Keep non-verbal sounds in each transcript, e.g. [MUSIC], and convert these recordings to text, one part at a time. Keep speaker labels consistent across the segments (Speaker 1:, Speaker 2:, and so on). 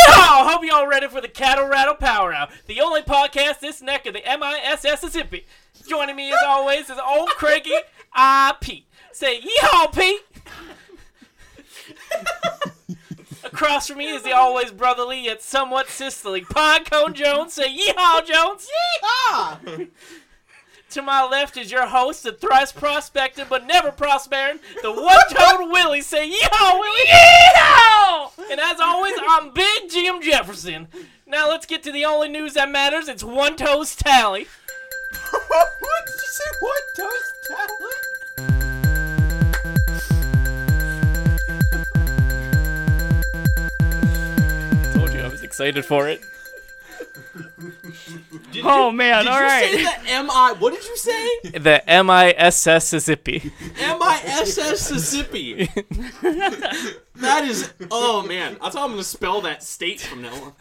Speaker 1: hope y'all ready for the Cattle Rattle Power Hour, the only podcast this neck of the M-I-S-S-Mississippi. Joining me as always is old Craigie I. Pete. Say, yeehaw, Pete! Across from me is the always brotherly yet somewhat sisterly Podcone Jones. Say, yeehaw, Jones!
Speaker 2: [LAUGHS] Ah!
Speaker 1: To my left is your host, the thrice prospecting but never prospering, the one-toed Willie. Say, yeehaw, Willie! Yeehaw! And as always, I'm Big Jim Jefferson. Now let's get to the only news that matters. It's One Toes Tally.
Speaker 2: what did you say? What toast tablet?
Speaker 1: Told you I was excited for it.
Speaker 3: Oh man,
Speaker 2: Did
Speaker 3: all
Speaker 2: you say
Speaker 3: right.
Speaker 2: the M I? What did you say?
Speaker 1: The M I S S Mississippi.
Speaker 2: M I S S
Speaker 3: [LAUGHS]
Speaker 2: Mississippi. That is. Oh man, I thought I'm gonna spell that state from now on.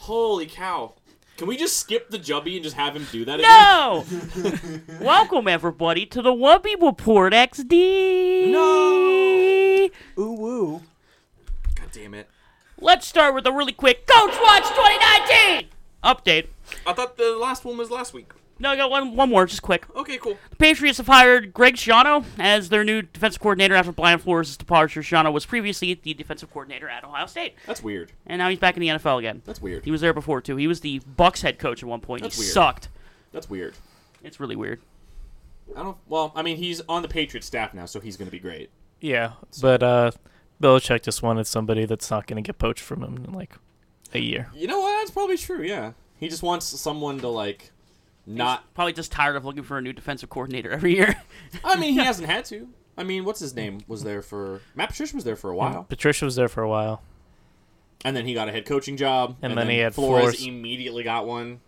Speaker 2: Holy cow! Can we just skip the jubby and just have him do that again?
Speaker 3: No. Welcome everybody to the Wubby Report XD. No.
Speaker 2: Ooh woo. God damn it!
Speaker 3: Let's start with a really quick Coach Watch 2019 update.
Speaker 2: I thought the last one was last week.
Speaker 3: No, I got one one more, just quick.
Speaker 2: Okay, cool.
Speaker 3: Patriots have hired Greg Schiano as their new defensive coordinator after Brian Flores' departure. Schiano was previously the defensive coordinator at Ohio State,
Speaker 2: That's weird.
Speaker 3: and now he's back in the NFL again.
Speaker 2: That's weird.
Speaker 3: He was there before too. He was the Bucks head coach at one point.
Speaker 2: That's
Speaker 3: he
Speaker 2: weird.
Speaker 3: sucked.
Speaker 2: That's weird.
Speaker 3: It's really weird.
Speaker 2: I don't. Well, I mean, he's on the Patriots staff now, so he's gonna be great.
Speaker 4: Yeah, but uh, Belichick just wanted somebody that's not going to get poached from him in like a year.
Speaker 2: You know what? That's probably true. Yeah, he just wants someone to like
Speaker 4: [LAUGHS]
Speaker 2: not.
Speaker 3: Probably just tired of looking for a new defensive coordinator every year. [LAUGHS]
Speaker 2: I mean, he hasn't had to. I mean, what's his name was there for Matt Patricia was there
Speaker 4: Mm.
Speaker 2: for a while,
Speaker 4: Patricia was there for a while.
Speaker 2: and then he got a head coaching job,
Speaker 4: And then he had
Speaker 2: Flores,
Speaker 4: Flores.
Speaker 2: immediately got one.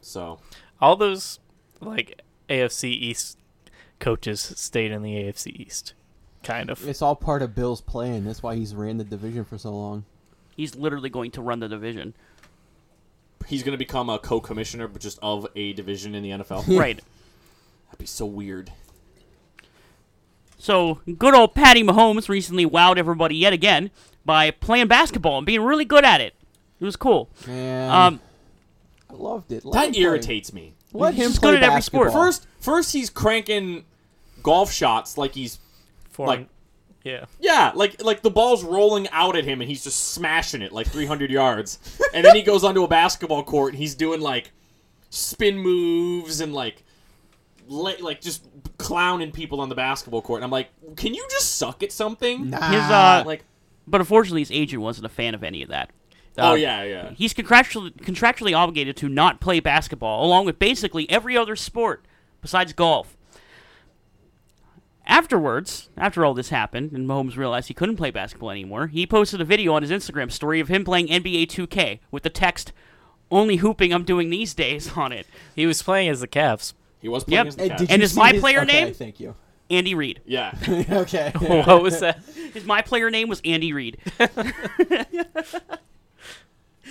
Speaker 2: So
Speaker 4: All those like AFC East coaches stayed in the AFC East, kind of.
Speaker 5: It's all part of Bill's plan. That's why he's ran the division for so long.
Speaker 3: He's literally going to run the division.
Speaker 2: he's gonna become a co-commissioner, but just of a division in the
Speaker 4: [LAUGHS]
Speaker 2: NFL.
Speaker 3: Right.
Speaker 2: That'd be so weird.
Speaker 3: So, good old Patty Mahomes recently wowed everybody yet again by playing basketball and being really good at it. It was cool.
Speaker 2: Hmm.
Speaker 5: Man,
Speaker 3: Um,
Speaker 5: I loved it. Let him
Speaker 2: That
Speaker 5: play.
Speaker 2: irritates me.
Speaker 5: Let
Speaker 3: He's
Speaker 5: him
Speaker 3: just
Speaker 5: play
Speaker 3: good at every sport.
Speaker 5: basketball.
Speaker 2: First, first he's cranking golf shots like he's
Speaker 4: Foreign,
Speaker 2: Like-
Speaker 4: yeah,
Speaker 2: Yeah, like like the ball's rolling out at him and he's just smashing it like 300 yards. And then he goes onto a basketball court and he's doing like spin moves and like le- like just clowning people on the basketball court. And I'm like, "Can you just suck at something?"
Speaker 5: Nah.
Speaker 3: his, uh,
Speaker 2: Like,
Speaker 3: but unfortunately, his agent wasn't a fan of any of that.
Speaker 2: "Oh
Speaker 3: Uh,
Speaker 2: yeah, yeah."
Speaker 3: He's contractually, contractually obligated to not play basketball, along with basically every other sport besides golf. Afterwards, after all this happened, and Mahomes realized he couldn't play basketball anymore, he posted a video on his Instagram story of him playing NBA 2K with the text, Only hooping I'm doing these days on it.
Speaker 4: he was playing as the [LAUGHS] Cavs.
Speaker 2: He was playing
Speaker 3: Yep.
Speaker 2: as the
Speaker 5: Hey,
Speaker 2: Cavs.
Speaker 5: did
Speaker 3: And
Speaker 5: you
Speaker 3: is
Speaker 5: see
Speaker 3: my
Speaker 5: his-
Speaker 3: player
Speaker 5: okay,
Speaker 3: name?
Speaker 5: Thank you. [LAUGHS]
Speaker 3: Andy Reid.
Speaker 2: Yeah.
Speaker 5: okay.
Speaker 4: what was that?
Speaker 3: His my player name was
Speaker 2: [LAUGHS]
Speaker 3: Andy Reid.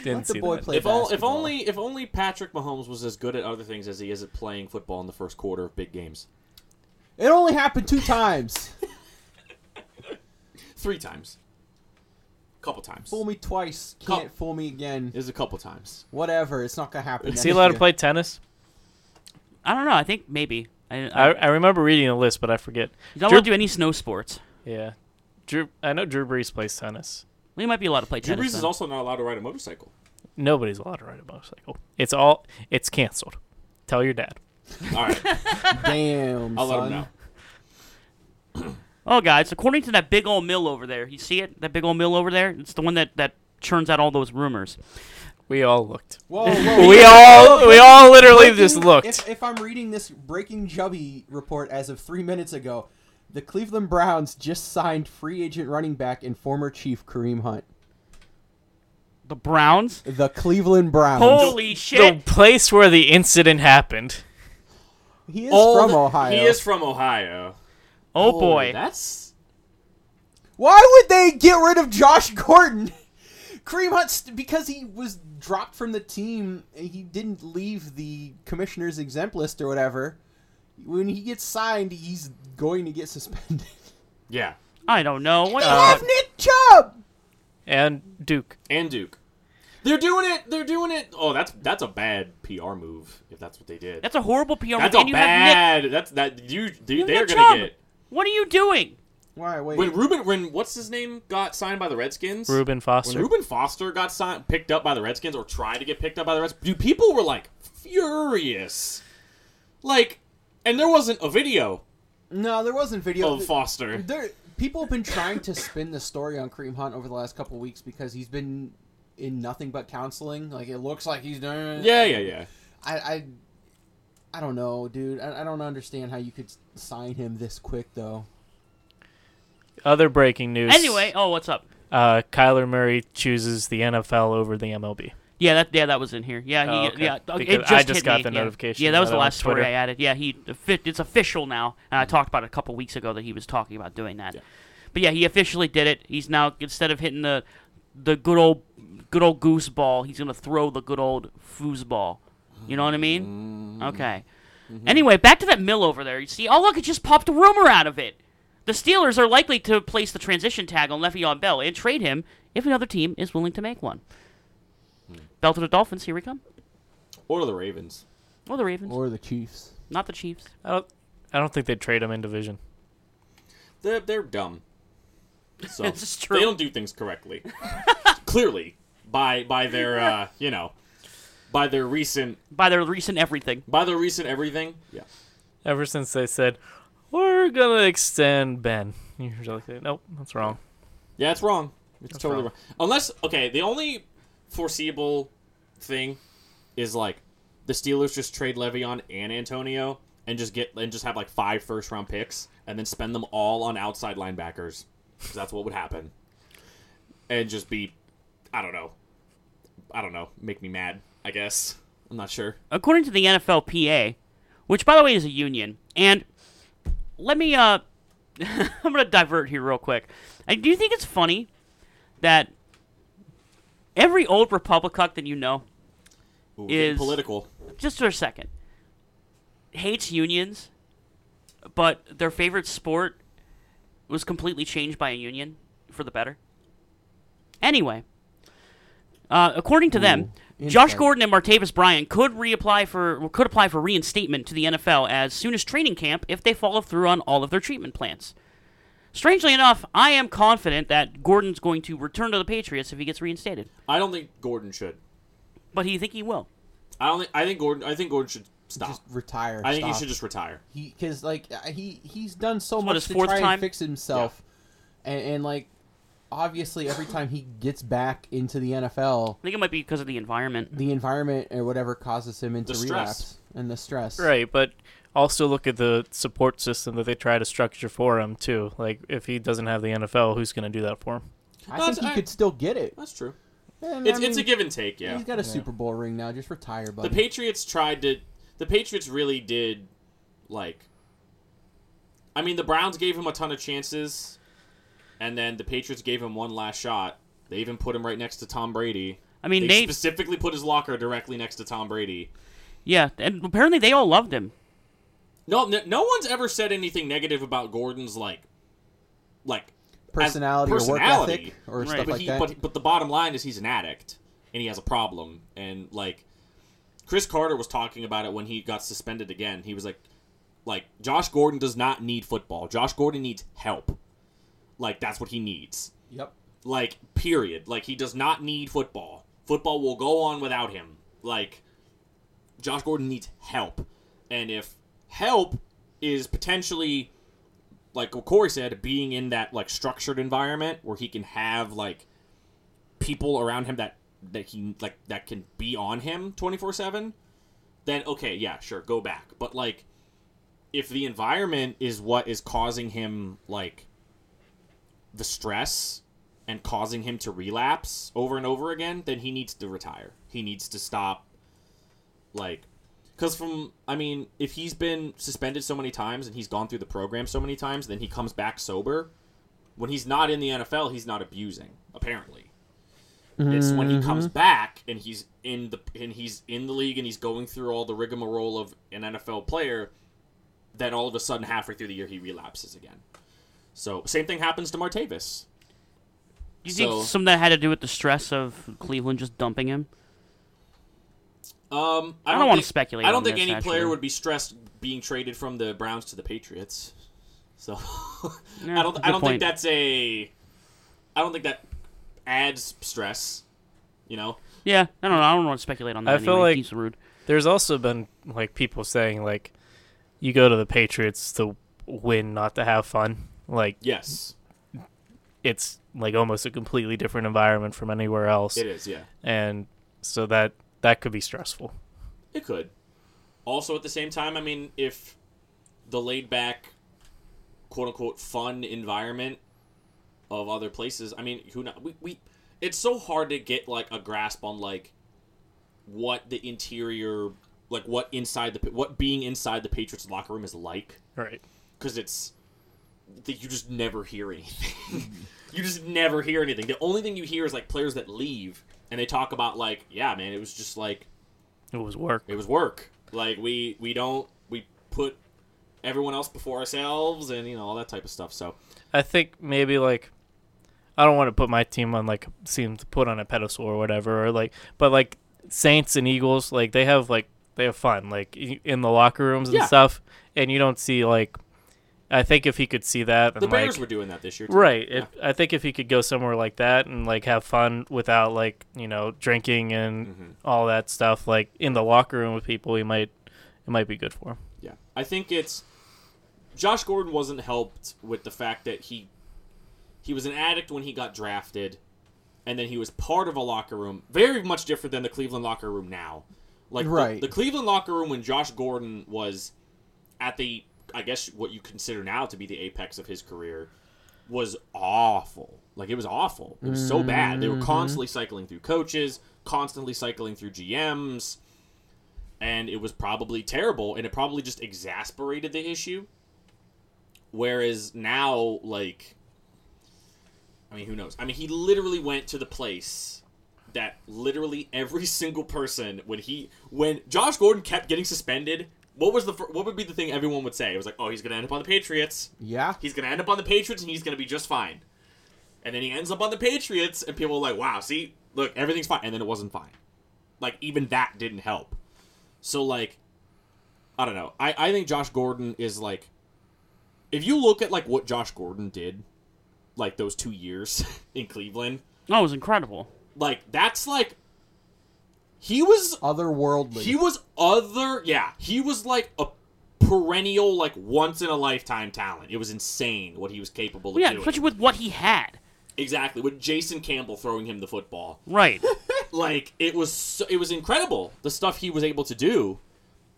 Speaker 4: Didn't
Speaker 5: Let
Speaker 4: see
Speaker 5: the boy
Speaker 4: that.
Speaker 5: play
Speaker 2: If, all, if
Speaker 5: basketball.
Speaker 2: only if only Patrick Mahomes was as good at other things as he is at playing football in the first quarter of big games.
Speaker 5: It only happened two times.
Speaker 2: Three times. Couple times.
Speaker 5: fool me twice,
Speaker 2: Come-
Speaker 5: can't fool me again.
Speaker 2: Is a couple times.
Speaker 5: Whatever. It's not gonna happen.
Speaker 4: Is
Speaker 5: next
Speaker 4: he allowed to
Speaker 5: year.
Speaker 4: play tennis?
Speaker 3: I don't know. I think maybe. I, I,
Speaker 4: I, I remember reading the list, but I forget.
Speaker 3: he's not allowed to
Speaker 4: Drew-
Speaker 3: do any snow sports.
Speaker 4: Yeah, Drew. I know Drew Brees plays tennis.
Speaker 3: He might be allowed to play
Speaker 2: Drew
Speaker 3: tennis.
Speaker 2: Brees is
Speaker 3: then.
Speaker 2: also not allowed to ride a motorcycle.
Speaker 4: Nobody's allowed to ride a motorcycle. It's all. It's canceled. Tell your dad.
Speaker 2: All right,
Speaker 3: [LAUGHS]
Speaker 5: Damn.
Speaker 2: I'll
Speaker 5: son.
Speaker 2: let him know.
Speaker 3: Oh, guys, according to that big old mill over there, you see it? That big old mill over there? It's the one that, that churns out all those rumors.
Speaker 4: We all looked.
Speaker 5: Whoa, whoa.
Speaker 4: We all we all literally
Speaker 5: Breaking-
Speaker 4: just looked.
Speaker 5: If, if I'm reading this breaking Jubby report as of three minutes ago, the Cleveland Browns just signed free agent running back and former Chief Kareem Hunt.
Speaker 3: The Browns?
Speaker 5: The Cleveland Browns.
Speaker 3: Holy shit!
Speaker 4: The place where the incident happened.
Speaker 5: He is
Speaker 2: All
Speaker 5: from
Speaker 2: the-
Speaker 5: Ohio.
Speaker 2: He is from Ohio.
Speaker 3: oh, boy.
Speaker 2: that's
Speaker 5: Why would they get rid of Josh Gordon? [LAUGHS] Kareem Hunt, st- because he was dropped from the team, he didn't leave the commissioner's exempt list or whatever. When he gets signed, he's going to get suspended.
Speaker 2: yeah.
Speaker 3: I don't know. What
Speaker 5: Have Nick Chubb!
Speaker 4: and Duke.
Speaker 2: and Duke. They're doing it. They're doing it. Oh, that's that's a bad PR move if that's what they did.
Speaker 3: That's a horrible PR.
Speaker 2: That's
Speaker 3: move,
Speaker 2: a
Speaker 3: and you have
Speaker 2: bad.
Speaker 3: Nick.
Speaker 2: That's that you.
Speaker 3: You
Speaker 2: Dude,
Speaker 3: have
Speaker 2: they're
Speaker 3: Nick
Speaker 2: gonna
Speaker 3: Chubb.
Speaker 2: get
Speaker 3: What are you doing?
Speaker 5: Why? Wait.
Speaker 2: when Ruben when what's his name got signed by the Redskins.
Speaker 4: Reuben
Speaker 2: When
Speaker 4: Foster.
Speaker 2: Ruben Foster got signed, picked up by the Redskins, or tried to get picked up by the Redskins, dude, people were like furious. Like, and there wasn't a video
Speaker 5: no, there wasn't video.
Speaker 2: of Foster.
Speaker 5: There, people have been trying to spin the story on Kareem Hunt over the last couple of weeks because he's been in nothing but counseling. Like it looks like he's doing.
Speaker 2: Yeah, yeah, yeah.
Speaker 5: I, I, I don't know, dude. I, I don't understand how you could s- sign him this quick though.
Speaker 4: Other breaking news.
Speaker 3: Anyway, oh, what's up?
Speaker 4: uh, Kyler Murray chooses the NFL over the MLB.
Speaker 3: Yeah, that yeah that was in here. Yeah, he,
Speaker 4: Oh, okay.
Speaker 3: yeah. uh, It
Speaker 4: Because
Speaker 3: just
Speaker 4: I just
Speaker 3: hit
Speaker 4: got
Speaker 3: me,
Speaker 4: the
Speaker 3: yeah.
Speaker 4: notification
Speaker 3: Yeah, that was
Speaker 4: about
Speaker 3: the
Speaker 4: it on
Speaker 3: last story
Speaker 4: Twitter.
Speaker 3: I added. Yeah, he offi- it's official now, and I talked about it a couple weeks ago that he was talking about doing that. But yeah, he officially did it. He's now instead of hitting the the good old good old goose ball, he's gonna throw the good old foosball. You know what I
Speaker 4: Mm-hmm.
Speaker 3: mean? Okay. Anyway, back to that mill over there. You see, oh look, it just popped a rumor out of it. The Steelers are likely to place the transition tag on Le'Veon Bell and trade him if another team is willing to make one. Bell to the Dolphins. Here we come.
Speaker 2: Or the Ravens.
Speaker 3: Or the Ravens,
Speaker 5: Or the Chiefs.
Speaker 3: not the Chiefs.
Speaker 4: I don't. I don't think they'd trade him in division.
Speaker 2: They're, they're dumb. So
Speaker 3: This is true.
Speaker 2: They don't do things correctly. Clearly, by by their uh, you know, by their recent
Speaker 3: By their recent everything.
Speaker 2: by their recent everything. Yeah.
Speaker 4: Ever since they said we're gonna extend Ben, [LAUGHS] you're like, nope, that's wrong.
Speaker 2: Yeah, it's wrong. It's totally
Speaker 4: wrong.
Speaker 2: wrong. Unless okay, the only foreseeable thing is like the Steelers just trade Le'Veon and Antonio and just get and just have like five first round picks and then spend them all on outside linebackers. 'Cause that's what would happen. And just be I don't know. I don't know. Make me mad, I guess. I'm not sure.
Speaker 3: According to the NFLPA, which by the way is a union, and let me uh [LAUGHS] I'm gonna divert here real quick. I do you think it's funny that every old Republican that you know,
Speaker 2: Ooh, we're getting
Speaker 3: Is-
Speaker 2: political.
Speaker 3: just for a second, hates unions, but their favorite sport was completely changed by a union for the better. Anyway, uh, according to them,
Speaker 5: Ooh,
Speaker 3: Josh
Speaker 5: insight.
Speaker 3: Gordon and Martavis Bryant could reapply for or could apply for reinstatement to the NFL as soon as training camp if they follow through on all of their treatment plans. Strangely enough, I am confident that Gordon's going to return to the Patriots if he gets reinstated.
Speaker 2: I don't think Gordon should.
Speaker 3: But he think he will.
Speaker 2: I don't think, I think Gordon I think Gordon should stop.
Speaker 5: Just retire.
Speaker 2: I think he
Speaker 5: stop.
Speaker 2: should just retire.
Speaker 5: he because like uh, he he's done so
Speaker 3: what,
Speaker 5: much
Speaker 3: his
Speaker 5: to
Speaker 3: fourth
Speaker 5: try
Speaker 3: time?
Speaker 5: and fix himself, and, and like obviously every time he gets back into the NFL,
Speaker 3: I think it might be because of the environment.
Speaker 5: the environment or whatever causes him into
Speaker 2: The stress.
Speaker 5: relapse and the stress.
Speaker 4: Right, but also look at the support system that they try to structure for him too. Like if he doesn't have the NFL, who's gonna do that for him?
Speaker 5: I
Speaker 2: That's-
Speaker 5: think he
Speaker 2: I-
Speaker 5: could still get it.
Speaker 2: That's true.
Speaker 5: And,
Speaker 2: It's,
Speaker 5: I mean,
Speaker 2: it's a give and take, yeah.
Speaker 5: He's got a Super Bowl ring now. Just retire, buddy.
Speaker 2: the Patriots tried to. The Patriots really did, like. I mean, the Browns gave him a ton of chances, and then the Patriots gave him one last shot. They even put him right next to Tom Brady.
Speaker 3: I mean,
Speaker 2: They
Speaker 3: they,
Speaker 2: specifically put his locker directly next to Tom Brady.
Speaker 3: yeah, and apparently they all loved him.
Speaker 2: No, no, no one's ever said anything negative about Gordon's like, like
Speaker 5: personality,
Speaker 2: as- personality.
Speaker 5: or work ethic or
Speaker 3: Right.
Speaker 5: stuff
Speaker 2: but
Speaker 5: like
Speaker 2: he,
Speaker 5: that.
Speaker 2: but but the bottom line is he's an addict and he has a problem and like Chris Carter was talking about it when he got suspended again. He was like like Josh Gordon does not need football. Josh Gordon needs help. Like that's what he needs.
Speaker 5: yep.
Speaker 2: Like period. Like he does not need football. Football will go on without him. Like Josh Gordon needs help. And if help is potentially like what Corey said, being in that like structured environment where he can have like people around him that that he like that can be on him 24/7, then okay, yeah, sure, go back. But like if the environment is what is causing him like the stress and causing him to relapse over and over again, then he needs to retire. He needs to stop like because from i mean if he's been suspended so many times and he's gone through the program so many times then he comes back sober when he's not in the nfl he's not abusing apparently it's when he comes back and he's in the and he's in the league and he's going through all the rigmarole of an nfl player that all of a sudden halfway through the year he relapses again so same thing happens to martavis
Speaker 3: Do you
Speaker 2: So-
Speaker 3: think some of that had to do with the stress of Cleveland just dumping him?
Speaker 2: Um, I don't
Speaker 3: don't wanna
Speaker 2: think-
Speaker 3: speculate
Speaker 2: I don't
Speaker 3: on
Speaker 2: think
Speaker 3: this,
Speaker 2: any player
Speaker 3: actually.
Speaker 2: would be stressed being traded from the Browns to the Patriots. So [LAUGHS]
Speaker 3: Yeah,
Speaker 2: I don't.
Speaker 3: good
Speaker 2: I don't think
Speaker 3: point.
Speaker 2: that's a. I don't think that adds stress. You know.
Speaker 3: Yeah, I don't know. I don't want to speculate on that.
Speaker 4: I feel
Speaker 3: anyway.
Speaker 4: like-
Speaker 3: Keeps it rude.
Speaker 4: There's also been like people saying like, you go to the Patriots to win, not to have fun. Like
Speaker 2: Yes,
Speaker 4: it's like almost a completely different environment from anywhere else,
Speaker 2: it is. Yeah,
Speaker 4: and so that that could be stressful.
Speaker 2: it could. Also, at the same time, I mean, if the laid back, quote unquote, fun environment of other places, I mean, who not? We, we it's so hard to get like a grasp on like what the interior, like what inside the what being inside the Patriots locker room is like.
Speaker 4: Right.
Speaker 2: because it's that you just never hear anything. [LAUGHS] you just never hear anything. The only thing you hear is like players that leave and they talk about like, yeah, man, it was just like
Speaker 4: It was work.
Speaker 2: it was work. Like we we don't we put everyone else before ourselves and you know all that type of stuff. So
Speaker 4: I think maybe like I don't want to put my team on like seem to put on a pedestal or whatever or like but like Saints and Eagles like they have like they have fun like i- in the locker rooms and
Speaker 2: Yeah.
Speaker 4: stuff and you don't see like I think if he could see that
Speaker 2: the
Speaker 4: and,
Speaker 2: Bears
Speaker 4: like,
Speaker 2: were doing that this year, too.
Speaker 4: right
Speaker 2: Yeah.
Speaker 4: if, I think if he could go somewhere like that and like have fun without like you know drinking and
Speaker 2: Mm-hmm.
Speaker 4: all that stuff like in the locker room with people he might it might be good for him
Speaker 2: Yeah. I think it's Josh Gordon wasn't helped with the fact that he he was an addict when he got drafted and then he was part of a locker room very much different than the Cleveland locker room now. Like the-
Speaker 5: Right.
Speaker 2: the, Cleveland locker room when Josh Gordon was at the I guess what you consider now to be the apex of his career was awful. Like it was awful. It was so bad. They were constantly cycling through coaches, constantly cycling through GMs and it was probably terrible and it probably just exasperated the issue whereas now like i mean who knows i mean he literally went to the place that literally every [LAUGHS] single person when he when josh gordon kept getting suspended what was the fir- what would be the thing everyone would say it was like oh he's gonna end up on the patriots
Speaker 5: Yeah.
Speaker 2: he's gonna end up on the Patriots and he's gonna be just fine. And then he ends up on the Patriots, and people are like, "Wow, see, look, everything's fine." And then it wasn't fine. Like even that didn't help. So like, I don't know. I I think Josh Gordon is like, if you look at like what Josh Gordon did, like those two years [LAUGHS] in Cleveland,
Speaker 3: No, Oh, it was incredible.
Speaker 2: like that's like, he was
Speaker 5: Otherworldly.
Speaker 2: he was other, yeah. He was like a perennial, like once in a lifetime talent. It was insane what he was capable of
Speaker 3: Well, yeah,
Speaker 2: doing.
Speaker 3: especially with what he had.
Speaker 2: exactly, with Jason Campbell throwing him the football,
Speaker 3: Right.
Speaker 2: like it was, so, it was incredible the stuff he was able to do.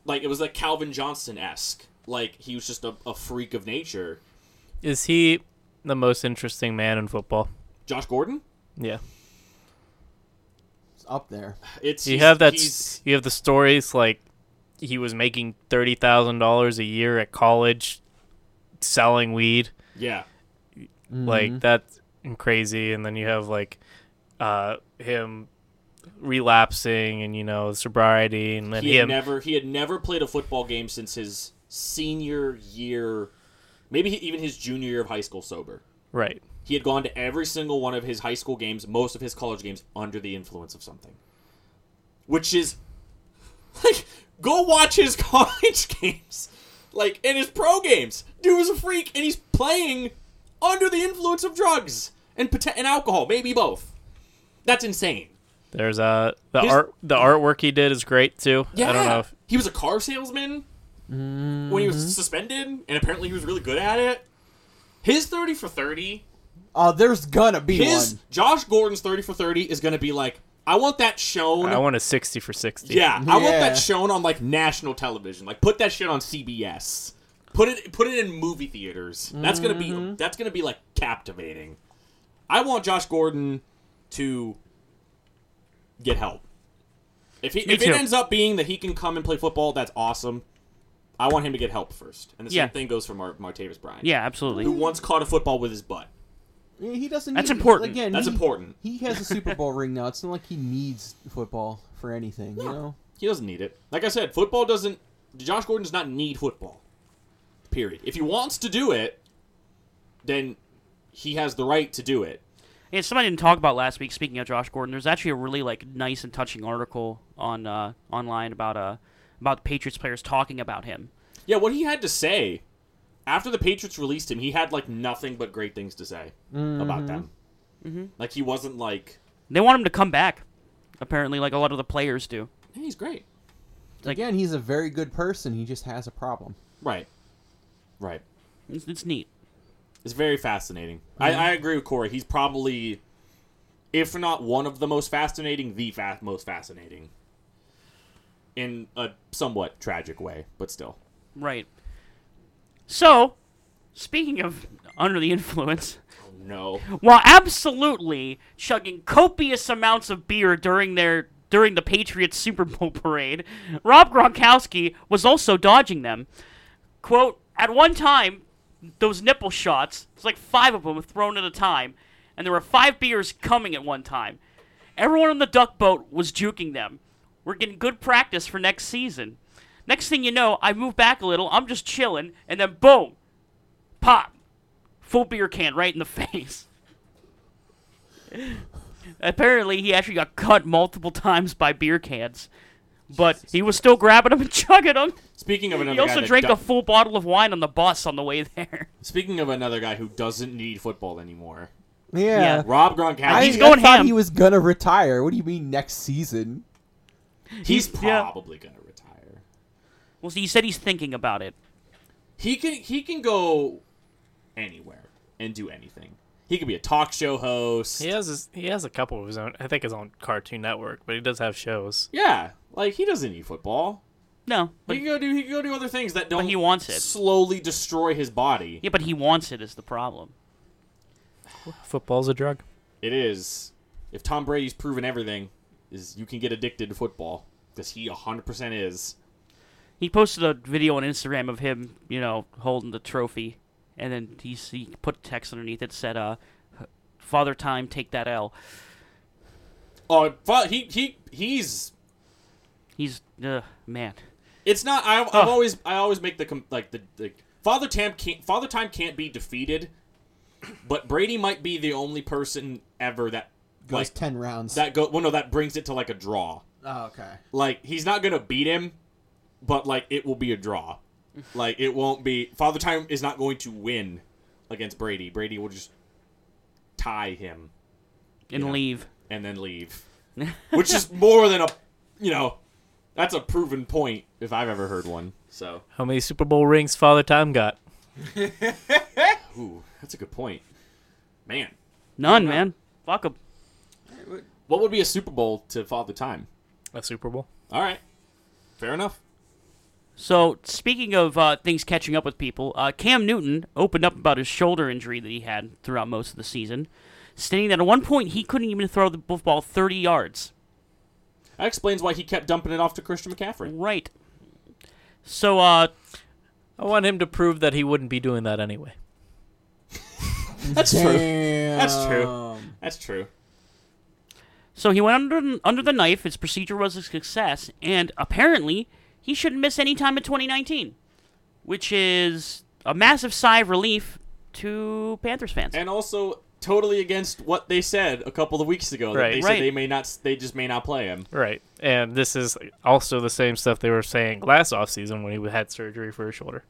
Speaker 2: Like it was like Calvin Johnson esque. Like he was just a, a freak of nature.
Speaker 4: is he the most interesting man in football
Speaker 2: Josh Gordon,
Speaker 4: yeah
Speaker 5: It's up there.
Speaker 2: it's
Speaker 4: you
Speaker 2: he's-
Speaker 4: have that
Speaker 2: he's-
Speaker 4: s- you have the stories like he was making thirty thousand dollars a year at college selling weed
Speaker 2: yeah, Mm-hmm.
Speaker 4: like that's crazy and then you have like uh him relapsing and you know sobriety and then
Speaker 2: he had
Speaker 4: him
Speaker 2: never he had never played a football game since his senior year, maybe he- even his junior year of high school sober.
Speaker 4: right
Speaker 2: He had gone to every single one of his high school games, most of his college games, under the influence of something. Which is [LAUGHS] like, go watch his [LAUGHS] college games. Like, in his pro games. Dude was a freak, and he's playing under the influence of drugs and, pot- and alcohol, maybe both. That's insane.
Speaker 4: there's uh the
Speaker 2: Here's-
Speaker 4: art the artwork he did is great too
Speaker 2: Yeah.
Speaker 4: i don't know if Mm-hmm.
Speaker 2: He was a car salesman when he was suspended, and apparently he was really good at it. His 30 for 30
Speaker 5: Uh, there's gonna be
Speaker 2: His
Speaker 5: one.
Speaker 2: Josh Gordon's thirty for thirty is going to be like, I want that shown.
Speaker 4: i want a 60 for 60
Speaker 2: yeah, I want
Speaker 5: Yeah.
Speaker 2: that shown on like national television. Like, put that shit on CBS. Put it, put it in movie theaters. That's gonna be, that's gonna be like captivating. I want Josh Gordon to get help. If he, if
Speaker 3: too.
Speaker 2: it ends up being that he can come and play football, that's awesome. I want him to get help first, and the
Speaker 3: Yeah.
Speaker 2: same thing goes for Mar- Martavis Bryant,
Speaker 3: [LAUGHS] Yeah,
Speaker 2: who
Speaker 3: absolutely.
Speaker 2: once caught a football with his butt.
Speaker 5: He doesn't.
Speaker 3: That's
Speaker 5: need-
Speaker 3: important.
Speaker 5: Again,
Speaker 2: That's
Speaker 5: he-
Speaker 2: important.
Speaker 5: He has a Super Bowl ring now. It's not like he needs football for anything. You know.
Speaker 2: He doesn't need it. Like I said, football doesn't. Josh Gordon does not need football. Period. If he wants to do it, then he has the right to do it.
Speaker 3: And something I didn't talk about last week. Speaking of Josh Gordon, there's actually a really like nice and touching article on uh, online about uh about Patriots players talking about him.
Speaker 2: Yeah, what he had to say after the Patriots released him, he had like nothing but great things to say about them. Like he wasn't like
Speaker 3: They want him to come back, apparently, like a lot of the players do.
Speaker 2: hey, he's great,
Speaker 3: Like-
Speaker 5: Again, he's a very good person. He just has a problem.
Speaker 2: right? Right.
Speaker 3: It's, it's neat.
Speaker 2: It's very fascinating. I, I agree with Corey. He's probably, if not one of the most fascinating, the fa- most fascinating. In a somewhat tragic way, but still.
Speaker 3: Right. So, speaking of under the influence,
Speaker 2: No.
Speaker 3: while absolutely chugging copious amounts of beer during their during the Patriots Super Bowl parade, Rob Gronkowski was also dodging them. Quote, at one time, those nipple shots, it's like five of them were thrown at a time, and there were five beers coming at one time. Everyone on the duck boat was juking them. We're getting good practice for next season. Next thing you know, I move back a little, I'm just chilling, and then boom, pop, full beer can right in the [LAUGHS] face. Apparently, he actually got cut multiple times by beer cans, but he was still grabbing them and chugging them.
Speaker 2: Speaking of another,
Speaker 3: He also
Speaker 2: guy
Speaker 3: drank
Speaker 2: that
Speaker 3: a
Speaker 2: do-
Speaker 3: full bottle of wine on the bus on the way there. [LAUGHS]
Speaker 2: Speaking of another guy who doesn't need football anymore,
Speaker 5: Yeah.
Speaker 2: Rob Gronkowski.
Speaker 5: I,
Speaker 3: He's
Speaker 5: I
Speaker 3: going
Speaker 5: thought
Speaker 3: ham.
Speaker 5: he was gonna retire. What do you mean next season?
Speaker 2: He's
Speaker 3: yeah.
Speaker 2: probably gonna retire.
Speaker 3: Well, he said he's thinking about it.
Speaker 2: He can he can go anywhere and do anything. He could be a talk show host.
Speaker 4: He has his, he has a couple of his own. I think his own Cartoon Network, but he does have shows.
Speaker 2: Yeah, like he doesn't need football.
Speaker 3: No, but
Speaker 2: he can go do he can go do other things that don't.
Speaker 3: he wants it.
Speaker 2: Slowly destroy his body.
Speaker 3: yeah, but he wants it is the problem.
Speaker 4: Football's a drug.
Speaker 2: It is if Tom Brady's proven everything is you can get addicted to football because he 100% is.
Speaker 3: He posted a video on Instagram of him, you know, holding the trophy, and then he, s- he put text underneath it said, "Uh, Father Time, take that L."
Speaker 2: Oh, fu- he he he's
Speaker 3: He's uh, man.
Speaker 2: It's not. I, I've always I always make the com- like the, the Father Time can't Father Time can't be defeated, but Brady might be the only person ever that
Speaker 5: Goes
Speaker 2: like
Speaker 5: ten rounds.
Speaker 2: that go well no that brings it to like a draw.
Speaker 5: oh, okay.
Speaker 2: Like he's not gonna beat him, but like it will be a draw. Like it won't be Father Time is not going to win against Brady. Brady will just tie him
Speaker 3: and
Speaker 2: Yeah.
Speaker 3: leave.
Speaker 2: and then leave, which is more than a you know that's a proven point if I've ever heard one. So.
Speaker 4: How many Super Bowl rings Father Time got?
Speaker 2: Ooh, that's a good point. Man,
Speaker 3: None, man. Fuck 'em.
Speaker 2: what would be a Super Bowl to Father Time?
Speaker 4: A Super Bowl.
Speaker 2: All right, fair enough.
Speaker 3: So, speaking of uh, things catching up with people, uh, Cam Newton opened up about his shoulder injury that he had throughout most of the season, stating that at one point he couldn't even throw the football 30 yards.
Speaker 2: That explains why he kept dumping it off to Christian McCaffrey.
Speaker 3: Right. So, uh,
Speaker 4: I want him to prove that he wouldn't be doing that anyway.
Speaker 2: That's true.
Speaker 5: Damn.
Speaker 2: That's true. That's true.
Speaker 3: so he went under under the knife. His procedure was a success, and apparently he shouldn't miss any time in 2019, which is a massive sigh of relief to Panthers fans.
Speaker 2: And also totally against what they said a couple of weeks ago. That
Speaker 4: Right.
Speaker 2: They
Speaker 3: Right.
Speaker 2: said they may not. They just may not play him.
Speaker 4: Right. And this is also the same stuff they were saying last offseason when he had surgery for his shoulder.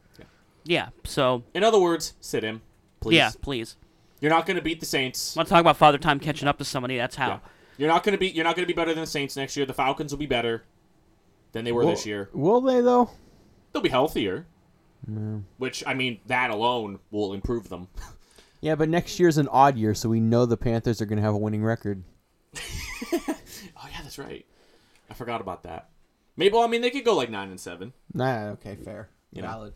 Speaker 3: yeah. So,
Speaker 2: In other words, sit him, please.
Speaker 3: yeah, please.
Speaker 2: You're not going to beat the Saints.
Speaker 3: Want to talk about Father Time catching up to somebody? That's how.
Speaker 2: Yeah. You're not going to be. You're not going to be better than the Saints next year. The Falcons will be better than they were
Speaker 5: Will,
Speaker 2: this year.
Speaker 5: will they though?
Speaker 2: They'll be healthier. Which I mean, that alone will improve them. [LAUGHS]
Speaker 5: Yeah, but next year's an odd year, so we know the Panthers are gonna have a winning record.
Speaker 2: Oh yeah, that's right. I forgot about that. Maybe well, I mean they could go like nine and seven.
Speaker 5: Nah, okay, fair.
Speaker 2: know.
Speaker 5: Valid.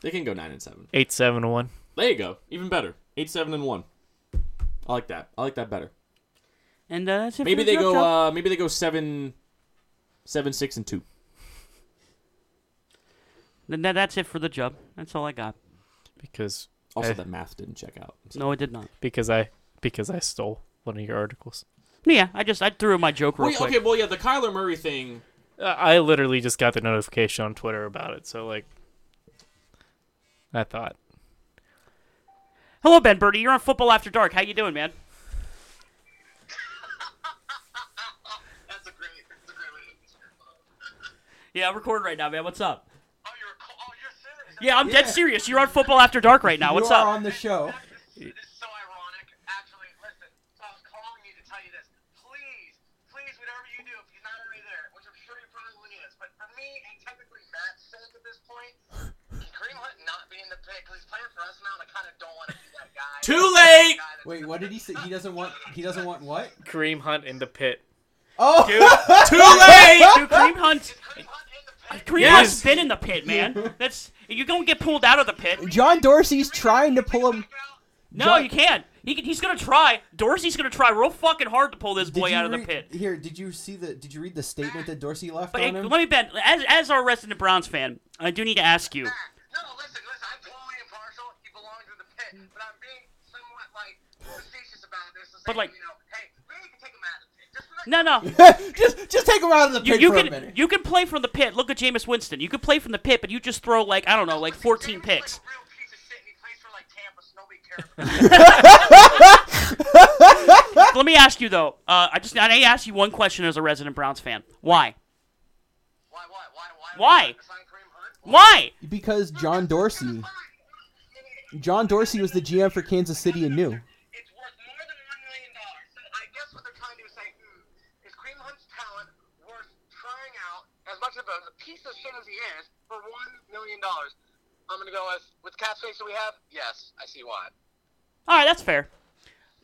Speaker 2: They can go nine and seven.
Speaker 4: 8 7 1.
Speaker 2: There you go. Even better. Eight seven and one. I like that. I like that better.
Speaker 3: And uh, that's it.
Speaker 2: Maybe
Speaker 3: for the
Speaker 2: they go.
Speaker 3: drop top.
Speaker 2: uh Maybe they go seven, seven six and two.
Speaker 3: Then that- that's it for the job. That's all I got.
Speaker 4: Because
Speaker 2: Also,
Speaker 4: Eh.
Speaker 2: that math didn't check out. So-
Speaker 3: No, I did not.
Speaker 4: because I because I stole one of your articles.
Speaker 3: Yeah, I just I threw in my joke real
Speaker 2: Wait,
Speaker 3: quick.
Speaker 2: okay. Well, yeah, the Kyler Murray thing.
Speaker 4: Uh, I literally just got the notification on Twitter about it. So like I thought
Speaker 3: Hello, Ben Birdie. You're on Football After Dark. How you doing, man? Yeah, I'm recording right now, man. What's up?
Speaker 6: Oh, you're, co- oh, you're serious.
Speaker 3: Yeah, I'm dead
Speaker 5: Yeah.
Speaker 3: serious. You're on Football After Dark right now. What's
Speaker 5: you
Speaker 3: up?
Speaker 5: are on the show.
Speaker 6: This is so ironic. Actually, listen, I was calling you to tell you this. Please, please, whatever you do, if he's not already there, which I'm sure he probably is, but for me and technically Matt's sake at this point, Kareem Hunt not being the pick, 'cause he's playing for us now, and I kind of don't want to be that guy.
Speaker 2: Too late!
Speaker 6: Guy that's-
Speaker 5: Wait, what did he say? He doesn't want. He doesn't want what?
Speaker 4: Kareem Hunt in the pit.
Speaker 5: Oh, [LAUGHS]
Speaker 2: Too late!
Speaker 3: [LAUGHS] Dude, Kareem Hunt.
Speaker 6: Kareem Hunt in the pick.
Speaker 3: Kareem
Speaker 2: Yes.
Speaker 3: Hunt's been in the pit, man. That's you don't get pulled out of the pit.
Speaker 5: John Dorsey's trying to pull him.
Speaker 3: No,
Speaker 5: John-
Speaker 3: you can't. He can, he's gonna try. Dorsey's gonna try real fucking hard to pull this
Speaker 5: Did
Speaker 3: boy
Speaker 5: you
Speaker 3: out of the
Speaker 5: re-
Speaker 3: pit.
Speaker 5: Here, did you see the? Did you read the statement that Dorsey left
Speaker 3: But hey,
Speaker 5: on him?
Speaker 3: let me bet. As as our resident Browns fan, I do need to ask you.
Speaker 6: No, listen, listen. I'm totally impartial. He belongs in the pit, but I'm being somewhat like facetious about this. and
Speaker 3: But,
Speaker 6: saying,
Speaker 3: like-
Speaker 6: you know, hey, maybe you can take him out of the pit. Just for that
Speaker 3: No, no.
Speaker 5: [LAUGHS] just, just take him out of the
Speaker 3: You,
Speaker 5: pit
Speaker 3: you
Speaker 5: for a
Speaker 3: can
Speaker 5: minute.
Speaker 3: you can play from the pit. Look at Jameis Winston. You can play from the pit, but you just throw like I don't know, like 14 picks.
Speaker 6: Davis is, Like a real piece of shit, and he plays for like Tampa, so nobody cares.
Speaker 3: [LAUGHS] Let me ask you though. Uh, I just I need to ask you one question as a resident Browns fan. Why?
Speaker 6: why, why, why, why?
Speaker 3: Why?
Speaker 6: would I sign Kareem Hunt?
Speaker 3: Why?
Speaker 5: Because John Dorsey, John Dorsey was the GM for Kansas City and knew.
Speaker 6: It's worth more than one million dollars. So I guess what they're trying to do is say, hmm, is Kareem Hunt's talent worth trying out as much of a piece of shit as he is for one million dollars? I'm gonna go with with the cap space that we have. Yes, I see why.
Speaker 3: All right, that's fair.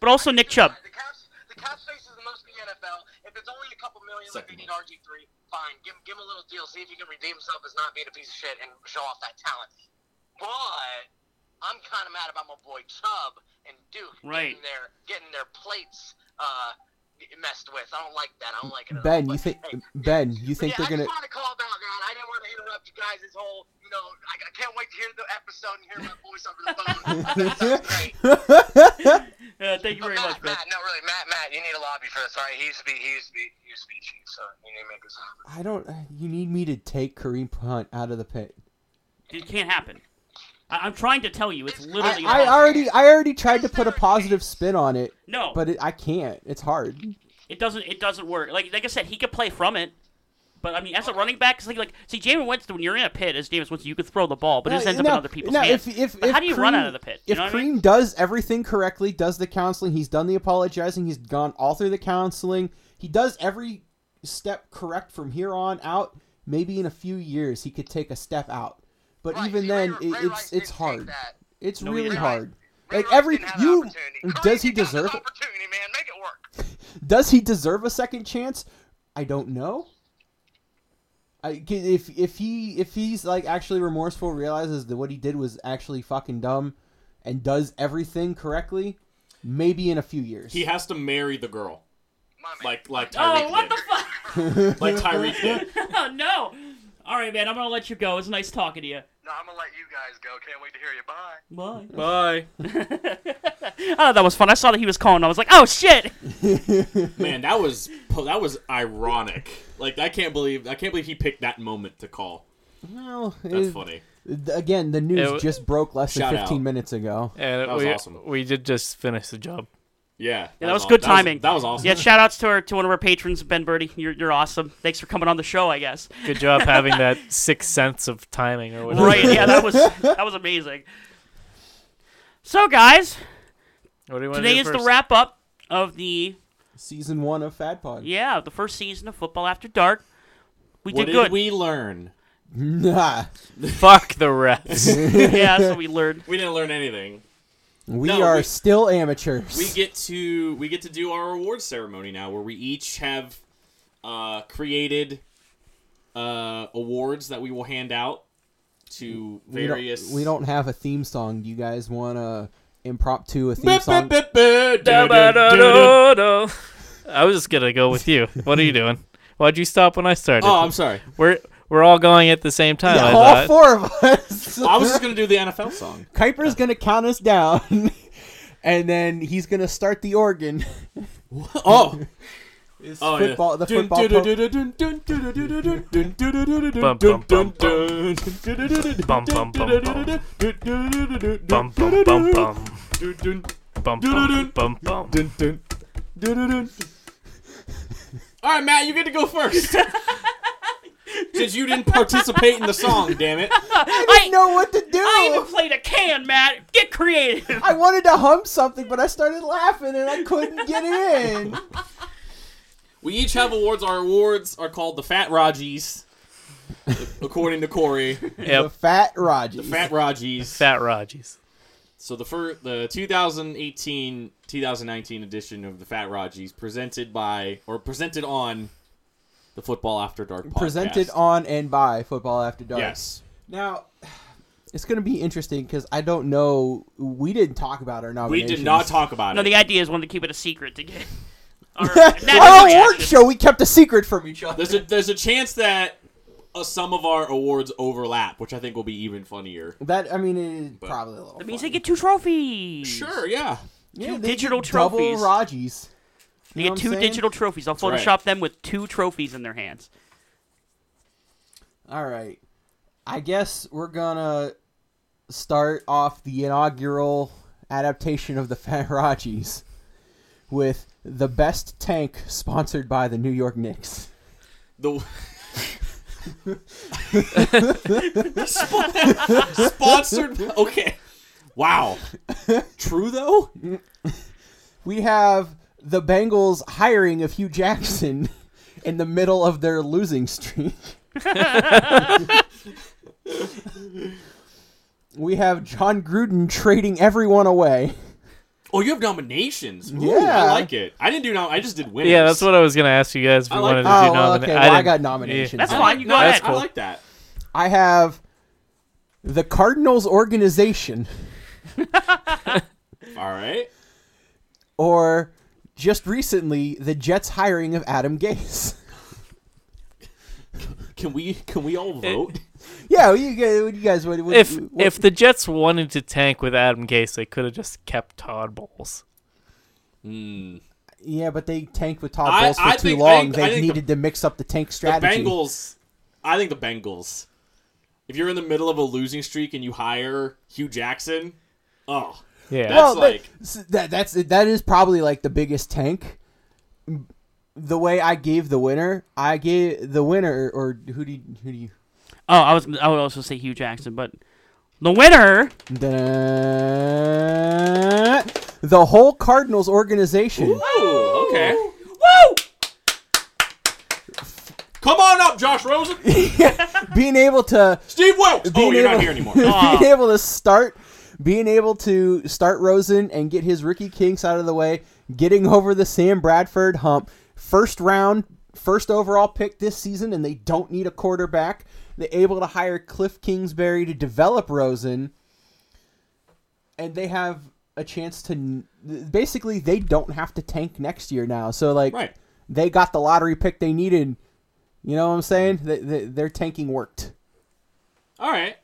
Speaker 3: But also Nick Chubb.
Speaker 6: The cap, the cap space is the most in the NFL. If it's only a couple million, like they need RG three, fine. Give him, give him a little deal. See if he can redeem himself as not being a piece of shit and show off that talent. But I'm kind of mad about my boy Chubb and Duke
Speaker 3: Right.
Speaker 6: getting their getting their plates uh, messed with. I don't like that. I don't like it. At
Speaker 5: Ben, you
Speaker 6: all. But,
Speaker 5: think
Speaker 6: hey,
Speaker 5: Ben, you think
Speaker 6: yeah,
Speaker 5: they're
Speaker 6: I
Speaker 5: gonna?
Speaker 6: just want to call about that. I didn't want to interrupt you guys. This whole, you know, I, I can't wait to hear the episode and hear my voice over the
Speaker 5: [LAUGHS]
Speaker 6: phone. That sounds great.
Speaker 3: Uh, thank you very
Speaker 6: Matt,
Speaker 3: much, man.
Speaker 6: Matt, no, really, Matt, Matt, you need a lobby for this, all right? He used to be, he used to be, he used to be chief, so you need to make this happen.
Speaker 5: I don't. You need me to take Kareem Hunt out of the pit.
Speaker 3: It can't happen. I- I'm trying to tell you, it's
Speaker 5: I,
Speaker 3: literally.
Speaker 5: I
Speaker 3: impossible.
Speaker 5: already, I already tried to put a positive spin on it,
Speaker 3: no,
Speaker 5: but it, I can't. It's hard.
Speaker 3: it doesn't. It doesn't work. Like like I said, he could play from it. But I mean, as a running back, it's like like see, Jameis Winston. When you're in a pit, as Jameis Winston, you could throw the ball, but it just ends up in other people's
Speaker 5: no,
Speaker 3: hands.
Speaker 5: If, if,
Speaker 3: But
Speaker 5: if
Speaker 3: how do you run
Speaker 5: Kareem-
Speaker 3: out of the pit? You
Speaker 5: If
Speaker 3: know what I
Speaker 5: Kareem
Speaker 3: mean?
Speaker 5: does everything correctly, does the counseling, he's done the apologizing, he's gone all through the counseling, he does every step correct from here on out. Maybe in a few years he could take a step out, but
Speaker 6: Right,
Speaker 5: even
Speaker 6: see,
Speaker 5: then,
Speaker 6: Ray-
Speaker 5: it,
Speaker 6: Ray Rice
Speaker 5: it's
Speaker 6: didn't
Speaker 5: it's
Speaker 6: take
Speaker 5: hard.
Speaker 6: that.
Speaker 5: It's
Speaker 3: he
Speaker 5: really
Speaker 3: didn't.
Speaker 5: hard.
Speaker 6: Ray
Speaker 5: like
Speaker 6: Rice
Speaker 5: every
Speaker 6: didn't have that
Speaker 5: you
Speaker 6: opportunity.
Speaker 5: does
Speaker 6: Kareem,
Speaker 5: he
Speaker 6: you got this
Speaker 5: deserve
Speaker 6: opportunity, man? Make it work.
Speaker 5: does he deserve a second chance? I don't know. I if if he if he's like actually remorseful, realizes that what he did was actually fucking dumb, and does everything correctly, maybe in a few years.
Speaker 2: He has to marry the girl.
Speaker 6: My man.
Speaker 2: Like like Tyreek
Speaker 3: oh, what
Speaker 2: did.
Speaker 3: the fuck?
Speaker 2: [LAUGHS] Like Tyreek did.
Speaker 3: [LAUGHS] oh no! All right, man. I'm gonna let you go. It's nice talking to you.
Speaker 6: No, I'm gonna let you guys go. Can't wait to hear you. Bye.
Speaker 3: Bye.
Speaker 4: Bye.
Speaker 3: Oh, that was fun. I saw that he was calling. I was like, oh shit.
Speaker 2: Man, that was po- that was ironic. Like I can't believe I can't believe he picked that moment to call.
Speaker 5: well,
Speaker 2: That's
Speaker 5: it-
Speaker 2: funny.
Speaker 5: th- Again, the news
Speaker 4: It wa-
Speaker 5: just broke less than
Speaker 2: Shout
Speaker 5: fifteen
Speaker 2: out.
Speaker 5: minutes ago.
Speaker 4: And
Speaker 2: That was
Speaker 4: we,
Speaker 2: awesome.
Speaker 4: we did just finish the job.
Speaker 2: Yeah,
Speaker 3: Yeah, that was good
Speaker 2: aw-
Speaker 3: timing.
Speaker 2: That was, that was awesome.
Speaker 3: Yeah, shout outs to our, to one of our patrons, Ben Birdie. You're, you're awesome. Thanks for coming on the show, I guess.
Speaker 4: Good job having [LAUGHS] that sixth sense of timing or whatever.
Speaker 3: Right? Yeah, that was that was amazing. So, guys,
Speaker 4: What do you want
Speaker 3: today
Speaker 4: to
Speaker 3: is
Speaker 4: do
Speaker 3: the
Speaker 4: first?
Speaker 3: wrap up of the
Speaker 5: Season one of Fad Pod.
Speaker 3: yeah the first season of Football After Dark. We
Speaker 2: what
Speaker 3: did
Speaker 2: did
Speaker 3: good.
Speaker 2: we learn?
Speaker 5: [LAUGHS] Nah,
Speaker 4: Fuck the refs.
Speaker 3: [LAUGHS] yeah, so we learned.
Speaker 2: We didn't learn anything.
Speaker 5: we
Speaker 2: No,
Speaker 5: are
Speaker 2: we-
Speaker 5: still amateurs.
Speaker 2: We get to we get to do our awards ceremony now, where we each have uh, created uh, awards that we will hand out to
Speaker 5: We don't-
Speaker 2: various.
Speaker 5: We don't, have a theme song. Do you guys want to impromptu a theme
Speaker 2: Bip,
Speaker 5: song?
Speaker 2: bip, bip, bip, do, do, do, do.
Speaker 4: I was just gonna go with you. What are you doing? Why'd you stop when I started?
Speaker 2: Oh, I'm sorry.
Speaker 4: we're we're all going at the same time. I thought.
Speaker 5: All four of us.
Speaker 2: I was
Speaker 5: [LAUGHS]
Speaker 2: just gonna do the NFL song.
Speaker 5: Kuiper's gonna count us down, [LAUGHS] and then he's gonna start the organ.
Speaker 2: Oh,
Speaker 5: It's
Speaker 2: [LAUGHS] Oh,
Speaker 5: football,
Speaker 2: yeah.
Speaker 5: the football. po-
Speaker 4: Bum, bum, bum, Bum, bum, bum, bum. Bum bum bum bum bum bum bum bum.
Speaker 2: All right, Matt, you get to go first. Since you didn't participate in the song, damn it.
Speaker 5: I didn't know what to do.
Speaker 3: I even played a can, Matt. Get
Speaker 5: [LAUGHS]
Speaker 3: creative.
Speaker 5: I wanted to hum something, but I started laughing and I couldn't get it
Speaker 2: [LAUGHS]
Speaker 5: in.
Speaker 2: We each have awards. Our awards are called the Fat Rajies, according to Corey.
Speaker 5: The
Speaker 4: Yep.
Speaker 5: Fat Rogers.
Speaker 2: Fat Rajies.
Speaker 4: Fat Raji's.
Speaker 2: So the fir- the 2018 2019 edition of the Fat Rajies presented by or presented on the Football After Dark podcast.
Speaker 5: Presented on and by Football After Dark.
Speaker 2: Yes.
Speaker 5: Now, it's going to be interesting because I don't know. We didn't talk about our
Speaker 2: We
Speaker 5: nominations.
Speaker 2: did not talk about
Speaker 3: no,
Speaker 2: it.
Speaker 3: the idea is one to keep it a secret to get. Our,
Speaker 5: [LAUGHS] our
Speaker 3: natural
Speaker 5: award
Speaker 3: reaction.
Speaker 5: show, we kept a secret from each other.
Speaker 2: There's a there's a chance that uh, some of our awards overlap, which I think will be even funnier.
Speaker 5: That I mean, it is
Speaker 2: But-
Speaker 5: probably a little.
Speaker 3: That means they
Speaker 5: funny.
Speaker 3: get two trophies.
Speaker 2: Sure, yeah.
Speaker 5: yeah,
Speaker 3: two
Speaker 5: they
Speaker 3: digital
Speaker 5: get double
Speaker 3: trophies.
Speaker 5: Raji's.
Speaker 3: They
Speaker 5: You know
Speaker 3: get
Speaker 5: what I'm
Speaker 3: two
Speaker 5: saying?
Speaker 3: digital trophies. I'll
Speaker 2: right.
Speaker 3: Photoshop them with two trophies in their hands.
Speaker 5: All right, I guess we're gonna start off the inaugural adaptation of the [LAUGHS] Fat Raji's with the best tank sponsored by the New York Knicks.
Speaker 2: The Spo- [LAUGHS] sponsored. Okay. Wow. True though.
Speaker 5: [LAUGHS] We have the Bengals hiring of Hugh Jackson [LAUGHS] in the middle of their losing streak. [LAUGHS] we have John Gruden trading everyone away.
Speaker 2: Oh, you have nominations. Ooh,
Speaker 5: Yeah.
Speaker 2: I like it. I did do. nom- I just did winners.
Speaker 4: Yeah, that's what I was gonna ask you guys if
Speaker 2: I
Speaker 4: we
Speaker 2: like-
Speaker 4: wanted to do
Speaker 5: Oh, well,
Speaker 4: nomina-
Speaker 5: okay. Well, I,
Speaker 4: didn't-
Speaker 5: got
Speaker 4: yeah.
Speaker 5: nominations.
Speaker 3: That's
Speaker 5: now.
Speaker 3: fine. You go
Speaker 2: No,
Speaker 3: ahead.
Speaker 2: I like that.
Speaker 5: I have the Cardinals organization
Speaker 2: All right.
Speaker 5: or just recently the Jets hiring of Adam Gase. [LAUGHS]
Speaker 2: Can we can we all vote?
Speaker 5: yeah, you guys, what do you guys what, what,
Speaker 4: If
Speaker 5: what-
Speaker 4: if the Jets wanted to tank with Adam Gase, they could have just kept Todd Bowles.
Speaker 5: Yeah, but they tanked with Todd
Speaker 2: I-
Speaker 5: Bowles for
Speaker 2: I
Speaker 5: too
Speaker 2: think- I
Speaker 5: long.
Speaker 2: think- I
Speaker 5: they
Speaker 2: think
Speaker 5: needed to mix up the tank
Speaker 2: the
Speaker 5: strategy.
Speaker 2: Bengals. I think the Bengals. If you're in the middle of a losing streak and you hire Hugh Jackson, oh,
Speaker 4: Yeah.
Speaker 2: That's
Speaker 5: well, that-
Speaker 2: like-
Speaker 5: s- that, that's that is probably like the biggest tank. The way I gave the winner, I gave the winner, or who do you, who do you?
Speaker 3: Oh, I was I would also say Hugh Jackson, but the winner.
Speaker 5: Da-da. The whole Cardinals organization.
Speaker 2: Ooh, okay.
Speaker 3: Woo!
Speaker 2: Come on up, Josh Rosen.
Speaker 5: [LAUGHS] being able to
Speaker 2: Steve Wilkes. Oh,
Speaker 5: Being
Speaker 2: you're not
Speaker 5: able-
Speaker 2: here anymore.
Speaker 5: [LAUGHS]
Speaker 2: Ah.
Speaker 5: being able to start being able to start Rosen and get his Ricky Kinks out of the way, getting over the Sam Bradford hump. First round, first overall pick this season, and they don't need a quarterback. They're able to hire Cliff Kingsbury to develop Rosen, and they have a chance to n- basically they don't have to tank next year now. So like
Speaker 2: Right.
Speaker 5: they got the lottery pick they needed. You know what I'm saying? They, they, their tanking worked.
Speaker 2: All right.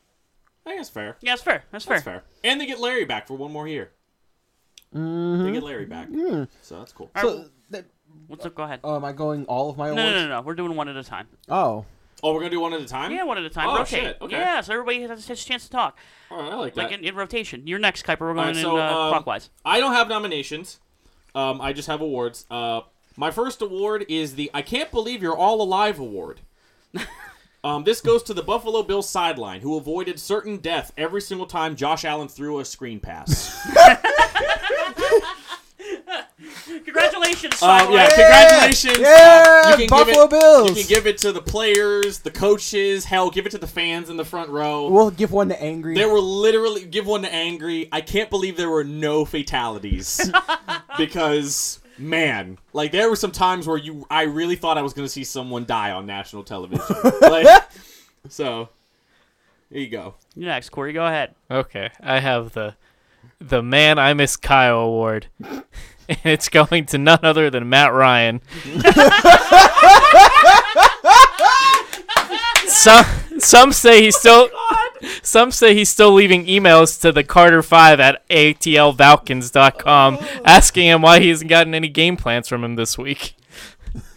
Speaker 2: I guess fair.
Speaker 3: Yeah, that's fair. That's fair.
Speaker 2: That's fair. And they get Larry back for one more year. They get Larry back. So that's cool.
Speaker 3: All right,
Speaker 5: So, that,
Speaker 3: what's up? Go ahead.
Speaker 5: oh, am I going all of my
Speaker 3: no,
Speaker 5: awards?
Speaker 3: no, no, no. We're doing one at a time.
Speaker 5: Oh,
Speaker 2: Oh, we're gonna do one at a time.
Speaker 3: Yeah, one at a time.
Speaker 2: Oh,
Speaker 3: Rotate.
Speaker 2: shit, okay.
Speaker 3: Yeah, so everybody has, has a chance to talk.
Speaker 2: All right, I like that.
Speaker 3: Like in, in rotation. You're next, Kuiper. We're
Speaker 2: All
Speaker 3: going
Speaker 2: right, so,
Speaker 3: in uh,
Speaker 2: um, [LAUGHS]
Speaker 3: clockwise.
Speaker 2: I don't have nominations. Um, I just have awards. Uh, my first award is the "I Can't Believe You're All Alive" award. [LAUGHS] um, this goes to the Buffalo Bills sideline, who avoided certain death every single time Josh Allen threw a screen
Speaker 5: [LAUGHS]
Speaker 2: pass.
Speaker 3: Congratulations,
Speaker 2: um, yeah,
Speaker 3: Sideline.
Speaker 2: congratulations.
Speaker 5: Yeah,
Speaker 2: Uh, you can
Speaker 5: Buffalo
Speaker 2: give it,
Speaker 5: Bills.
Speaker 2: You can give it to the players, the coaches. Hell, give it to the fans in the front row.
Speaker 5: we'll give one to angry.
Speaker 2: There were literally give one to angry. I can't believe there were no [LAUGHS] fatalities because man, like there were some times where you I really thought I was going to see someone die on national [LAUGHS] television. Like, so there you go.
Speaker 3: You're next, Corey. Go ahead.
Speaker 4: Okay, I have the the man I miss Kyle award, [LAUGHS] and it's going to none other than Matt Ryan. some some say he's still some say he's still leaving emails to the Carter Five at atlvalkins.com asking him why he hasn't gotten any game plans from him this week.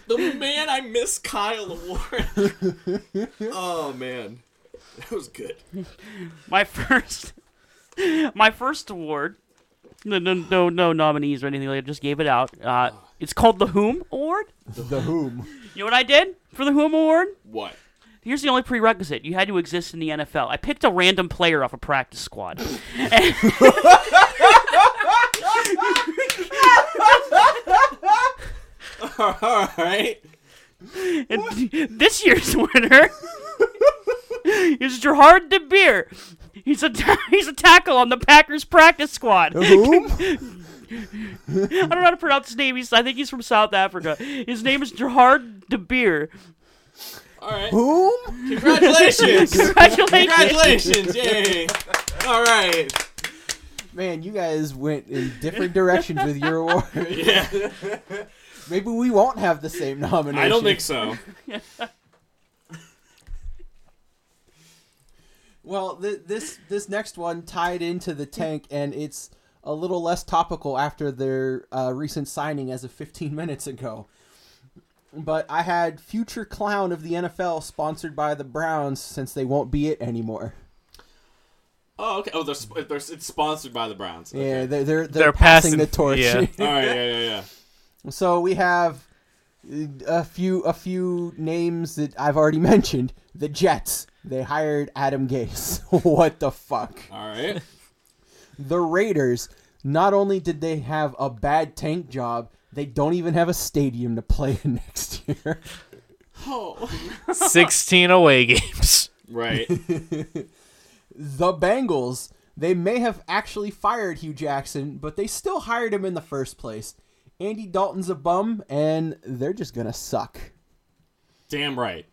Speaker 2: The man I miss Kyle award. [LAUGHS] oh man. That was good.
Speaker 3: My [LAUGHS] first, my first award. No, no, no, no nominees or anything like that. Just gave it out. Uh, it's called the Whom Award.
Speaker 5: the whom?
Speaker 2: [LAUGHS]
Speaker 3: You know what I did for the Whom Award?
Speaker 2: What?
Speaker 3: Here's the only prerequisite: you had to exist in the NFL. I picked a random player off a practice [LAUGHS] squad. And-
Speaker 2: All right.
Speaker 3: And [LAUGHS] this year's [LAUGHS] winner is Gerard De Beer. He's a [LAUGHS] he's a tackle on the Packers practice [LAUGHS] squad. I
Speaker 5: Whom?
Speaker 3: don't know how to pronounce his name. He's I think he's from South Africa. His name is Gerard De Beer.
Speaker 2: All right.
Speaker 5: Whom?
Speaker 2: [LAUGHS] Congratulations.
Speaker 3: Congratulations.
Speaker 2: Congratulations. Yay. All right.
Speaker 5: Man, you guys went in different directions
Speaker 2: [LAUGHS]
Speaker 5: with your award.
Speaker 2: Yeah.
Speaker 5: Maybe we won't have the same nomination.
Speaker 2: I don't think so.
Speaker 5: Well, th- this this next one tied into the tank, and it's a little less topical after their uh, recent signing as of 15 minutes ago. But I had future clown of the NFL sponsored by the Browns since they won't be it anymore.
Speaker 2: Oh, okay. Oh, they're, sp- they're it's sponsored by the Browns. Okay.
Speaker 5: Yeah, they're they're, they're,
Speaker 4: They're
Speaker 5: passing,
Speaker 4: passing-
Speaker 5: the torch.
Speaker 4: yeah.
Speaker 2: All right. Yeah. Yeah. Yeah.
Speaker 5: [LAUGHS] so we have uh, a few a few names that I've already [LAUGHS] mentioned. The Jets. They hired Adam Gase. [LAUGHS] what the fuck?
Speaker 2: All right.
Speaker 5: the Raiders, not only did they have a bad tank job, they don't even have a stadium to play in [LAUGHS] next year.
Speaker 2: Oh.
Speaker 4: 16 away games.
Speaker 2: Right.
Speaker 5: [LAUGHS] The Bengals, they may have actually fired Hugh Jackson, but they still hired him in the first place. Andy Dalton's a bum, and they're just going to suck.
Speaker 2: Damn right.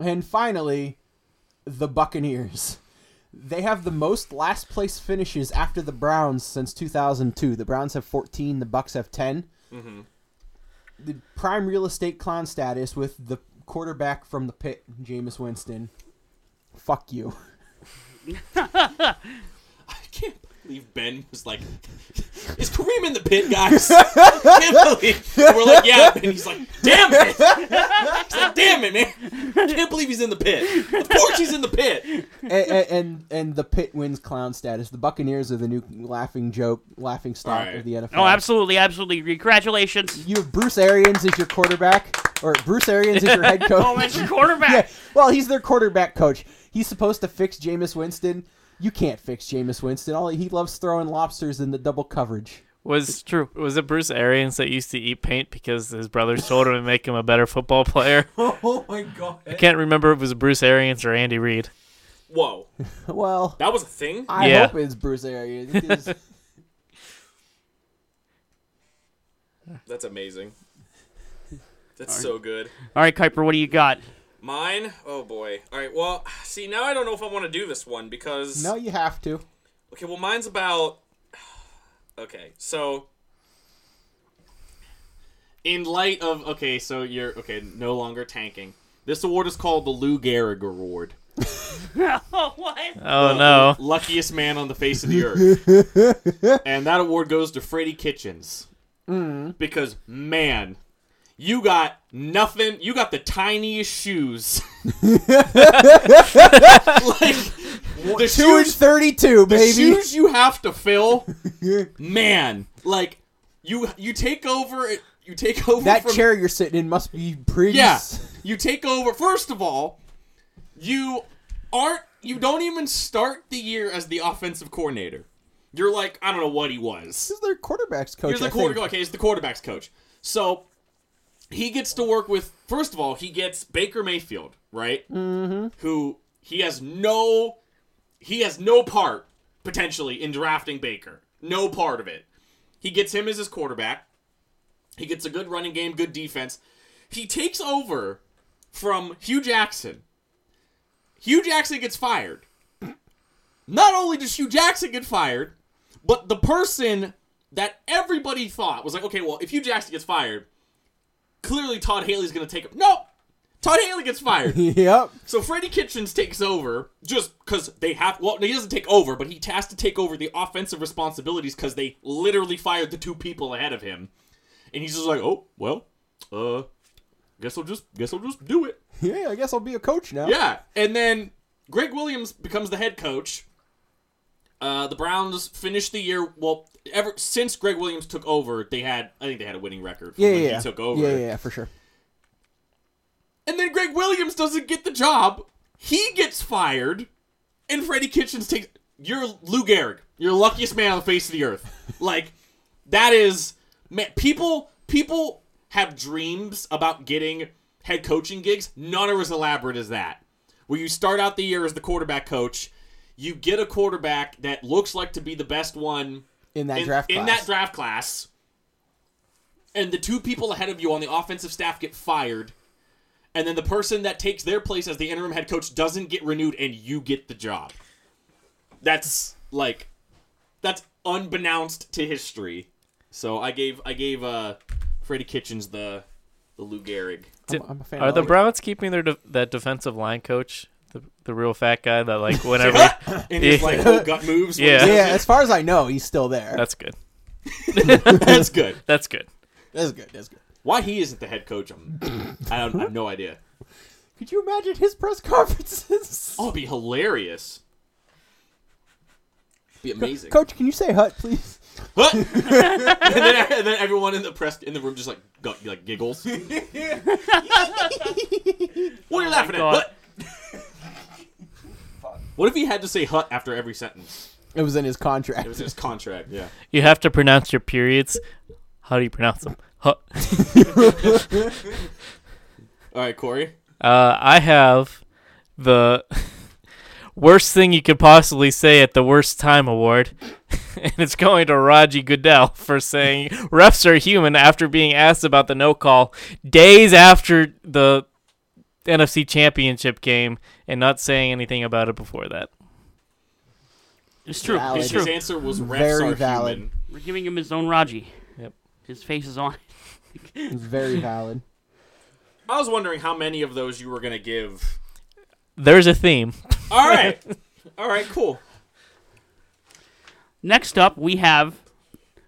Speaker 5: And finally, the Buccaneers. They have the most last place finishes after the Browns since 2002. The Browns have 14, the Bucks have 10. The prime real estate clown status with the quarterback from the pit, Jameis Winston. Fuck you.
Speaker 2: I can't believe Ben was like, [LAUGHS] "Is Kareem in the pit,
Speaker 5: [LAUGHS]
Speaker 2: guys?" I can't believe and we're like, "Yeah," and he's like, "Damn it!" He's like, "Damn it, man! Can't believe he's in the pit. Of course he's in the pit."
Speaker 5: and, and, and and the pit wins clown status. The Buccaneers are the new laughing joke, laughing stock
Speaker 2: Right.
Speaker 5: of the NFL.
Speaker 3: Oh, absolutely, absolutely. Congratulations.
Speaker 5: You have Bruce Arians as your quarterback, or Bruce Arians as your head coach.
Speaker 3: Oh, it's your quarterback.
Speaker 5: Yeah, [LAUGHS] well, he's their quarterback coach. He's supposed to fix Jameis Winston. You can't fix Jameis Winston. All he loves throwing lobsters in the double coverage. [LAUGHS]
Speaker 4: Was
Speaker 3: true.
Speaker 4: Was it Bruce Arians that used to eat paint because his brothers told him to make him a better football player?
Speaker 5: Oh my god!
Speaker 4: I can't remember if it was Bruce Arians or Andy Reid.
Speaker 2: Whoa,
Speaker 5: Well,
Speaker 2: that was a thing.
Speaker 5: I
Speaker 4: Yeah.
Speaker 5: hope it's Bruce
Speaker 2: [LAUGHS]
Speaker 5: Arians. 'cause
Speaker 2: That's amazing. That's so good.
Speaker 3: All right, Kuiper, what do you got?
Speaker 2: Mine. Oh boy. All right. Well, see, now I don't know if I want to do this one because
Speaker 5: no, you have to.
Speaker 2: Okay, well, mine's about. Okay, so. In light of okay, so you're okay, no longer tanking. This award is called the Lou Gehrig Award.
Speaker 3: oh, what?
Speaker 4: Oh no.
Speaker 2: Luckiest man on the face of the earth.
Speaker 5: [LAUGHS]
Speaker 2: and that award goes to Freddie Kitchens.
Speaker 5: Mm.
Speaker 2: Because man, you got nothing. You got the tiniest
Speaker 5: [LAUGHS]
Speaker 2: shoes. [LAUGHS] like the
Speaker 5: Two and thirty-two,
Speaker 2: the
Speaker 5: baby. [LAUGHS]
Speaker 2: shoes you have to fill, man. Like you, you take over. You take over
Speaker 5: that
Speaker 2: from,
Speaker 5: chair you're sitting in must be pretty.
Speaker 2: Yeah, you take over. First of all, you aren't. You don't even start the year as the offensive coordinator. You're like I don't know what he was.
Speaker 5: This is their quarterback's coach.
Speaker 2: Here's the
Speaker 5: I think.
Speaker 2: quarterback. Okay, he's the quarterback's coach. So he gets to work with. First of all, he gets Baker Mayfield, right? Mm-hmm. Who he has no, he has no part potentially in drafting Baker. No part of it. He gets him as his quarterback. He gets a good running game, good defense. He takes over from Hugh Jackson. Hugh Jackson gets fired. Not only does Hugh Jackson get fired, but the person that everybody thought was like, okay, well, if Hugh Jackson gets fired, clearly Todd Haley's going to take him. Nope! Todd Haley gets fired.
Speaker 5: [LAUGHS] [LAUGHS] Yep.
Speaker 2: So Freddie Kitchens takes over just because they have. Well, he doesn't take over, but he has to take over the offensive responsibilities because they literally fired the two people ahead of him, and he's just like, oh well, uh, guess I'll just guess I'll just do it.
Speaker 5: Yeah, I guess I'll be a coach now.
Speaker 2: Yeah, and then Greg Williams becomes the head coach. Uh, the Browns finished the year well. Ever since Greg Williams took over, they had I think they had a winning record. From
Speaker 5: Yeah,
Speaker 2: when
Speaker 5: yeah, yeah.
Speaker 2: He took over.
Speaker 5: Yeah, yeah, yeah, for sure.
Speaker 2: And then Greg Williams doesn't get the job He gets fired, and Freddie Kitchens takes. You're Lou Gehrig. You're the luckiest man on the face of the earth. Like that is man, people. People have dreams about getting head coaching gigs. None are as elaborate as that. Where you start out the year as the quarterback coach, you get a quarterback that looks like to be the best one
Speaker 5: in that
Speaker 2: in,
Speaker 5: draft
Speaker 2: in
Speaker 5: class.
Speaker 2: that draft class, and the two people ahead of you on the offensive staff get fired, and then the person that takes their place as the interim head coach doesn't get renewed, and you get the job. That's like, that's unbeknownst to history. So I gave I gave uh, Freddie Kitchens the the Lou Gehrig.
Speaker 5: I'm, I'm a fan.
Speaker 4: Are
Speaker 5: of
Speaker 4: the
Speaker 5: all-
Speaker 4: Browns keeping their de- that defensive line coach, the, the real fat guy that
Speaker 5: [LAUGHS]
Speaker 4: like whenever?
Speaker 2: and his like whole gut moves. when he
Speaker 4: Yeah.
Speaker 2: says
Speaker 5: Yeah,
Speaker 2: it.
Speaker 5: as far as I know, he's still there.
Speaker 4: that's
Speaker 5: That's,
Speaker 4: good.
Speaker 2: that's good.
Speaker 4: That's good.
Speaker 5: good. That's good.
Speaker 2: Why he isn't the head coach? I'm, I don't I have no idea.
Speaker 5: Could you imagine his press [LAUGHS] conferences?
Speaker 2: Oh, it'd be hilarious. Be amazing.
Speaker 5: Coach, can you say hut, please?
Speaker 3: [LAUGHS]
Speaker 2: Huh? and, then, and then everyone in the press in the room just like gu- like [LAUGHS] giggles. what are you laughing at?
Speaker 3: Oh God.
Speaker 2: Hut? what if he had to say "hut" after every sentence?
Speaker 5: It was in his contract.
Speaker 2: It was in his contract. Yeah.
Speaker 4: You have to pronounce your periods. How do you pronounce them? Huh.
Speaker 2: All right, Corey.
Speaker 4: Uh, I have the [LAUGHS] worst thing you could possibly say at the worst time award, [LAUGHS] and it's going to Raji Goodell [LAUGHS] for saying refs are human after being asked about the no call days after the NFC Championship game and not saying anything about it before that.
Speaker 3: It's true.
Speaker 5: Valid.
Speaker 3: It's
Speaker 2: His
Speaker 3: true.
Speaker 2: answer was refs
Speaker 5: Very
Speaker 2: are
Speaker 5: valid.
Speaker 2: human.
Speaker 3: We're giving him his own Raji.
Speaker 4: Yep.
Speaker 3: His face is on. [LAUGHS] it.
Speaker 5: It was [LAUGHS] very valid.
Speaker 2: I was wondering how many of those you were gonna give.
Speaker 4: There's a
Speaker 3: [LAUGHS]
Speaker 4: theme.
Speaker 2: All right. All right. Cool.
Speaker 3: Next up, we have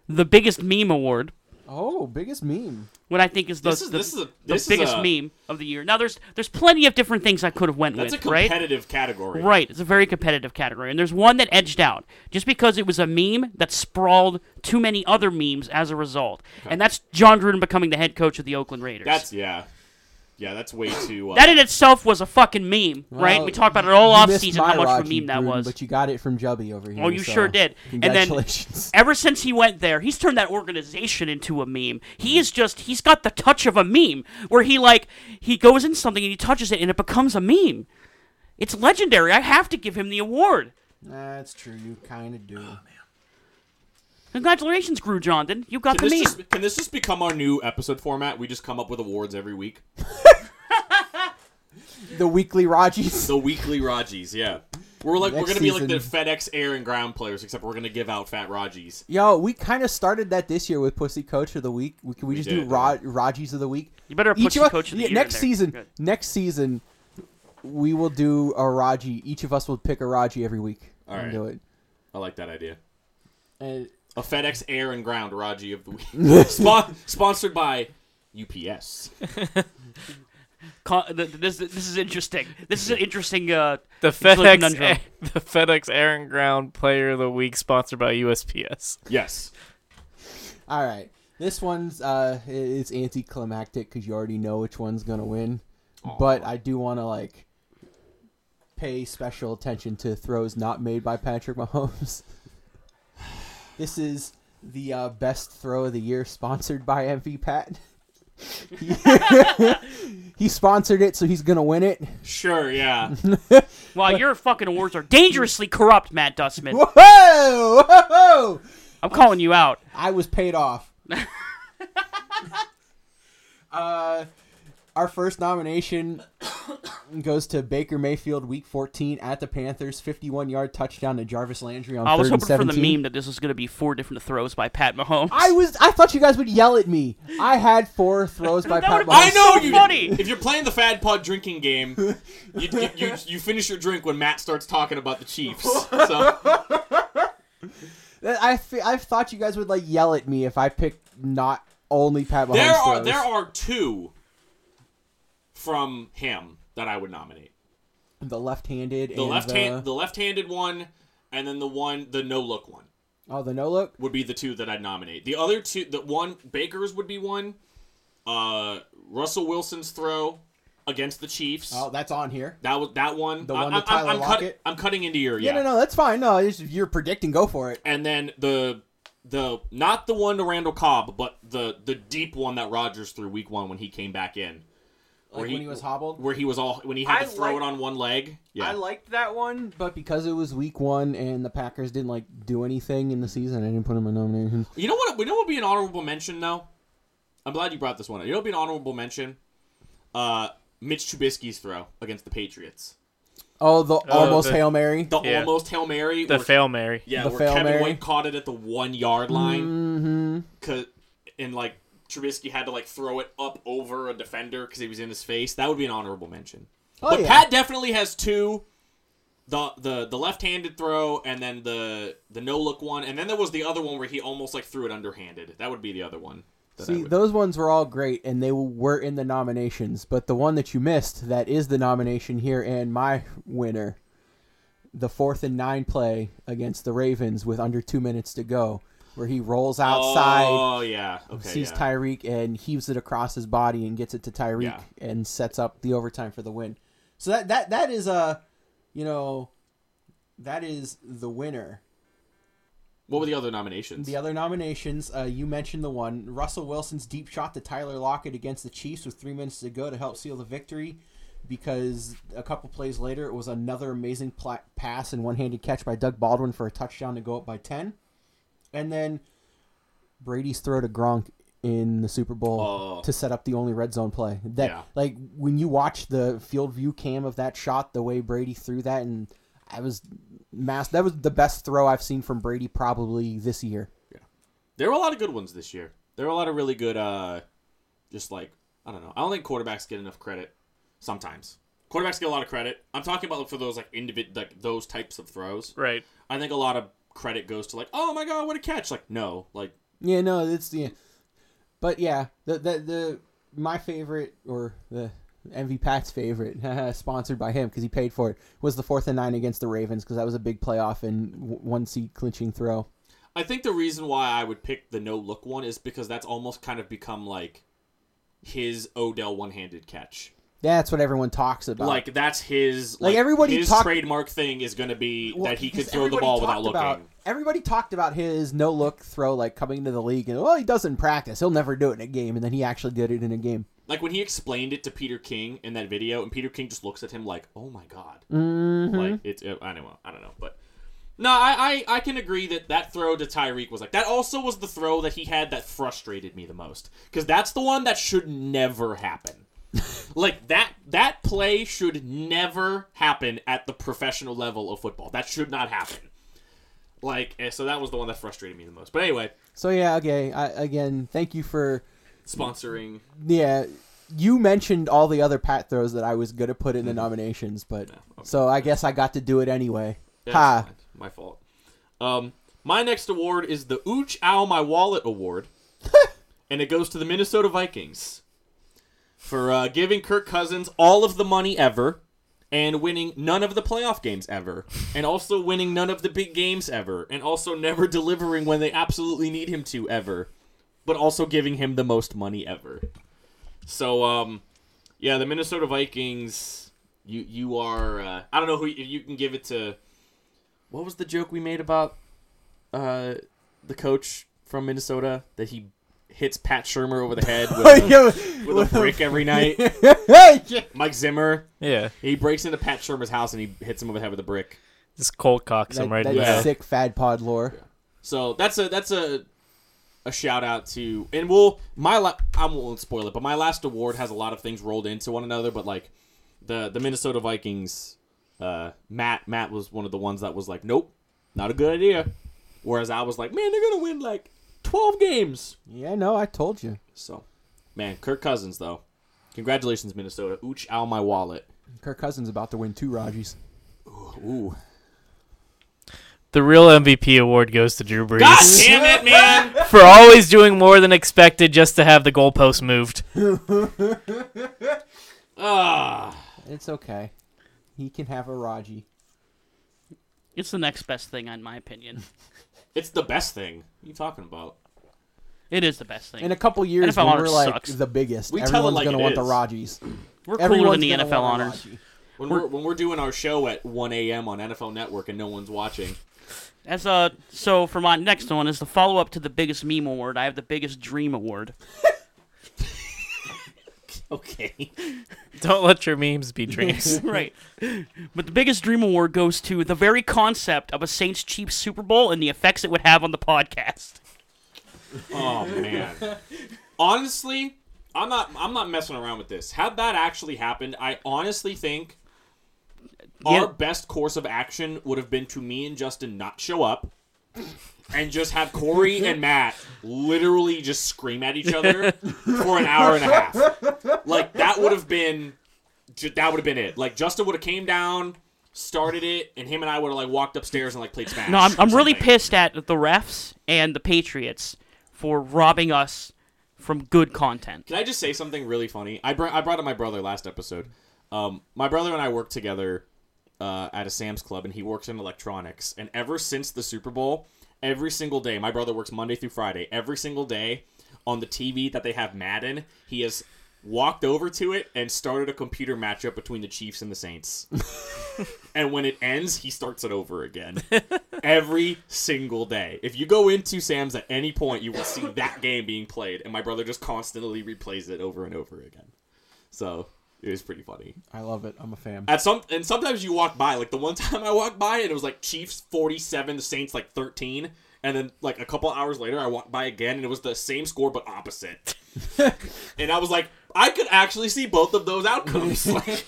Speaker 3: the biggest meme award.
Speaker 5: Oh, biggest meme.
Speaker 3: What I think is the,
Speaker 2: This is
Speaker 3: the,
Speaker 2: this is a
Speaker 3: the
Speaker 2: this
Speaker 3: biggest
Speaker 2: is a,
Speaker 3: meme of the year. Now there's there's plenty of different things I could have went
Speaker 2: That's a
Speaker 3: with, right?
Speaker 2: competitive category.
Speaker 3: Right, it's a very competitive category, and there's one that edged out just because it was a meme that sprawled too many other memes as a result, and that's John Gruden becoming the head coach of the Oakland Raiders.
Speaker 2: That's yeah, yeah. That's way too. Uh,
Speaker 3: that in itself was a fucking meme, right?
Speaker 5: Well,
Speaker 3: We talked about it all
Speaker 5: you
Speaker 3: off
Speaker 5: missed
Speaker 3: season how
Speaker 5: my
Speaker 3: much of a
Speaker 5: Raji
Speaker 3: meme that
Speaker 5: Gruden,
Speaker 3: was.
Speaker 5: But you got it from Jubby over here.
Speaker 3: Oh, you
Speaker 5: so
Speaker 3: sure did. And then- [LAUGHS]
Speaker 5: Congratulations.
Speaker 3: Ever since he went there, he's turned that organization into a meme. He is just he's got the touch of a meme where he like he goes in something and he touches it and it becomes a meme. It's legendary. I have to give him the award.
Speaker 5: That's true. You kind of do.
Speaker 3: Oh, Congratulations, Gru Johnson. You got
Speaker 2: Can
Speaker 3: the
Speaker 2: this,
Speaker 3: meme.
Speaker 2: just, can this just become our new episode format? We just come up with awards every week.
Speaker 5: the weekly Rajis.
Speaker 3: [LAUGHS]
Speaker 2: The weekly Rajis, yeah. We're like we're
Speaker 5: Next
Speaker 2: gonna be like the
Speaker 5: season.
Speaker 2: FedEx Air and Ground players, except we're gonna give out fat Rajis.
Speaker 5: Yo, we kind of started that this year with Pussy Coach of the Week. We, can we, just do
Speaker 2: did.
Speaker 5: Ra- Rajis of the Week?
Speaker 3: You better
Speaker 5: Each
Speaker 3: put
Speaker 5: of
Speaker 3: your
Speaker 5: us-
Speaker 3: coach of the
Speaker 5: yeah,
Speaker 3: year
Speaker 5: next
Speaker 3: in there.
Speaker 5: season.
Speaker 3: Good.
Speaker 5: Next season, we will do a Raji. Each of us will pick a Raji every week.
Speaker 2: All
Speaker 5: and
Speaker 2: right.
Speaker 5: do it.
Speaker 2: I like that idea.
Speaker 5: And
Speaker 2: A FedEx Air and Ground Raji of the
Speaker 5: [LAUGHS]
Speaker 2: week, Spon- sponsored by UPS.
Speaker 3: Con- th- th- this this is interesting. This is an interesting. Uh,
Speaker 4: The
Speaker 3: like a
Speaker 4: FedEx,
Speaker 3: conundrum.
Speaker 4: [LAUGHS] the FedEx Air and Ground Player of the Week, sponsored by USPS.
Speaker 2: Yes,
Speaker 5: all right, this one's uh, i- it's anticlimactic because you already know which one's gonna win. But I do want to like pay special attention to throws not made by Patrick Mahomes. [LAUGHS] this is the uh, best throw of the year, sponsored by MV Pat. [LAUGHS] He- he sponsored it, so he's gonna win it.
Speaker 2: sure,
Speaker 5: [LAUGHS]
Speaker 2: yeah.
Speaker 3: wow, your fucking awards are dangerously corrupt, Matt Dustman.
Speaker 5: Whoa! [LAUGHS] Whoa!
Speaker 3: I'm calling you
Speaker 5: [LAUGHS]
Speaker 3: out.
Speaker 5: I was paid off. uh, our first nomination goes to Baker Mayfield, Week 14 at the Panthers, 51-yard touchdown to Jarvis Landry on
Speaker 3: I was
Speaker 5: third and
Speaker 3: hoping for the
Speaker 5: 17.
Speaker 3: meme that this was going to be four different throws by Pat Mahomes.
Speaker 5: I was. I thought you guys would yell at me. I had four throws by
Speaker 3: That would've
Speaker 5: Pat
Speaker 3: been
Speaker 2: I
Speaker 5: Mahomes.
Speaker 2: know
Speaker 3: so
Speaker 2: you.
Speaker 3: funny.
Speaker 2: If you're playing the Fad Pod drinking game, you, you, you, you finish your drink when Matt starts talking about the Chiefs. So
Speaker 5: I, fe- I thought you guys would like yell at me if I picked not only Pat Mahomes.
Speaker 2: there are
Speaker 5: throws.
Speaker 2: there are two from him that I would nominate.
Speaker 5: the left-handed
Speaker 2: the
Speaker 5: and uh,
Speaker 2: left
Speaker 5: the,
Speaker 2: hand the left handed one and then the one the no look one
Speaker 5: Oh, the no look.
Speaker 2: would be the two that I'd nominate. The other two the one Baker's would be one. Uh Russell Wilson's throw. against the Chiefs.
Speaker 5: Oh, that's on here.
Speaker 2: That was that one.
Speaker 5: The
Speaker 2: I-
Speaker 5: one
Speaker 2: I,
Speaker 5: with Tyler
Speaker 2: am
Speaker 5: Lockett?
Speaker 2: I'm cutting into your
Speaker 5: Yeah,
Speaker 2: yeah.
Speaker 5: no, no, that's fine. No, it's, you're predicting. Go for it.
Speaker 2: And then the the not the one to Randall Cobb, but the the deep one that Rogers threw week one when he came back in,
Speaker 5: Like when he was hobbled.
Speaker 2: where he was all when he had
Speaker 5: I
Speaker 2: to throw
Speaker 5: like-
Speaker 2: it on one leg. Yeah,
Speaker 5: I liked that one, but because it was week one and the Packers didn't like do anything in the season, I didn't put him in nomination.
Speaker 2: You know what? You know what would be an honorable mention though. I'm glad you brought this one. up. You know what would be an honorable mention? Uh, Mitch Trubisky's throw against the Patriots.
Speaker 5: Oh, the almost
Speaker 4: the-
Speaker 5: hail mary.
Speaker 2: The
Speaker 4: Yeah.
Speaker 2: almost hail mary.
Speaker 4: The
Speaker 2: where-
Speaker 4: fail Mary.
Speaker 2: Yeah,
Speaker 5: the
Speaker 2: where
Speaker 5: Hail
Speaker 2: Kevin
Speaker 5: Mary.
Speaker 2: White caught it at the one yard line,
Speaker 5: mm-hmm.
Speaker 2: 'cause- and like Trubisky had to like throw it up over a defender because he was in his face. That would be an honorable mention.
Speaker 5: Oh,
Speaker 2: but
Speaker 5: yeah.
Speaker 2: Pat definitely has two. The, the the left-handed throw and then the the no look one and then there was the other one where he almost like threw it underhanded that would be the other one that I
Speaker 5: See,
Speaker 2: would-
Speaker 5: those ones were all great, and they were in the nominations. But the one that you missed, that is the nomination here, and my winner, the fourth and nine play against the Ravens with under two minutes to go, where he rolls outside,
Speaker 2: Oh yeah. Okay.
Speaker 5: sees
Speaker 2: yeah.
Speaker 5: Tyreek, and heaves it across his body and gets it to Tyreek
Speaker 2: Yeah.
Speaker 5: and sets up the overtime for the win. So that that that is a, you know, that is the winner.
Speaker 2: What were the other nominations?
Speaker 5: The other nominations, uh, you mentioned the one Russell Wilson's deep shot to Tyler Lockett against the Chiefs with three minutes to go to help seal the victory. Because a couple plays later, it was another amazing pla- pass and one-handed catch by Doug Baldwin for a touchdown to go up by ten, and then Brady's throw to Gronk in the Super Bowl
Speaker 2: Oh.
Speaker 5: to set up the only red zone play. That
Speaker 2: Yeah.
Speaker 5: like when you watch the field view cam of that shot, the way Brady threw that, and I was mass. That was the best throw I've seen from Brady probably this year.
Speaker 2: there were a lot of good ones this year. There were a lot of really good. uh Just like I don't know. I don't think quarterbacks get enough credit. Sometimes quarterbacks get a lot of credit. I'm talking about for those like individ like those types of throws.
Speaker 4: Right.
Speaker 2: I think a lot of credit goes to like, oh my god, what a catch! Like no, like
Speaker 5: Yeah, no, it's yeah, but yeah, the the the my favorite or the MV Pat's favorite, [LAUGHS] sponsored by him because he paid for it, was the fourth and nine against the Ravens because that was a big playoff and w- one seed clinching throw.
Speaker 2: I think the reason why I would pick the no look one is because that's almost kind of become like his Odell one handed catch.
Speaker 5: That's what everyone talks about.
Speaker 2: Like that's his
Speaker 5: Like, everybody
Speaker 2: his
Speaker 5: talk-
Speaker 2: trademark thing is going to be
Speaker 5: Well,
Speaker 2: that he could
Speaker 5: because
Speaker 2: throw the
Speaker 5: everybody
Speaker 2: ball without
Speaker 5: talked
Speaker 2: looking.
Speaker 5: About, everybody talked about his no look throw, like coming into the league, and well, he doesn't practice; he'll never do it in a game, and then he actually did it in a game.
Speaker 2: like when he explained it to Peter King in that video, and Peter King just looks at him like, "Oh my god!"
Speaker 5: Mm-hmm.
Speaker 2: Like it's it, I don't know, I don't know, but no, I, I I can agree that that throw to Tyreek was like that. Also, was the throw that he had that frustrated me the most because that's the one that should never happen. like that that play should never happen at the professional level of football. That should not happen. Like eh, so, that was the one that frustrated me the most. But anyway,
Speaker 5: So yeah, okay. I, again, thank you for
Speaker 2: sponsoring.
Speaker 5: Yeah, you mentioned all the other pat throws that I was gonna put in the nominations, but
Speaker 2: okay.
Speaker 5: so I guess I got to do it anyway.
Speaker 2: That's
Speaker 5: ha!
Speaker 2: fine. My fault. Um, my next award is the Ooch Ow My Wallet Award, and it goes to the Minnesota Vikings for uh, giving Kirk Cousins all of the money ever and winning none of the playoff games ever, and also winning none of the big games ever, and also never delivering when they absolutely need him to ever, but also giving him the most money ever. So, um, yeah, the Minnesota Vikings. You you are. Uh, I don't know who you, you can give it to. What was the joke we made about uh, the coach from Minnesota that he hits Pat Shermer over the head
Speaker 5: [LAUGHS]
Speaker 2: with a,
Speaker 5: Yeah,
Speaker 2: with a brick every night?
Speaker 5: yeah.
Speaker 2: Mike Zimmer.
Speaker 4: Yeah.
Speaker 2: He breaks into Pat Shermer's house and he hits him over the head with a brick.
Speaker 4: Just cold cocks
Speaker 5: That,
Speaker 4: him right
Speaker 5: that
Speaker 4: in the head.
Speaker 5: sick fad pod lore.
Speaker 2: So that's a that's a a shout out to and we'll my la- I won't spoil it, but my last award has a lot of things rolled into one another. But like the the Minnesota Vikings, uh, Matt Matt was one of the ones that was like, nope, not a good idea. Whereas I was like, man, they're gonna win like twelve games.
Speaker 5: Yeah, no, I told you.
Speaker 2: So man, Kirk Cousins though, congratulations Minnesota. Ooch, ow my wallet.
Speaker 5: Kirk Cousins about to win two Rajis.
Speaker 2: Ooh,
Speaker 4: The real MVP award goes to Drew Brees
Speaker 2: God damn it, man. [LAUGHS]
Speaker 4: for always doing more than expected just to have the goalpost moved. [LAUGHS]
Speaker 2: Ah.
Speaker 5: It's okay. He can have a Raji.
Speaker 3: It's the next best thing, in my opinion.
Speaker 2: It's the best thing. What are you talking about?
Speaker 3: It is the best thing.
Speaker 5: In a couple years,
Speaker 3: NFL
Speaker 5: when
Speaker 3: honor
Speaker 5: we're like
Speaker 3: sucks.
Speaker 5: the biggest.
Speaker 2: We tell it
Speaker 5: Everyone's
Speaker 2: like
Speaker 5: gonna
Speaker 2: it
Speaker 5: want the
Speaker 2: is.
Speaker 5: Rajis.
Speaker 3: We're cooler than
Speaker 5: Everyone's
Speaker 3: the
Speaker 5: gonna
Speaker 3: NFL
Speaker 5: want
Speaker 3: honors.
Speaker 5: Raji.
Speaker 2: When we're, when we're doing our show at 1 a.m. on NFL Network and no one's watching,
Speaker 3: As uh, so for my next one is the follow up to the biggest meme award. I have the biggest dream
Speaker 5: [LAUGHS]
Speaker 3: award.
Speaker 2: okay.
Speaker 4: Don't let your memes be
Speaker 2: [LAUGHS]
Speaker 4: dreams.
Speaker 3: right. But the biggest dream award goes to the very concept of a Saints Chiefs Super Bowl and the effects it would have on the
Speaker 5: [LAUGHS]
Speaker 3: podcast.
Speaker 2: Oh man. honestly, I'm not I'm not messing around with this. Had that actually happened, I honestly think
Speaker 3: Yeah.
Speaker 2: our best course of action would have been to me and Justin not show up and just have Corey and Matt literally just scream at each other for an hour and a half. Like that would have been ju- that would have been it. Like Justin would have came down, started it, and him and I would have like walked upstairs and like played Smash.
Speaker 3: No, I'm,
Speaker 2: or
Speaker 3: I'm really
Speaker 2: something.
Speaker 3: pissed at the refs and the Patriots for robbing us from good content.
Speaker 5: [LAUGHS]
Speaker 2: Can I just say something really funny? I, br- I brought up my brother last episode. Um, my brother and I work together uh, at a Sam's Club, and he works in electronics. And ever since the Super Bowl, every single day, my brother works Monday through Friday. Every single day on the TV that they have Madden, he has walked over to it and started a computer matchup between the Chiefs and the Saints. and when it ends, he starts it over again every single day. If you go into Sam's at any point, you will see that game being played, and my brother just constantly replays it over and over again. So it was pretty funny.
Speaker 5: I love it. I'm a fan.
Speaker 2: At some and sometimes you walk by, like the one [LAUGHS] time I walked by and it was like Chiefs forty seven, the Saints like thirteen, and then like a couple hours later I walked by again and it was the same score but opposite. and I was like, I could actually see both of those outcomes. [LAUGHS] Like-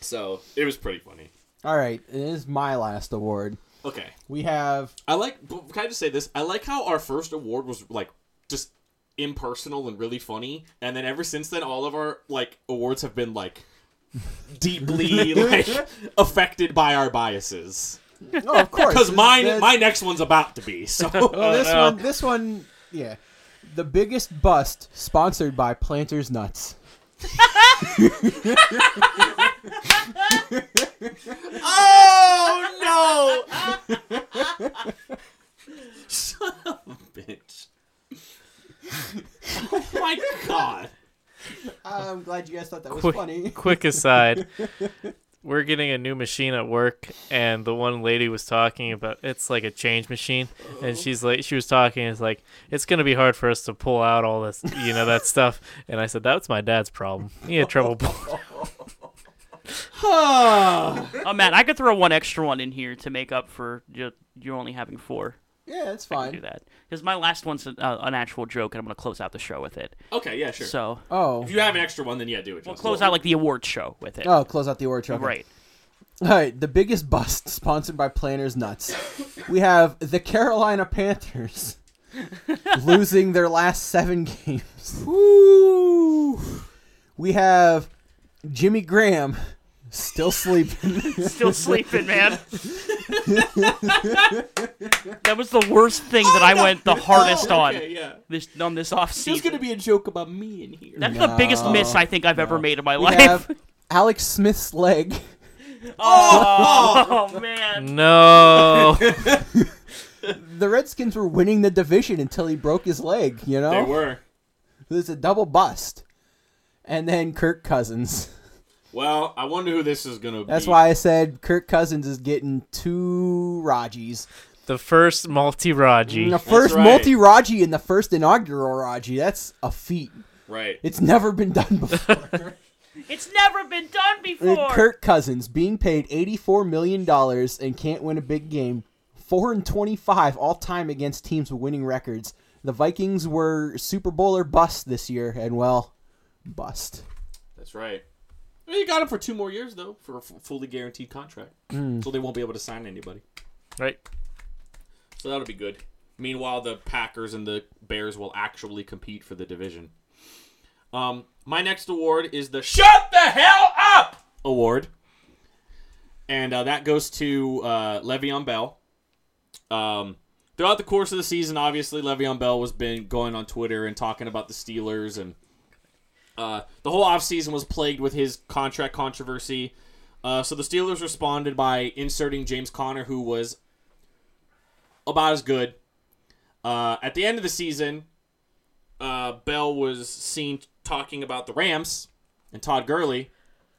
Speaker 2: so it was pretty funny.
Speaker 5: All right, it is my last award.
Speaker 2: Okay.
Speaker 5: We have
Speaker 2: I like. but Can I just say this? I like how our first award was like just impersonal and really funny, and then ever since then, all of our like awards have been like deeply like affected by our biases.
Speaker 5: oh,
Speaker 2: [LAUGHS]
Speaker 5: of course,
Speaker 2: Because
Speaker 5: this-
Speaker 2: mine,
Speaker 5: this-
Speaker 2: my next one's about to be. So [LAUGHS]
Speaker 3: Oh,
Speaker 5: Well, this one, this one, yeah, the biggest bust sponsored by Planters Nuts.
Speaker 2: oh no! Son of a bitch! Oh my god!
Speaker 5: I'm glad you guys thought that was
Speaker 4: quick,
Speaker 5: funny.
Speaker 4: quick aside. We're getting a new machine at work, and the one lady was talking about it's like a change machine, and she's like, she was talking, it's like it's gonna be hard for us to pull out all this, you know, that stuff. And I said, that's my dad's problem. He had
Speaker 2: [LAUGHS]
Speaker 4: trouble. pull-
Speaker 3: Oh, Matt, I could throw one extra one in here to make up for you you're only having four.
Speaker 5: [LAUGHS] Yeah, that's
Speaker 3: I can do
Speaker 5: fine.
Speaker 3: that because my last one's an, uh, an actual joke, and I'm gonna close out the show with it.
Speaker 2: Okay, yeah, sure.
Speaker 3: So
Speaker 5: Oh,
Speaker 2: if you have an extra one, then yeah, do it.
Speaker 3: we'll
Speaker 2: Justin.
Speaker 3: close out like the awards show with it.
Speaker 5: oh, close out the award show.
Speaker 3: Right.
Speaker 5: All right, the biggest bust sponsored by
Speaker 2: [LAUGHS]
Speaker 5: Planters Nuts. We have the
Speaker 3: [LAUGHS]
Speaker 5: Carolina Panthers losing their last seven games. We have Jimmy Graham still sleeping.
Speaker 3: Still sleeping,
Speaker 5: [LAUGHS]
Speaker 3: man. that was the worst thing that I went the hardest
Speaker 2: Okay,
Speaker 3: on
Speaker 2: yeah.
Speaker 3: this on this off
Speaker 2: There's
Speaker 3: season.
Speaker 2: gonna be a joke about me in here.
Speaker 3: That's the biggest
Speaker 5: No,
Speaker 3: miss I think I've ever made in my
Speaker 5: we
Speaker 3: life.
Speaker 5: have Alex Smith's leg.
Speaker 3: [LAUGHS]
Speaker 5: [LAUGHS]
Speaker 3: oh man.
Speaker 4: no,
Speaker 5: The Redskins were winning the division until he broke his leg. You know,
Speaker 2: They were.
Speaker 5: it was a double bust. And then Kirk
Speaker 2: [LAUGHS]
Speaker 5: Cousins.
Speaker 2: Well, I wonder who this is gonna be.
Speaker 5: That's why I said Kirk Cousins is getting two Raji's.
Speaker 4: the first multi Raji.
Speaker 5: The first
Speaker 2: right.
Speaker 5: multi Raji and the first inaugural Raji. That's a feat.
Speaker 2: Right.
Speaker 5: It's never been done [LAUGHS] before.
Speaker 3: It's never been done before.
Speaker 5: Uh, Kirk Cousins being paid eighty-four million dollars and can't win a big game. Four and twenty-five all time against teams with winning records. The Vikings were Super Bowl or bust this year, and well, bust.
Speaker 2: That's right. Well, you got him for two more years though, for a f- fully guaranteed contract,
Speaker 5: Mm.
Speaker 2: so they won't be able to sign anybody.
Speaker 4: Right.
Speaker 2: So that'll be good. Meanwhile, the Packers and the Bears will actually compete for the division. Um, my next award is the Shut the Hell Up award, and uh, that goes to uh, Le'Veon Bell. Um, throughout the course of the season, obviously Le'Veon Bell was been going on Twitter and talking about the Steelers, and uh, the whole offseason was plagued with his contract controversy. Uh, so the Steelers responded by inserting James Conner, who was about as good. Uh, at the end of the season, uh, Bell was seen talking about the Rams and Todd Gurley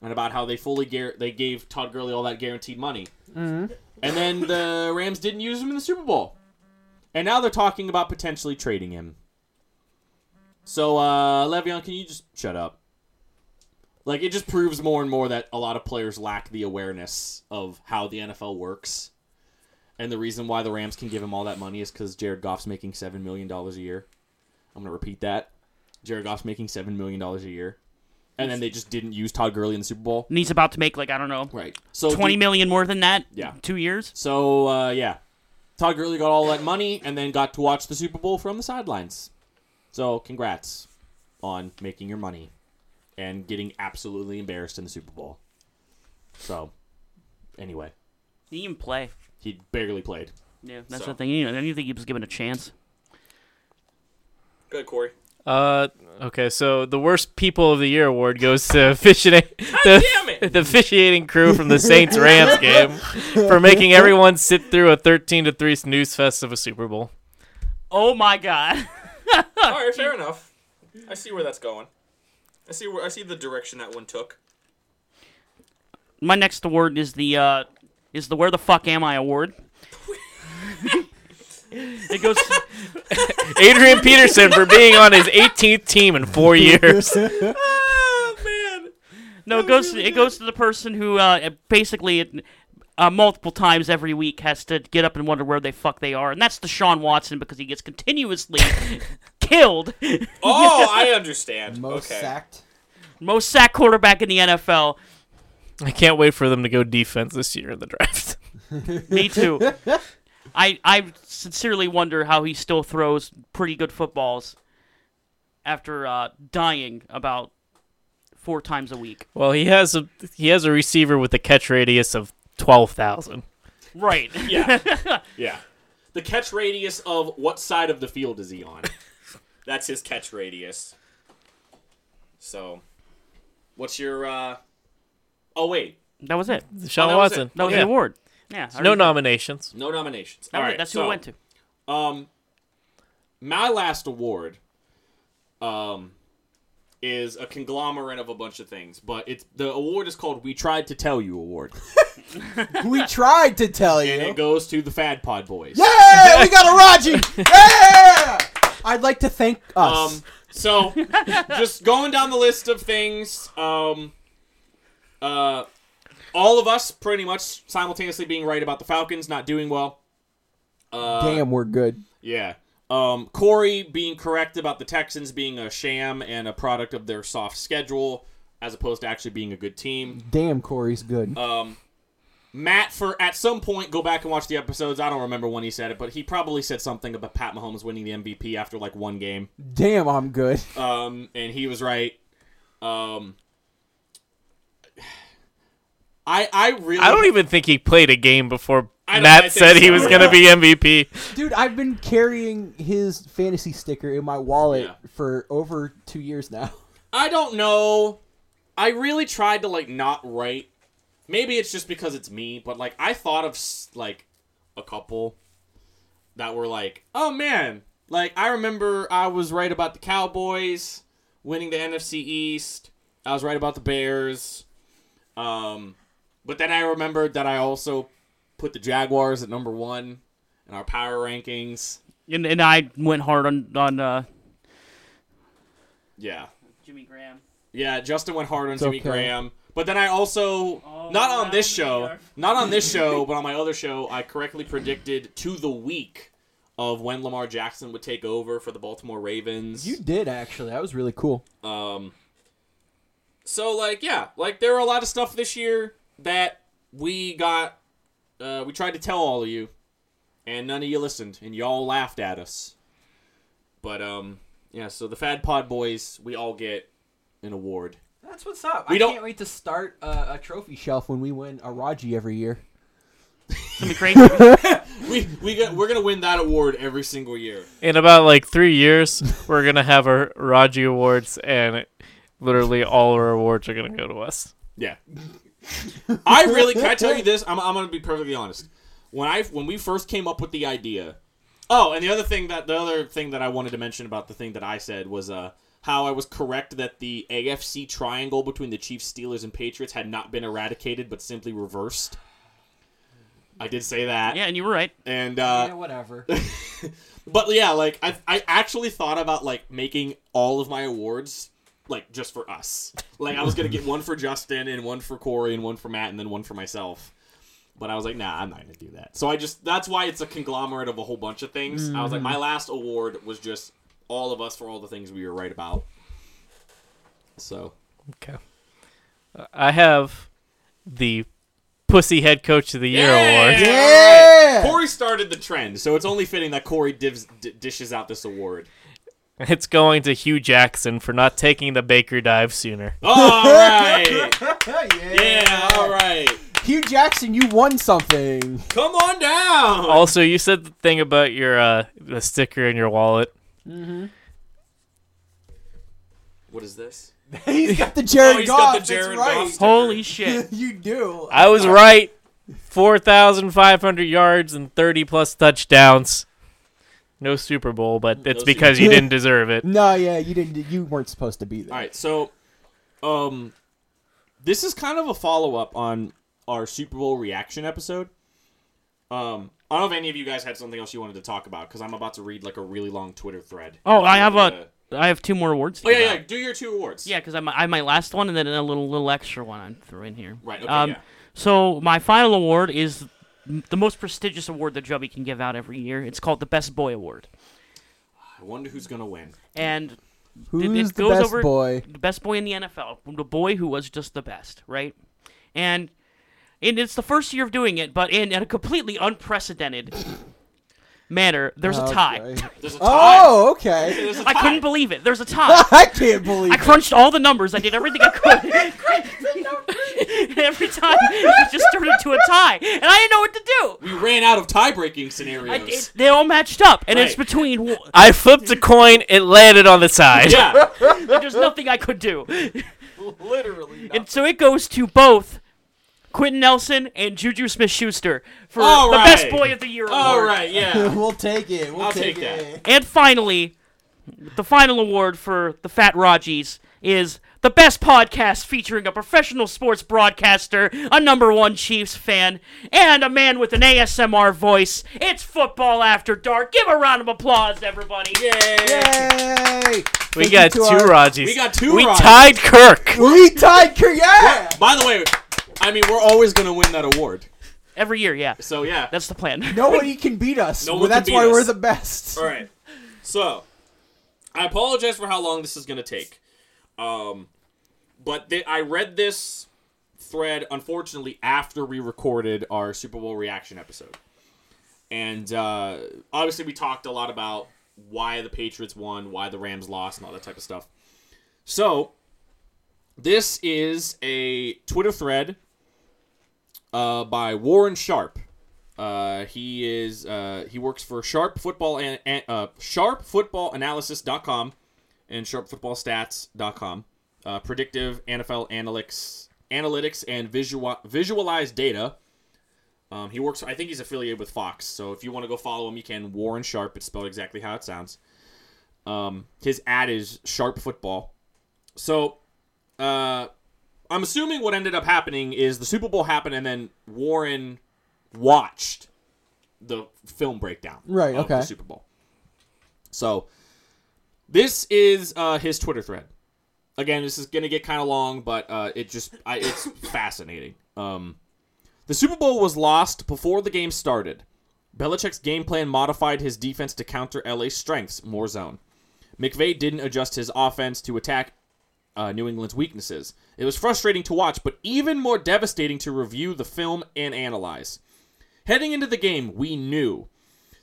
Speaker 2: and about how they fully gar- they gave Todd Gurley all that guaranteed money. And then the Rams didn't use him in the Super Bowl. And now they're talking about potentially trading him. So, uh, Le'Veon, can you just shut up? Like, it just proves more and more that a lot of players lack the awareness of how the NFL works. And the reason why the Rams can give him all that money is because Jared Goff's making $7 million a year. I'm going to repeat that. Jared Goff's making $7 million a year. And then they just didn't use Todd Gurley in the Super Bowl.
Speaker 3: And he's about to make like I don't know
Speaker 2: Right. So
Speaker 3: twenty
Speaker 2: do-
Speaker 3: million more than that.
Speaker 2: Yeah.
Speaker 3: two years.
Speaker 2: So uh, yeah, Todd Gurley got all that money and then got to watch the Super Bowl from the sidelines. So congrats on making your money and getting absolutely embarrassed in the Super Bowl. So anyway,
Speaker 3: He didn't even play.
Speaker 2: he barely played.
Speaker 3: Yeah, that's
Speaker 2: So-
Speaker 3: the thing. You know, I didn't think he was given a chance.
Speaker 2: Good, Corey.
Speaker 4: Uh, okay, so the worst people of the year award goes to [LAUGHS] officiating the,
Speaker 2: damn
Speaker 4: [LAUGHS]
Speaker 2: it!
Speaker 4: the officiating crew from the Saints Rams game for making everyone sit through a thirteen to three snooze fest of a Super Bowl.
Speaker 3: Oh my god.
Speaker 2: all right, fair enough. I see where that's going. I see where I see the direction that one took.
Speaker 3: My next award is the uh, is the Where the Fuck Am I award. it goes.
Speaker 4: Adrian Peterson for being on his 18th team in four years.
Speaker 2: man.
Speaker 3: No, it goes. it goes to the person who uh, basically it, uh, multiple times every week has to get up and wonder where they fuck they are, and that's Deshaun Watson because he gets continuously [LAUGHS] killed.
Speaker 2: [LAUGHS] Oh, I understand.
Speaker 5: Most sacked.
Speaker 3: Most sack quarterback in the NFL.
Speaker 4: I can't wait for them to go defense this year in the draft. [LAUGHS]
Speaker 3: Me too. I I sincerely wonder how he still throws pretty good footballs after uh, dying about four times a week.
Speaker 4: Well, he has a he has a receiver with a catch radius of 12,000.
Speaker 3: Right. [LAUGHS]
Speaker 2: Yeah. yeah. The catch radius of what side of the field is he on? That's his catch radius. So, what's your. uh Oh, wait.
Speaker 3: that was it.
Speaker 4: Deshaun
Speaker 2: Oh, that was it.
Speaker 4: Watson.
Speaker 3: That was
Speaker 4: Yeah.
Speaker 3: the award. Yeah. I
Speaker 4: No
Speaker 3: already-
Speaker 4: nominations.
Speaker 2: No nominations.
Speaker 3: that
Speaker 2: All
Speaker 3: was it.
Speaker 2: right.
Speaker 3: That's who
Speaker 2: so,
Speaker 3: it went to.
Speaker 2: Um, my last award um, is a conglomerate of a bunch of things, but it's the award is called We Tried to Tell You Award.
Speaker 5: We tried to tell you.
Speaker 2: and it goes to the Fad Pod Boys.
Speaker 5: Yeah, we got a
Speaker 2: [LAUGHS]
Speaker 5: Raji. Yeah. I'd like to thank us.
Speaker 2: Um, so just going down the list of things, um, uh, all of us pretty much simultaneously being right about the Falcons not doing well. uh,
Speaker 5: Damn, we're good.
Speaker 2: Yeah. Um, Corey being correct about the Texans being a sham and a product of their soft schedule, as opposed to actually being a good team.
Speaker 5: Damn, Corey's good.
Speaker 2: uh, Matt, for at some point, go back and watch the episodes. I don't remember when he said it, but he probably said something about Pat Mahomes winning the MVP after like one game.
Speaker 5: Damn, I'm good.
Speaker 2: um, and he was right. Um, [SIGHS] I I really
Speaker 4: I don't even think he played a game before
Speaker 2: I don't-
Speaker 4: Matt
Speaker 2: I think
Speaker 4: said he
Speaker 2: so.
Speaker 4: was going to be MVP.
Speaker 5: Dude, I've been carrying his fantasy sticker in my wallet
Speaker 2: Yeah.
Speaker 5: for over two years now.
Speaker 2: I don't know. I really tried to like not write. Maybe it's just because it's me, but like I thought of s- like a couple that were like, oh man, like I remember I was right about the Cowboys winning the NFC East. I was right about the Bears. Um, but then I remembered that I also put the Jaguars at number one in our power rankings.
Speaker 3: And, and I went hard on on uh,
Speaker 2: Yeah.
Speaker 3: Jimmy Graham.
Speaker 2: Yeah, Justin went hard on Jimmy
Speaker 5: okay.
Speaker 2: Graham. But then I also not on this show, not on this show, but on my other show, I correctly predicted to the week of when Lamar Jackson would take over for the Baltimore Ravens.
Speaker 5: You did actually. That was really cool.
Speaker 2: Um, so like yeah, like there were a lot of stuff this year that we got. Uh, we tried to tell all of you, and none of you listened, and y'all laughed at us. But um, yeah. So the Fad Pod Boys, we all get an award.
Speaker 5: That's what's up.
Speaker 2: We
Speaker 5: I
Speaker 2: don't-
Speaker 5: can't wait to start uh, a, a trophy shelf when we win a Raji every year.
Speaker 3: Jimmy
Speaker 2: [LAUGHS]
Speaker 3: Graham.
Speaker 2: we we got, we're gonna win that award every single year.
Speaker 4: In about like three years, we're going to have our Raji Awards, and literally all our awards are going to go to us.
Speaker 2: Yeah. I really can I tell you this? I'm, I'm gonna be perfectly honest. When I when we first came up with the idea, oh, and the other thing that the other thing that I wanted to mention about the thing that I said was uh how I was correct that the AFC triangle between the Chiefs, Steelers, and Patriots had not been eradicated but simply reversed. I did say that.
Speaker 3: Yeah, and you were right.
Speaker 2: And uh,
Speaker 5: yeah, whatever.
Speaker 2: but yeah, like I I actually thought about like making all of my awards like just for us. Like I was gonna get one for Justin and one for Corey and one for Matt and then one for myself. But I was like, nah, I'm not gonna do that. So I just that's why it's a conglomerate of a whole bunch of things. I was like, my last award was just all of us for all the things we were right about. So
Speaker 4: Okay. Uh, I have the Pussy Head Coach of the Year award.
Speaker 5: yeah.
Speaker 2: Corey started the trend, so it's only fitting that Corey divs, d- dishes out this award.
Speaker 4: It's going to Hugh Jackson for not taking the Baker dive sooner.
Speaker 2: All right,
Speaker 5: yeah.
Speaker 2: [LAUGHS] yeah, all right.
Speaker 5: [LAUGHS] Hugh Jackson, you won
Speaker 2: [LAUGHS]
Speaker 5: something.
Speaker 2: Come on down.
Speaker 4: Also, you said the thing about your uh, the sticker in your wallet.
Speaker 2: What is this?
Speaker 5: he's got the Jared
Speaker 2: Oh, he's
Speaker 5: Goff.
Speaker 2: got the
Speaker 5: that's
Speaker 2: Jared
Speaker 5: [LAUGHS] right.
Speaker 2: Goff. [LAUGHS]
Speaker 3: Holy shit.
Speaker 5: you do.
Speaker 4: I was right. Four thousand five hundred yards and thirty plus touchdowns. No Super Bowl, but it's
Speaker 2: Super
Speaker 4: because you
Speaker 5: Bowl.
Speaker 4: didn't deserve it.
Speaker 5: no, yeah, you didn't. You weren't supposed to be there.
Speaker 2: All right, so um this is kind of a follow-up on our Super Bowl reaction episode. Um I don't know if any of you guys had something else you wanted to talk about cuz I'm about to read like a really long Twitter thread.
Speaker 3: Oh, I have
Speaker 2: Uh,
Speaker 3: a I have two more awards. to
Speaker 2: Oh yeah,
Speaker 3: give
Speaker 2: yeah,
Speaker 3: out.
Speaker 2: do your two awards.
Speaker 3: Yeah, because I have my last one and then a little little extra one I threw in here.
Speaker 2: Right, okay,
Speaker 3: Um,
Speaker 2: yeah.
Speaker 3: So my final award is m- the most prestigious award that Jubby can give out every year. It's called the Best Boy Award,
Speaker 2: I wonder who's going to win.
Speaker 3: and
Speaker 5: Who's
Speaker 3: it
Speaker 5: the
Speaker 3: goes
Speaker 5: best
Speaker 3: over-
Speaker 5: boy?
Speaker 3: the best boy in the NFL, the boy who was just the best, right? And and it's the first year of doing it, but in a completely
Speaker 5: [LAUGHS]
Speaker 3: unprecedented manner, there's a tie.
Speaker 5: Okay.
Speaker 2: There's a tie.
Speaker 5: Oh, okay.
Speaker 2: [LAUGHS]
Speaker 5: [LAUGHS]
Speaker 2: There's a
Speaker 3: I
Speaker 2: tie.
Speaker 3: couldn't believe it. There's a tie.
Speaker 5: I can't believe.
Speaker 3: I
Speaker 5: it.
Speaker 3: crunched all the numbers. I did everything I could. [LAUGHS] Every time it just turned into a tie, and I didn't know what to do.
Speaker 2: We ran out of tie-breaking scenarios.
Speaker 3: I, it, they all matched up, and it's
Speaker 2: Right.
Speaker 5: [LAUGHS]
Speaker 3: between. w-
Speaker 4: I flipped a coin. It landed on the side.
Speaker 3: [LAUGHS]
Speaker 2: yeah.
Speaker 3: There's nothing I could do,
Speaker 2: Literally.
Speaker 3: and so it goes to both Quentin Nelson and Juju Smith-Schuster for
Speaker 2: All
Speaker 3: the
Speaker 2: right.
Speaker 3: best boy of the year award.
Speaker 2: All right,
Speaker 3: [LAUGHS]
Speaker 2: yeah.
Speaker 5: [LAUGHS] We'll take it. We'll
Speaker 2: I'll
Speaker 5: take,
Speaker 2: take that.
Speaker 5: it.
Speaker 3: And finally, the final award for the Fat Rajies is the best podcast featuring a professional sports broadcaster, a number one Chiefs fan, and a man with an ASMR voice. It's Football After Dark. Give a round of applause, everybody.
Speaker 5: Yay!
Speaker 4: we
Speaker 5: Thank
Speaker 4: got two
Speaker 5: you to our-
Speaker 4: Rodgies.
Speaker 2: We got two
Speaker 4: We
Speaker 2: Rodgies.
Speaker 4: tied Kirk.
Speaker 5: [LAUGHS] We tied. Cur- Yeah.
Speaker 2: By the way, I mean we're always going to win that award.
Speaker 3: Every year, yeah.
Speaker 2: So yeah.
Speaker 3: That's the plan. [LAUGHS]
Speaker 5: Nobody can beat us.
Speaker 2: No
Speaker 5: Well,
Speaker 2: one can
Speaker 5: that's
Speaker 2: beat
Speaker 5: why we're
Speaker 2: us.
Speaker 5: the
Speaker 2: [LAUGHS]
Speaker 5: best.
Speaker 2: All right. So, I apologize for how long this is going to take. Um, but th- I read this thread, unfortunately, after we recorded our Super Bowl reaction episode. And uh, obviously, we talked a lot about why the Patriots won, why the Rams lost, and all that type of stuff. So, this is a Twitter thread uh, by Warren Sharp. Uh, he is uh, he works for Sharp Football and and, uh, sharpfootballanalysis.com and sharpfootballstats.com. Uh, predictive NFL analytics analytics and visual visualize data. Um, he works. I think he's affiliated with Fox. So if you want to go follow him, you can. Warren Sharp. It's spelled exactly how it sounds. Um, his ad is Sharp Football. So, uh, I'm assuming what ended up happening is the Super Bowl happened, and then Warren watched the film breakdown
Speaker 5: Right,
Speaker 2: of
Speaker 5: okay.
Speaker 2: the Super Bowl. So this is uh, his Twitter thread. Again, this is going to get kind of long, but uh, it just I, it's [LAUGHS] fascinating. Um, the Super Bowl was lost before the game started. Belichick's game plan modified his defense to counter LA's strengths, more zone. McVay didn't adjust his offense to attack uh, New England's weaknesses. It was frustrating to watch, but even more devastating to review the film and analyze. Heading into the game, we knew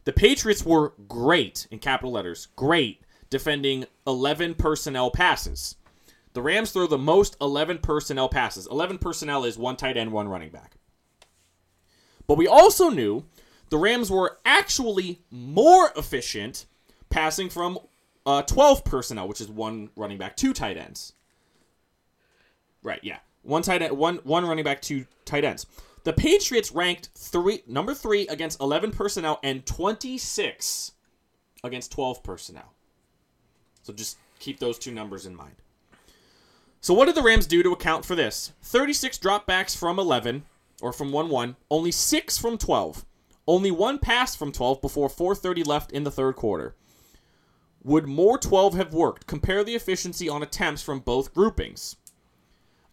Speaker 2: the Patriots were great, in capital letters, great, defending 11 personnel passes. The Rams throw the most 11 personnel passes. 11 personnel is one tight end, one running back. But we also knew the Rams were actually more efficient passing from uh, 12 personnel, which is one running back, two tight ends. Right, yeah. One tight end, one one running back, two tight ends. The Patriots ranked three number 3 against 11 personnel and 26 against 12 personnel. So just Keep those two numbers in mind. So what did the Rams do to account for this? 36 dropbacks from 11 or from 1-1, only 6 from 12. Only one pass from 12 before 4:30 left in the third quarter. Would more 12 have worked? Compare the efficiency on attempts from both groupings.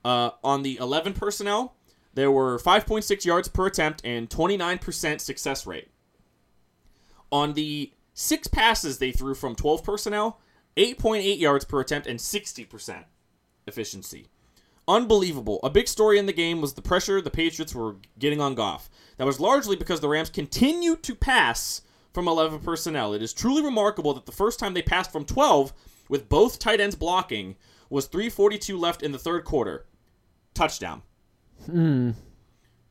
Speaker 2: Uh, on the 11 personnel, there were 5.6 yards per attempt and 29% success rate. On the six passes they threw from 12 personnel, 8.8 yards per attempt and 60% efficiency. Unbelievable. A big story in the game was the pressure the Patriots were getting on Goff. That was largely because the Rams continued to pass from 11 personnel. It is truly remarkable that the first time they passed from 12 with both tight ends blocking was 3:42 left in the third quarter. Touchdown.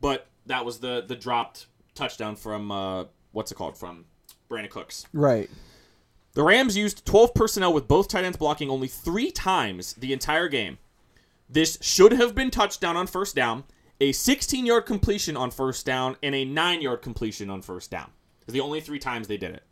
Speaker 2: But that was the the dropped touchdown from uh, what's it called from Brandon Cooks.
Speaker 5: Right.
Speaker 2: The Rams used 12 personnel with both tight ends blocking only three times the entire game. This should have been touchdown on first down, a 16 yard completion on first down, and a 9 yard completion on first down. The only three times they did it.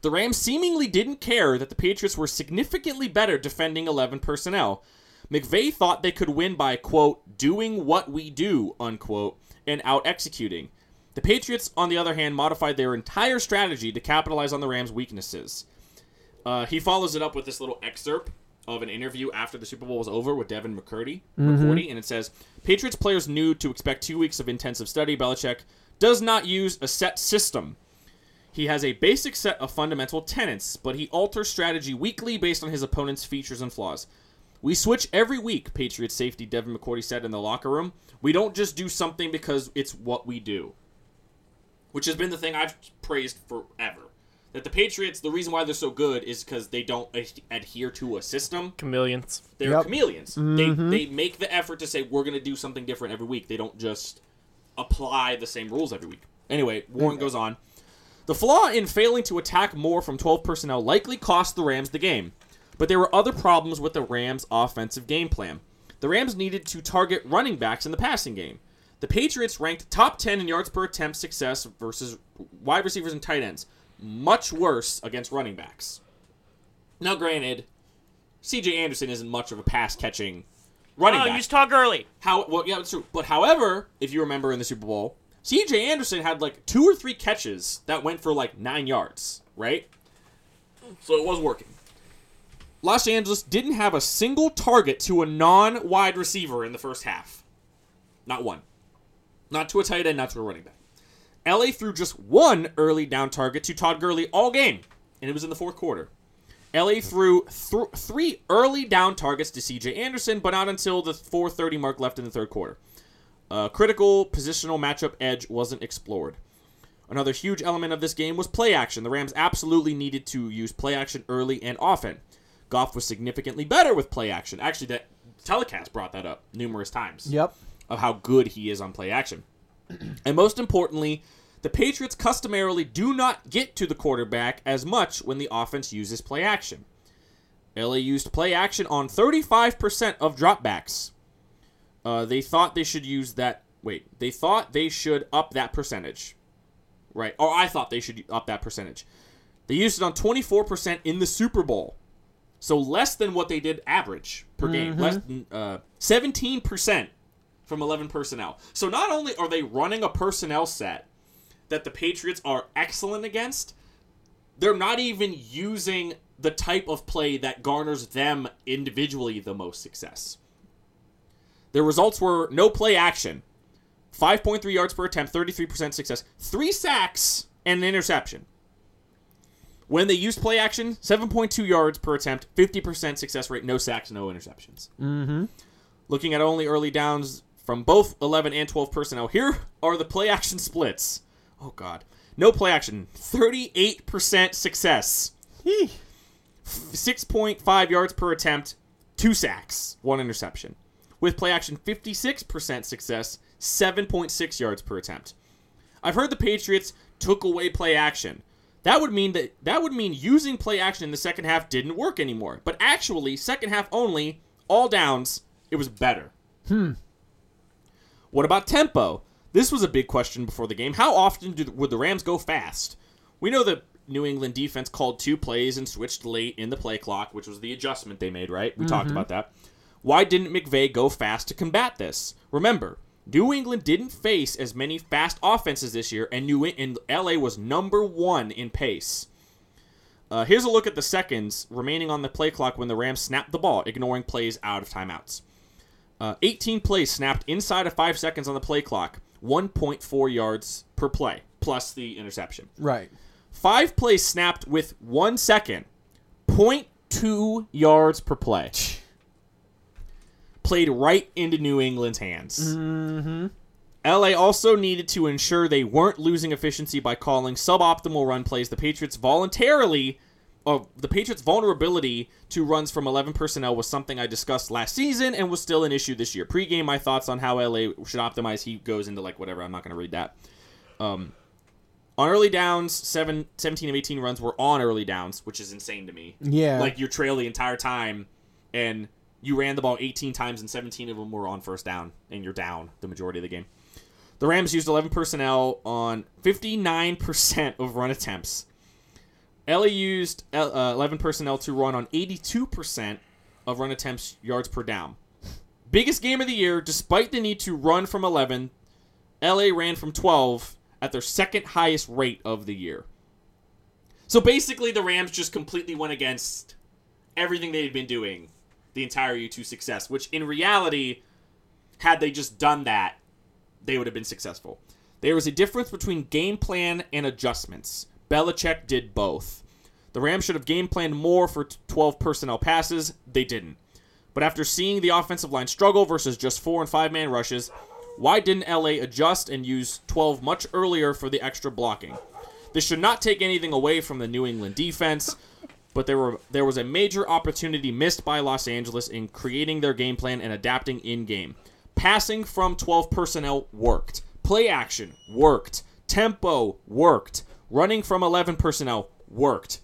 Speaker 2: The Rams seemingly didn't care that the Patriots were significantly better defending 11 personnel. McVay thought they could win by, quote, doing what we do, unquote, and out executing. The Patriots, on the other hand, modified their entire strategy to capitalize on the Rams' weaknesses. Uh, he follows it up with this little excerpt of an interview after the Super Bowl was over with Devin McCurdy, McCourty, and it says Patriots players knew to expect two weeks of intensive study. Belichick does not use a set system. He has a basic set of fundamental tenets, but he alters strategy weekly based on his opponent's features and flaws. We switch every week, Patriots safety Devin McCourty said in the locker room. We don't just do something because it's what we do which has been the thing I've praised forever. That the Patriots, the reason why they're so good is because they don't ad- adhere to a system.
Speaker 4: Chameleons.
Speaker 2: They're
Speaker 5: Yep.
Speaker 2: chameleons. They, they make the effort to say, we're going to do something different every week. They don't just apply the same rules every week. Anyway, Warren goes on. The flaw in failing to attack more from 12 personnel likely cost the Rams the game, but there were other problems with the Rams' offensive game plan. The Rams needed to target running backs in the passing game. The Patriots ranked top 10 in yards per attempt success versus wide receivers and tight ends, much worse against running backs. Now, granted, C.J. Anderson isn't much of a pass catching running
Speaker 3: Oh,
Speaker 2: back.
Speaker 3: you just talk early.
Speaker 2: How well yeah, it's true. But however, if you remember in the Super Bowl, CJ Anderson had like two or three catches that went for like nine yards, right? So it was working. Los Angeles didn't have a single target to a non wide receiver in the first half. Not one. Not to a tight end, not to a running back. LA threw just one early down target to Todd Gurley all game, and it was in the fourth quarter. LA threw th- three early down targets to CJ Anderson, but not until the 4:30 mark left in the third quarter. Uh, critical positional matchup edge wasn't explored. Another huge element of this game was play action. The Rams absolutely needed to use play action early and often. Goff was significantly better with play action. Actually, that telecast brought that up numerous times
Speaker 5: Yep.
Speaker 2: of how good he is on play action. [CLEARS THROAT] and most importantly, the Patriots customarily do not get to the quarterback as much when the offense uses play action. LA used play action on 35% of dropbacks. Uh, they thought they should use that. Wait, they thought they should up that percentage. Right. Or I thought they should up that percentage. They used it on 24% in the Super Bowl. So less than what they did average per game. Less than, uh, 17% from 11 personnel. So not only are they running a personnel set that the Patriots are excellent against, they're not even using the type of play that garners them individually the most success. Their results were no play action, 5.3 yards per attempt, 33% success, three sacks, and an interception. When they used play action, 7.2 yards per attempt, 50% success rate, no sacks, no interceptions looking at only early downs from both 11 and 12 personnel. Here are the play action splits. Oh god. No play action. 38% success. 6.5 yards per attempt, 2 sacks, 1 interception. With play action 56% success, 7.6 yards per attempt. I've heard the Patriots took away play action. That would mean that that would mean using play action in the second half didn't work anymore. But actually, second half only, all downs, it was better. What about tempo? This was a big question before the game. How often do, would the Rams go fast? We know that New England defense called two plays and switched late in the play clock, which was the adjustment they made, right? We talked about that. Why didn't McVay go fast to combat this? Remember, New England didn't face as many fast offenses this year, and New and LA was number one in pace. Uh, here's a look at the seconds remaining on the play clock when the Rams snapped the ball, ignoring plays out of timeouts. Uh, 18 plays snapped inside of five seconds on the play clock, 1.4 yards per play, plus the interception.
Speaker 5: Right.
Speaker 2: Five plays snapped with one second, 0.2 yards per play. Played right into New England's hands. Mm-hmm. LA also needed to ensure they weren't losing efficiency by calling suboptimal run plays. The Patriots voluntarily, or the Patriots' vulnerability to runs from 11 personnel was something I discussed last season and was still an issue this year. Pre-game, my thoughts on how LA should optimize. He goes into like whatever. I'm not going to read that. Um, On early downs, seven, 17 of 18 runs were on early downs, which is insane to me.
Speaker 5: Yeah.
Speaker 2: Like you trail the entire time and you ran the ball 18 times and 17 of them were on first down and you're down the majority of the game. The Rams used 11 personnel on 59% of run attempts. LA used uh, 11 personnel to run on 82% of run attempts yards per down. Biggest game of the year, despite the need to run from 11, LA ran from 12 at their second highest rate of the year. So basically, the Rams just completely went against everything they had been doing the entire year to success, which in reality, had they just done that, they would have been successful. There was a difference between game plan and adjustments. Belichick did both. The Rams should have game planned more for t- 12 personnel passes. They didn't. But after seeing the offensive line struggle versus just four and five man rushes, why didn't LA adjust and use 12 much earlier for the extra blocking? This should not take anything away from the New England defense, but there were there was a major opportunity missed by Los Angeles in creating their game plan and adapting in game. Passing from 12 personnel worked. Play action worked. Tempo worked. Running from 11 personnel worked.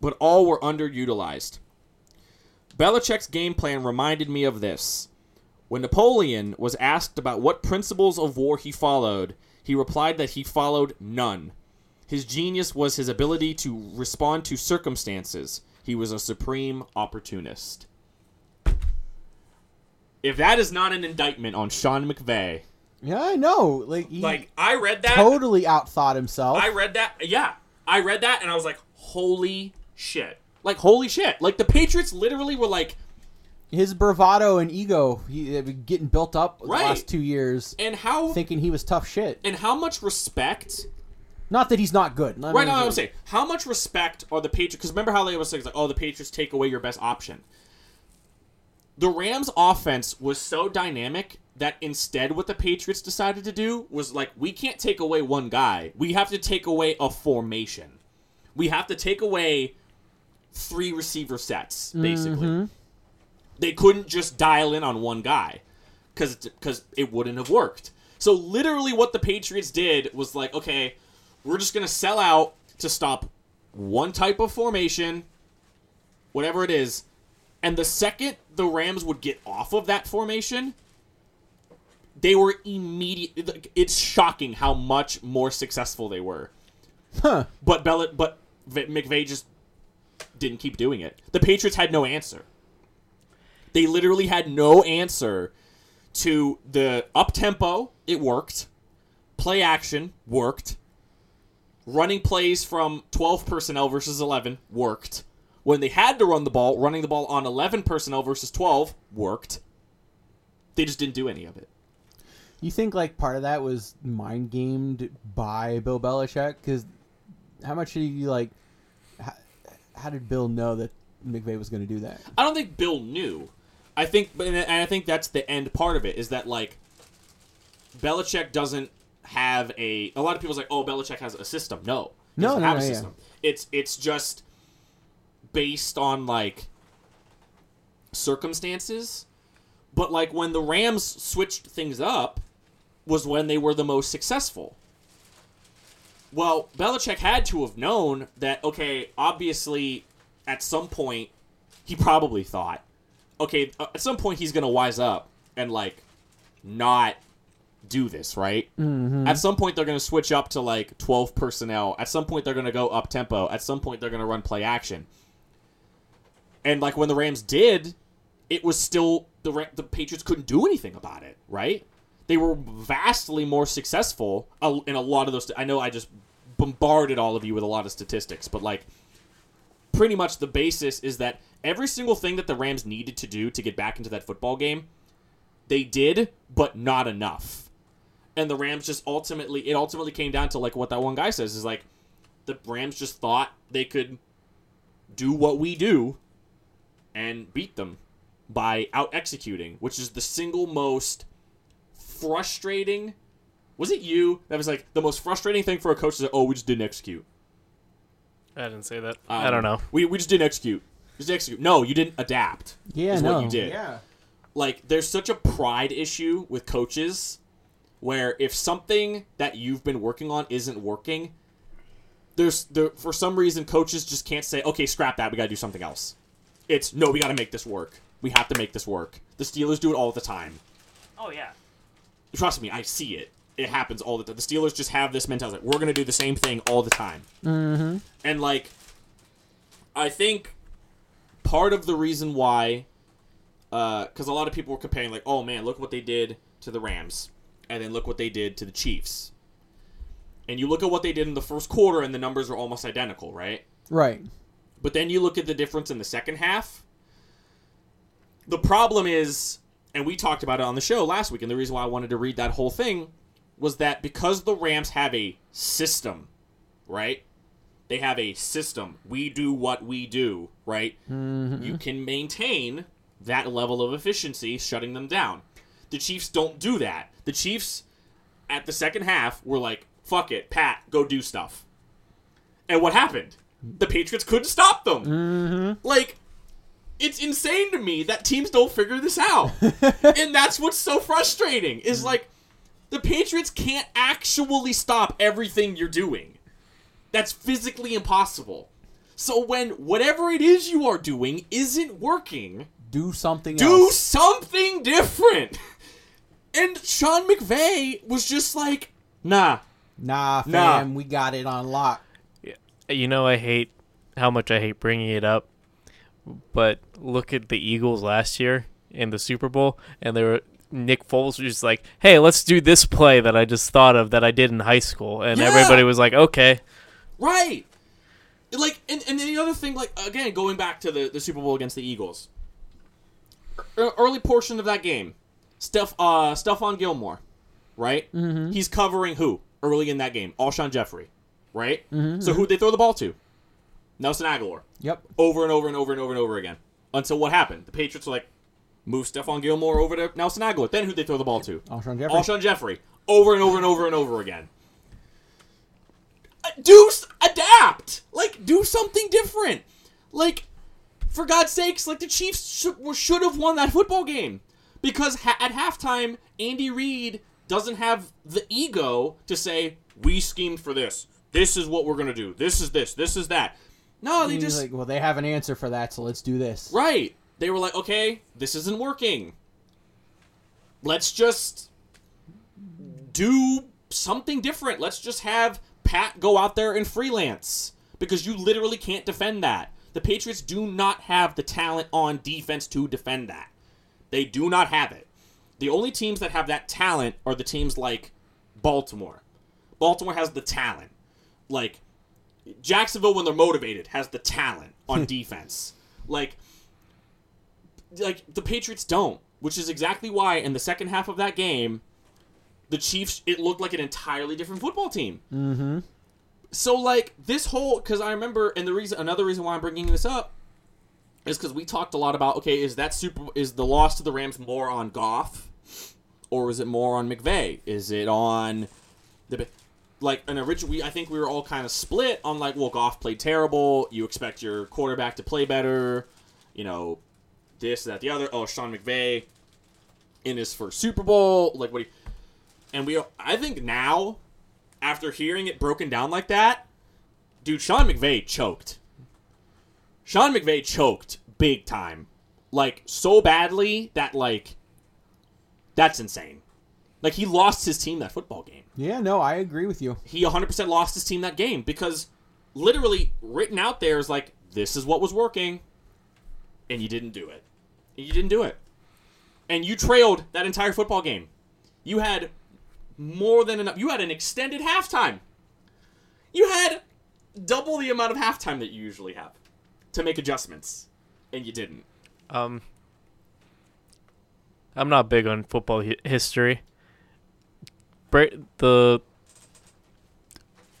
Speaker 2: But all were underutilized. Belichick's game plan reminded me of this. When Napoleon was asked about what principles of war he followed, he replied that he followed none. His genius was his ability to respond to circumstances. He was a supreme opportunist. If that is not an indictment on Sean McVay,
Speaker 5: Yeah, I know. Like, he
Speaker 2: like I read that,
Speaker 5: totally outthought himself.
Speaker 2: I read that. Yeah, I read that, and I was like, "Holy shit!" Like, holy shit! Like the Patriots literally were like,
Speaker 5: His bravado and ego, he they've been getting built up
Speaker 2: Right.
Speaker 5: the last two years,
Speaker 2: "And how?
Speaker 5: thinking he was tough shit.
Speaker 2: and how much respect
Speaker 5: Not that he's not good. I
Speaker 2: Right
Speaker 5: mean,
Speaker 2: now, I'm saying, how much respect are the Patriots? Because remember how they always say, like, "Oh, the Patriots take away your best option." The Rams' offense was so dynamic that instead, what the Patriots decided to do was like, we can't take away one guy. We have to take away a formation. We have to take away three receiver sets, basically. They couldn't just dial in on one guy because because it wouldn't have worked. So literally, what the Patriots did was like, okay, we're just gonna sell out to stop one type of formation, whatever it is, and the second the Rams would get off of that formation, they were immediate. like, It's shocking how much more successful they were.
Speaker 5: Huh.
Speaker 2: But Bellet, but V- McVay just didn't keep doing it. The Patriots had no answer. They literally had no answer to the up tempo. It worked. Play action worked. Running plays from 12 personnel versus 11 worked. When they had to run the ball, running the ball on 11 personnel versus 12 worked. They just didn't do any of it.
Speaker 5: You think like part of that was mind gamed by Bill Belichick? Because how much did you like? How, how did Bill know that McVay was going to do that?
Speaker 2: I don't think Bill knew. I think, but and I think that's the end part of it is that like, Belichick doesn't have a. A lot of people's like, oh, Belichick has a system. No, he
Speaker 5: No,
Speaker 2: doesn't
Speaker 5: no,
Speaker 2: have
Speaker 5: no,
Speaker 2: a
Speaker 5: yeah.
Speaker 2: system. It's it's just based on like circumstances. But like when the Rams switched things up, was when they were the most successful. Well, Belichick had to have known that. Okay, obviously, at some point, he probably thought, okay, uh, at some point he's gonna wise up and like not do this, right? At some point, they're going to switch up to like 12 personnel. At some point, they're going to go up tempo. At some point, they're going to run play action. And like when the Rams did, it was still the Ra- the Patriots couldn't do anything about it, right? They were vastly more successful uh, in a lot of those. I know I just bombarded all of you with a lot of statistics, but like pretty much the basis is that every single thing that the Rams needed to do to get back into that football game, they did, but not enough. And the Rams just ultimately it ultimately came down to like what that one guy says is like the Rams just thought they could do what we do and beat them by out executing, which is the single most frustrating was it you that was like the most frustrating thing for a coach is oh we just didn't execute
Speaker 4: I didn't say that.
Speaker 2: um,
Speaker 4: I don't know.
Speaker 2: We, we just didn't execute. Just execute. No, you didn't adapt.
Speaker 5: Yeah,
Speaker 2: is
Speaker 5: no.
Speaker 2: what you did.
Speaker 5: Yeah.
Speaker 2: Like there's such a pride issue with coaches, where if something that you've been working on isn't working, there's there for some reason coaches just can't say okay scrap that we got to do something else. It's no we got to make this work. We have to make this work. The Steelers do it all the time.
Speaker 3: Oh yeah.
Speaker 2: Trust me, I see it. It happens all the time. The Steelers just have this mentality. We're gonna do the same thing all the time. Mm-hmm. And like, I think part of the reason why, because a lot of people were comparing, like, oh man, look what they did to the Rams, and then look what they did to the Chiefs. And you look at what they did in the first quarter, and the numbers are almost identical, right?
Speaker 5: Right.
Speaker 2: But then you look at the difference in the second half. The problem is, and we talked about it on the show last week, and the reason why I wanted to read that whole thing was that because the Rams have a system, right? They have a system. We do what we do, right? You can maintain that level of efficiency shutting them down. The Chiefs don't do that. The Chiefs at the second half were like, fuck it, Pat, go do stuff. And what happened? The Patriots couldn't stop them. Like, it's insane to me that teams don't figure this out. and that's what's so frustrating is like, the Patriots can't actually stop everything you're doing. That's physically impossible. So when whatever it is you are doing isn't working,
Speaker 5: Do something
Speaker 2: do
Speaker 5: else.
Speaker 2: something different. [LAUGHS] And Sean McVay was just like, nah,
Speaker 5: Nah,
Speaker 2: Nah.
Speaker 5: fam, we got it on lock.
Speaker 4: You know, I hate how much I hate bringing it up, but look at the Eagles last year in the Super Bowl, and they were Nick Foles was just like, "Hey, let's do this play that I just thought of that I did in high school," and
Speaker 2: Yeah!
Speaker 4: everybody was like, "Okay."
Speaker 2: Right. Like, and, and then the other thing, like, again, going back to the, the Super Bowl against the Eagles, Ear- early portion of that game, Steph, uh, Stephon Gilmore, right? Mm-hmm. He's covering who early in that game? Alshon Jeffrey, right? So who they throw the ball to? Nelson Aguilar
Speaker 5: Yep.
Speaker 2: over and over and over and over and over again. Until what happened? The Patriots were like, move Stephon Gilmore over to Nelson Aguilar. Then who they throw the ball to?
Speaker 5: Alshon Jeffrey.
Speaker 2: Alshon Jeffrey. Over and over and over and over again. Uh, Do s- adapt. Like do something different. Like for God's sakes, like the Chiefs should, were- should have won that football game because ha- at halftime, Andy Reid doesn't have the ego to say we schemed for this. This is what we're gonna do. This is this. This is that. No, they
Speaker 5: He's
Speaker 2: just
Speaker 5: like, well, they have an answer for that, so let's do this.
Speaker 2: Right. They were like, okay, this isn't working. Let's just do something different. Let's just have Pat go out there and freelance because you literally can't defend that. The Patriots do not have the talent on defense to defend that. They do not have it. The only teams that have that talent are the teams like Baltimore. Baltimore has the talent. Like Jacksonville when they're motivated has the talent on defense. Like like the Patriots don't, which is exactly why in the second half of that game, the Chiefs it looked like an entirely different football team. Mm-hmm. So like this whole because I remember and the reason another reason why I'm bringing this up is because we talked a lot about okay is that super is the loss to the Rams more on Goff or is it more on McVay? Is it on the like an original? We I think we were all kind of split on like well Goff played terrible. You expect your quarterback to play better. You know this, that, the other. Oh, Sean McVay in his first Super Bowl. Like, what? do you- and we, I think now, after hearing it broken down like that, dude, Sean McVay choked. Sean McVay choked big time, like so badly that like, that's insane. Like he lost his team that football game.
Speaker 5: Yeah, no, I agree with you.
Speaker 2: He 100% lost his team that game because literally written out there is like this is what was working and you didn't do it. And you didn't do it. And you trailed that entire football game. You had more than enough. You had an extended halftime. You had double the amount of halftime that you usually have to make adjustments and you didn't.
Speaker 4: Um, I'm not big on football hi- history. Bra- the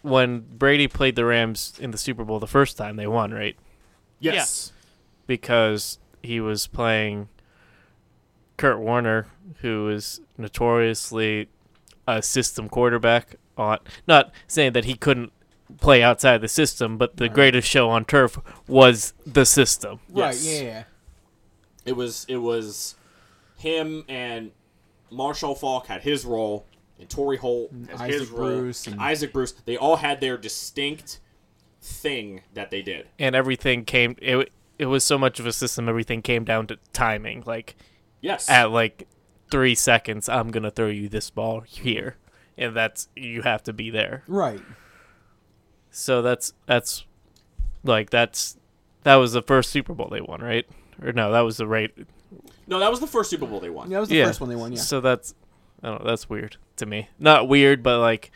Speaker 4: when Brady played the Rams in the Super Bowl the first time, they won, right?
Speaker 2: Yes.
Speaker 4: Because he was playing Kurt Warner, who is notoriously a system quarterback. On not saying that he couldn't play outside the system, but the greatest show on turf was the system.
Speaker 2: Yes.
Speaker 5: Right, yeah, yeah.
Speaker 2: It was it was him and Marshall Falk had his role, and Torrey Holt has
Speaker 5: Isaac
Speaker 2: his role.
Speaker 5: Bruce and-
Speaker 2: Isaac Bruce. They all had their distinct thing that they did.
Speaker 4: and everything came it it was so much of a system everything came down to timing like
Speaker 2: Yes.
Speaker 4: at like 3 seconds I'm going to throw you this ball here and that's you have to be there
Speaker 5: Right.
Speaker 4: so that's that's like that's that was the first Super Bowl they won right or no that was the right
Speaker 2: no, that was the first Super Bowl they won.
Speaker 5: That was the
Speaker 4: yeah
Speaker 5: first one they won, yeah.
Speaker 4: so that's I don't know that's weird to me not weird but like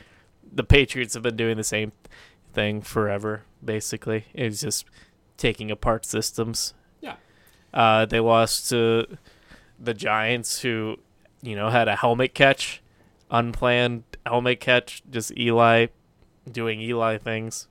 Speaker 4: the Patriots have been doing the same thing forever basically it's just taking apart systems
Speaker 2: Yeah.
Speaker 4: Uh, they lost to the Giants, who you know had a helmet catch, unplanned helmet catch, just Eli doing Eli things.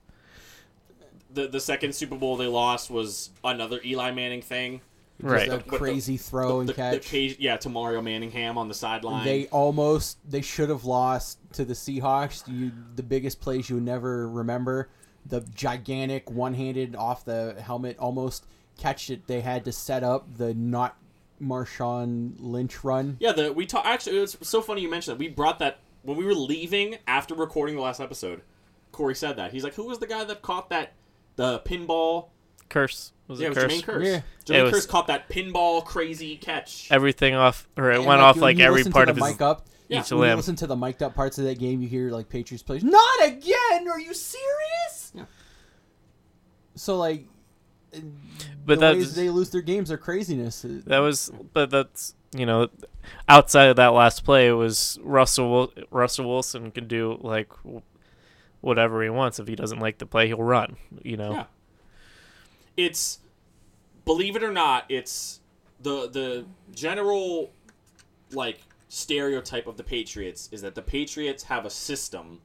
Speaker 2: The the second Super Bowl they lost was another Eli Manning thing.
Speaker 5: Just
Speaker 2: Right.
Speaker 5: a crazy throw and
Speaker 2: The, the
Speaker 5: catch.
Speaker 2: cage, yeah, to Mario Manningham on the sideline.
Speaker 5: They almost they should have lost to the Seahawks. You the biggest plays you never remember. The gigantic one-handed off the helmet almost catch it. They had to set up the not Marshawn Lynch run.
Speaker 2: Yeah, the we talk actually it's so funny you mentioned that. We brought that when we were leaving after recording the last episode. Corey said that. He's like, "Who was the guy that caught that the pinball?"
Speaker 4: Curse was
Speaker 2: yeah,
Speaker 4: a
Speaker 2: it was
Speaker 4: curse.
Speaker 2: Jermaine Curse.
Speaker 5: Yeah.
Speaker 2: Jermaine
Speaker 4: It was-
Speaker 2: Curse caught that pinball crazy catch.
Speaker 4: Everything off, or it
Speaker 5: And,
Speaker 4: went off
Speaker 5: when
Speaker 4: like
Speaker 5: you
Speaker 4: every
Speaker 5: listen
Speaker 4: part
Speaker 5: to
Speaker 4: of
Speaker 5: the
Speaker 4: his.
Speaker 5: mic up.
Speaker 2: Yeah.
Speaker 4: each
Speaker 5: when you
Speaker 4: limb.
Speaker 5: listen to the mic'd up parts of that game, you hear like Patriots plays. Not again! Are you serious?
Speaker 2: Yeah.
Speaker 5: So like,
Speaker 4: But
Speaker 5: the
Speaker 4: that's
Speaker 5: ways they lose their games are craziness.
Speaker 4: That was, but that's you know, outside of that last play it was Russell Wil- Russell Wilson can do like w- whatever he wants. If he doesn't like the play, he'll run. You know,
Speaker 2: Yeah. It's believe it or not, it's the the general like stereotype of the Patriots is that the Patriots have a system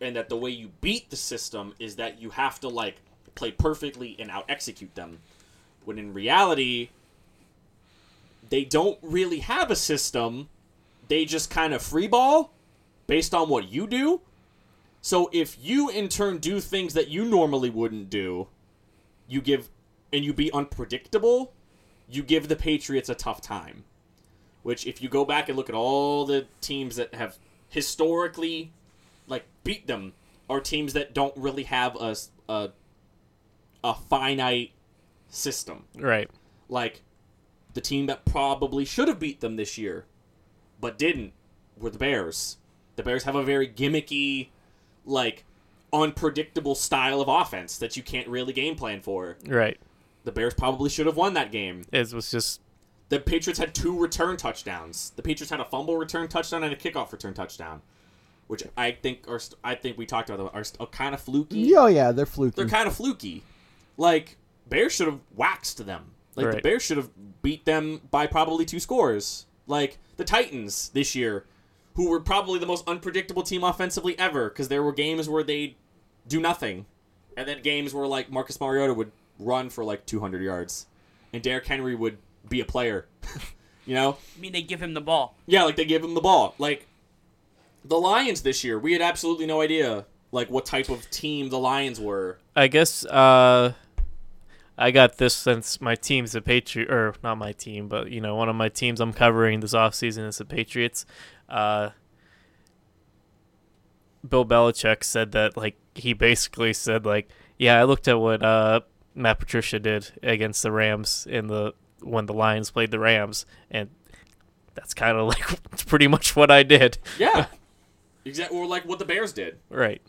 Speaker 2: and that the way you beat the system is that you have to like play perfectly and out execute them. When in reality, they don't really have a system. They just kind of free ball based on what you do. So if you in turn do things that you normally wouldn't do, you give and you be unpredictable, you give the Patriots a tough time. Which if you go back and look at all the teams that have historically like beat them are teams that don't really have a s- a, a finite system.
Speaker 4: right?
Speaker 2: Like the team that probably should have beat them this year but didn't were the Bears. The Bears have a very gimmicky like unpredictable style of offense that you can't really game plan for.
Speaker 4: Right.
Speaker 2: The Bears probably should have won that game.
Speaker 4: It was just
Speaker 2: The Patriots had two return touchdowns. The Patriots had a fumble return touchdown and a kickoff return touchdown, which I think are st- I think we talked about them, are, st- are kind of fluky.
Speaker 5: Yeah, oh yeah, they're fluky.
Speaker 2: They're kind of fluky. Like Bears should have waxed them. Like the
Speaker 4: Right.
Speaker 2: Bears should have beat them by probably two scores. Like the Titans this year, who were probably the most unpredictable team offensively ever, because there were games where they do nothing, and then games where like Marcus Mariota would run for like 200 yards, and Derrick Henry would be a player. [LAUGHS] you know,
Speaker 3: I mean, they give him the ball.
Speaker 2: yeah, like they gave him the ball. Like the Lions this year, we had absolutely no idea like what type of team the Lions were.
Speaker 4: I guess uh, I got this since my team's a Patriot, or not my team, but you know, one of my teams I'm covering this offseason is the Patriots. Uh, Bill Belichick said that, like, he basically said, like, yeah, I looked at what uh, Matt Patricia did against the Rams in the when the Lions played the Rams, and that's kind of [LAUGHS] like pretty much what I did.
Speaker 2: Yeah. exactly. Or like what the Bears did.
Speaker 4: Right.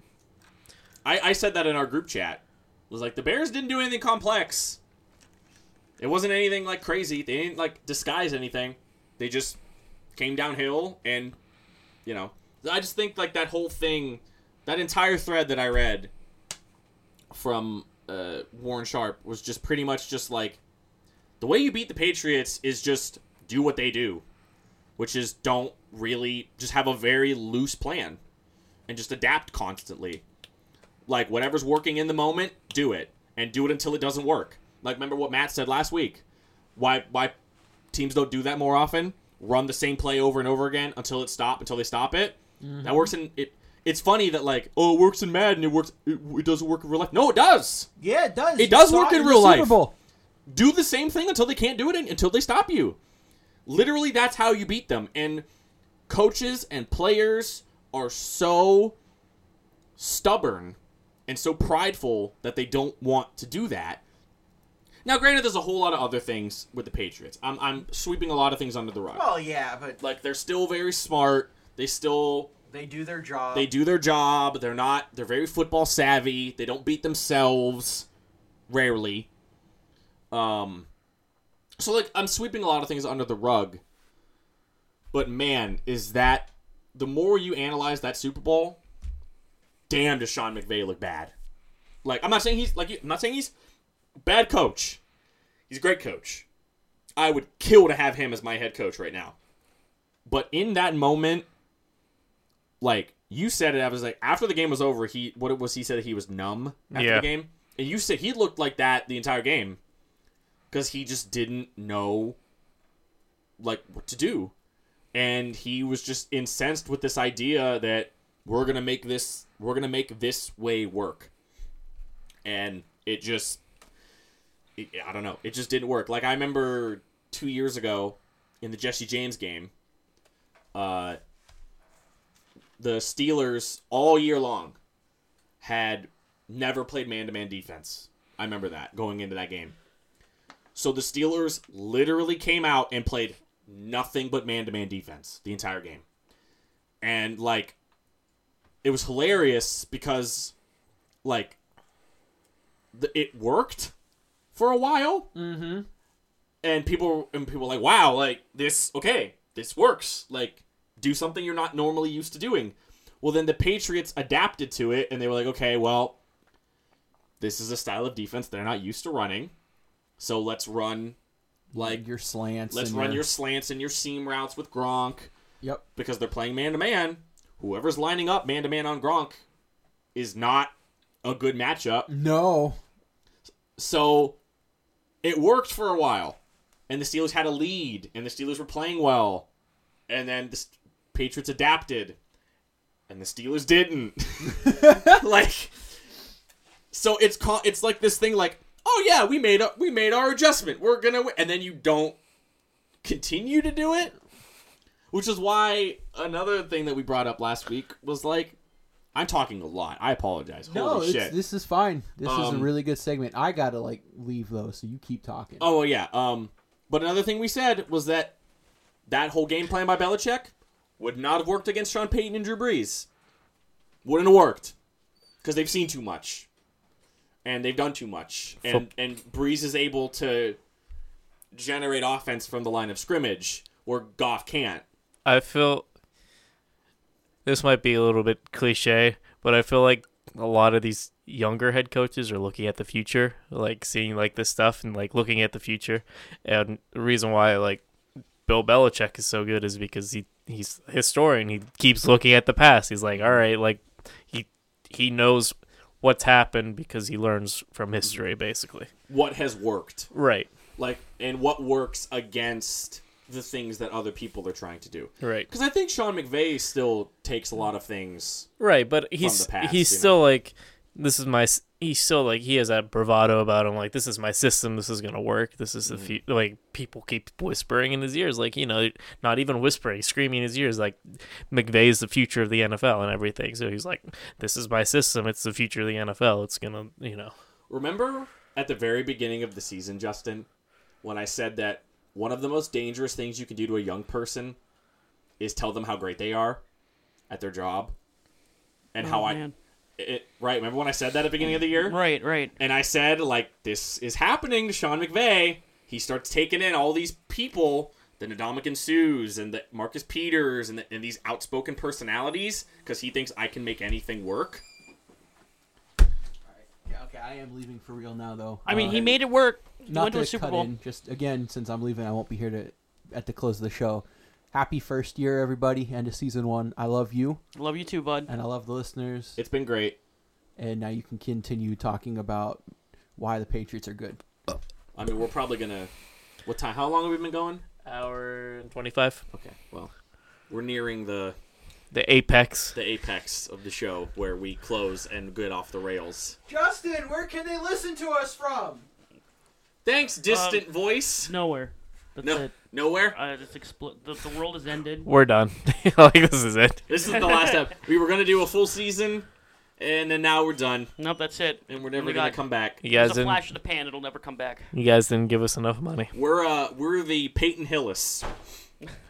Speaker 2: I, I said that in our group chat. It was like the Bears didn't do anything complex. It wasn't anything like crazy. They didn't like disguise anything. They just came downhill and you know. I just think like that whole thing that entire thread that I read from uh, Warren Sharp was just pretty much just like the way you beat the Patriots is just do what they do, which is don't really just have a very loose plan and just adapt constantly. Like whatever's working in the moment, do it and do it until it doesn't work. Like remember what Matt said last week. Why why teams don't do that more often? Run the same play over and over again until it stop until they stop it. That works in it. It's funny that like oh it works in Madden it works it, it doesn't work in real life. No, it does.
Speaker 5: Yeah, it does.
Speaker 2: It does
Speaker 5: Saw
Speaker 2: work in
Speaker 5: the
Speaker 2: real life.
Speaker 5: Super Bowl.
Speaker 2: do the same thing until they can't do it and until they stop you. Literally, that's how you beat them. And coaches and players are so stubborn and so prideful that they don't want to do that. Now, granted, there's a whole lot of other things with the Patriots. I'm, I'm sweeping a lot of things under the rug.
Speaker 5: Well, yeah, but
Speaker 2: Like, they're still very smart. They still
Speaker 5: they do their job.
Speaker 2: they do their job. They're not. They're very football savvy. They don't beat themselves, rarely. Um, so like I'm sweeping a lot of things under the rug. But man, is that the more you analyze that Super Bowl? Damn, does Sean McVay look bad? Like I'm not saying he's like I'm not saying he's bad coach. He's a great coach. I would kill to have him as my head coach right now. But in that moment, like you said it, I was like after the game was over, he what it was he said he was numb after
Speaker 4: Yeah.
Speaker 2: the game, and you said he looked like that the entire game because he just didn't know like what to do, and he was just incensed with this idea that we're gonna make this we're gonna make this way work, and it just it, I don't know. It just didn't work. Like I remember two years ago in the Jesse James game, uh, the Steelers all year long had never played man-to-man defense. I remember that going into that game. So the Steelers literally came out and played nothing but man-to-man defense the entire game, and like it was hilarious because like the, it worked for a while. Mm-hmm. And people and people were like, wow, like this, okay, this works. Like, do something you're not normally used to doing. Well, then the Patriots adapted to it, and they were like, okay, well, this is a style of defense they're not used to running, so let's run, like,
Speaker 5: your slants.
Speaker 2: let's
Speaker 5: and
Speaker 2: run your slants and your seam routes with Gronk
Speaker 5: Yep.
Speaker 2: because they're playing man to man. Whoever's lining up man to man on Gronk is not a good matchup.
Speaker 5: No.
Speaker 2: So it worked for a while, and the Steelers had a lead, and the Steelers were playing well, and then the S- Patriots adapted, and the Steelers didn't. [LAUGHS] like, so it's called. It's like this thing, like, oh yeah, we made up, we made our adjustment. We're gonna, win. and then you don't continue to do it, which is why another thing that we brought up last week was like, I'm talking a lot. I apologize.
Speaker 5: No,
Speaker 2: Holy
Speaker 5: it's,
Speaker 2: shit.
Speaker 5: this is fine. This is a
Speaker 2: Um,
Speaker 5: really good segment. I gotta like leave though, so you keep talking.
Speaker 2: Oh well, yeah. Um, but another thing we said was that that whole game plan by Belichick would not have worked against Sean Payton and Drew Brees. Wouldn't have worked because they've seen too much, and they've done too much, and and Brees is able to generate offense from the line of scrimmage where Goff can't.
Speaker 4: I feel this might be a little bit cliche, but I feel like a lot of these younger head coaches are looking at the future, like seeing like this stuff and like looking at the future. And the reason why like Bill Belichick is so good is because he he's a historian. He keeps looking at the past. He's like, all right, like he he knows what's happened because he learns from history, basically.
Speaker 2: What has worked?
Speaker 4: Right.
Speaker 2: like and what works against the things that other people are trying to do.
Speaker 4: Right.
Speaker 2: Because I think Sean McVay still takes a lot of things.
Speaker 4: Right, but he's
Speaker 2: the past,
Speaker 4: he's
Speaker 2: you know?
Speaker 4: still like this is my s- he's still like he has that bravado about him like this is my system this is gonna work this is the
Speaker 2: Mm.
Speaker 4: few, like people keep whispering in his ears like you know not even whispering screaming in his ears like McVay is the future of the NFL and everything so he's like this is my system it's the future of the NFL it's gonna you know
Speaker 2: Remember at the very beginning of the season, Justin, when I said that one of the most dangerous things you can do to a young person is tell them how great they are at their job and how
Speaker 3: Oh, man.
Speaker 2: I. It, right. Remember when I said that at the beginning of the year?
Speaker 3: Right, right.
Speaker 2: And I said, like, this is happening to Sean McVay. He starts taking in all these people, the Ndamukong Sues and the Marcus Peters and, the, and these outspoken personalities because he thinks I can make anything work.
Speaker 5: Yeah, okay, I am leaving for real now, though.
Speaker 3: I mean,
Speaker 5: Uh,
Speaker 3: he made it work. He
Speaker 5: not
Speaker 3: went to
Speaker 5: to
Speaker 3: a Super
Speaker 5: cut
Speaker 3: Bowl.
Speaker 5: in. Just again, since I'm leaving, I won't be here to at the close of the show. Happy first year, everybody, end of season one. I love you,
Speaker 3: Love you too,
Speaker 4: Uh,
Speaker 3: bud.
Speaker 5: and I love the listeners.
Speaker 2: It's been great.
Speaker 5: and now you can continue talking about why the Patriots are good.
Speaker 2: I mean, we're probably going to. What time? How long have we been going?
Speaker 1: Hour and 20.
Speaker 4: 25.
Speaker 2: Okay, well, we're nearing the,
Speaker 4: The apex.
Speaker 2: the apex of the show where we close and get off the rails.
Speaker 5: Justin, where can they listen to us from?
Speaker 2: Thanks, distant voice.
Speaker 3: Nowhere. Um, That's
Speaker 2: No,
Speaker 3: it.
Speaker 2: nowhere.
Speaker 3: Uh, it's expl- the, the world has ended.
Speaker 4: We're done. [LAUGHS] like this is it.
Speaker 2: This is the last time. We were gonna do a full season, and then now we're done,
Speaker 3: Nope, that's it.
Speaker 2: and we're never
Speaker 3: We
Speaker 2: gonna
Speaker 3: got-
Speaker 2: come back.
Speaker 4: You
Speaker 3: It's
Speaker 4: guys
Speaker 3: a
Speaker 4: didn't.
Speaker 3: flash in the pan. It'll never come back.
Speaker 4: You guys didn't give us enough money.
Speaker 2: We're uh, we're the Peyton
Speaker 3: [LAUGHS]
Speaker 2: Hillis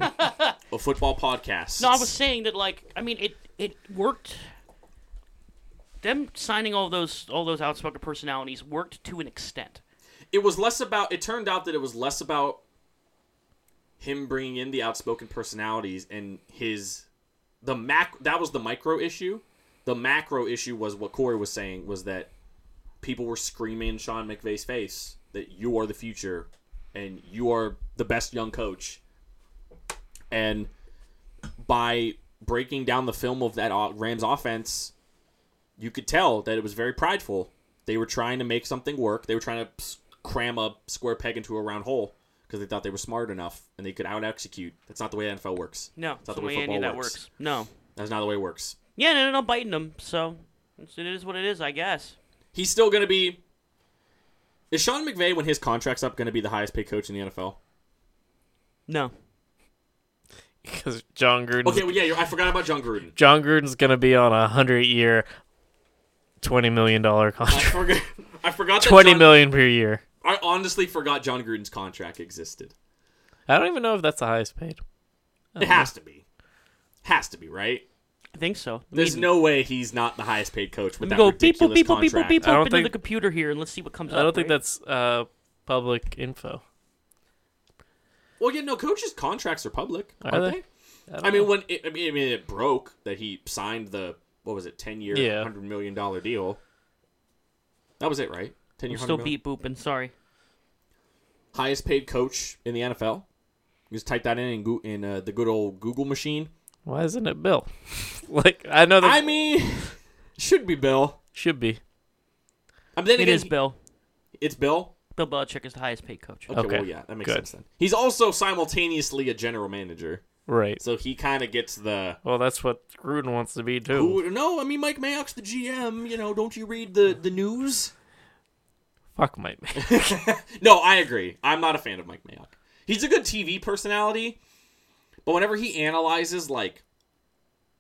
Speaker 2: of football podcasts.
Speaker 3: No, I was saying that like I mean it it worked. Them signing all those all those outspoken personalities worked to an extent.
Speaker 2: It was less about. It turned out that it was less about him bringing in the outspoken personalities and his the mac. That was the micro issue. The macro issue was what Corey was saying was that people were screaming in Sean McVay's face that you are the future and you are the best young coach. And by breaking down the film of that o- Rams offense, you could tell that it was very prideful. They were trying to make something work. They were trying to s- cram a square peg into a round hole because they thought they were smart enough and they could out execute. That's not the way NFL works.
Speaker 3: No,
Speaker 2: that's not the
Speaker 3: way,
Speaker 2: way,
Speaker 3: any of
Speaker 2: football
Speaker 3: that
Speaker 2: works.
Speaker 3: works. No.
Speaker 2: That's not the way it works.
Speaker 3: Yeah, and it ended up biting them. So it's- it is what it is, I guess.
Speaker 2: He's still going to be. Is Sean McVay, when his contract's up, going to be the highest paid coach in the NFL?
Speaker 3: No.
Speaker 4: Because John Gruden's
Speaker 2: Okay, well, yeah, you're, I forgot about John Gruden.
Speaker 4: John Gruden's gonna be on a hundred year, twenty million dollar
Speaker 2: I
Speaker 4: contract. [LAUGHS]
Speaker 2: forgot. I forgot that
Speaker 4: Twenty
Speaker 2: John-
Speaker 4: million per year.
Speaker 2: I honestly forgot John Gruden's contract existed.
Speaker 4: I don't even know if that's the highest paid.
Speaker 2: It has to be. Has to be right.
Speaker 3: I think so. Let
Speaker 2: There's
Speaker 3: me-
Speaker 2: no way he's not the highest paid coach with
Speaker 3: Let me
Speaker 2: that
Speaker 3: go beep boop
Speaker 2: ridiculous
Speaker 3: beep boop beep boop
Speaker 2: contract.
Speaker 3: beep
Speaker 4: I
Speaker 3: boop
Speaker 4: don't
Speaker 3: into
Speaker 4: think-
Speaker 3: the computer here and let's see what comes
Speaker 4: I
Speaker 3: up.
Speaker 4: don't think
Speaker 3: right?
Speaker 4: that's uh, public info.
Speaker 2: Well, yeah, no, coaches' contracts are public,
Speaker 4: Are
Speaker 2: aren't
Speaker 4: they?
Speaker 2: they?
Speaker 4: don't
Speaker 2: I, mean, when it, I mean, I mean, it broke that he signed the what was it, ten year,
Speaker 4: Yeah.
Speaker 2: hundred million dollar deal. That was it, right? Ten year,
Speaker 3: I'm still
Speaker 2: hundred million.
Speaker 3: beep booping, sorry.
Speaker 2: Highest paid coach in the NFL. You just type that in in, Goo- in uh, the good old Google machine.
Speaker 4: Why isn't it Bill? [LAUGHS] like I know that
Speaker 2: I mean, [LAUGHS] should be Bill.
Speaker 4: should be.
Speaker 2: I mean, then
Speaker 3: It
Speaker 2: again,
Speaker 3: is Bill.
Speaker 2: It's Bill.
Speaker 3: Bill Belichick is the highest paid coach.
Speaker 2: Okay,
Speaker 4: Okay,
Speaker 2: well, yeah, that makes
Speaker 4: good.
Speaker 2: sense then. He's also simultaneously a general manager,
Speaker 4: Right.
Speaker 2: so he kind of gets the.
Speaker 4: Well, that's what Gruden wants to be too.
Speaker 2: Who, no, I mean Mike Mayock's the GM. You know, don't you read the the news?
Speaker 4: Fuck my [LAUGHS] man.
Speaker 2: No, I agree. I'm not a fan of Mike Mayock. He's a good TV personality, but whenever he analyzes like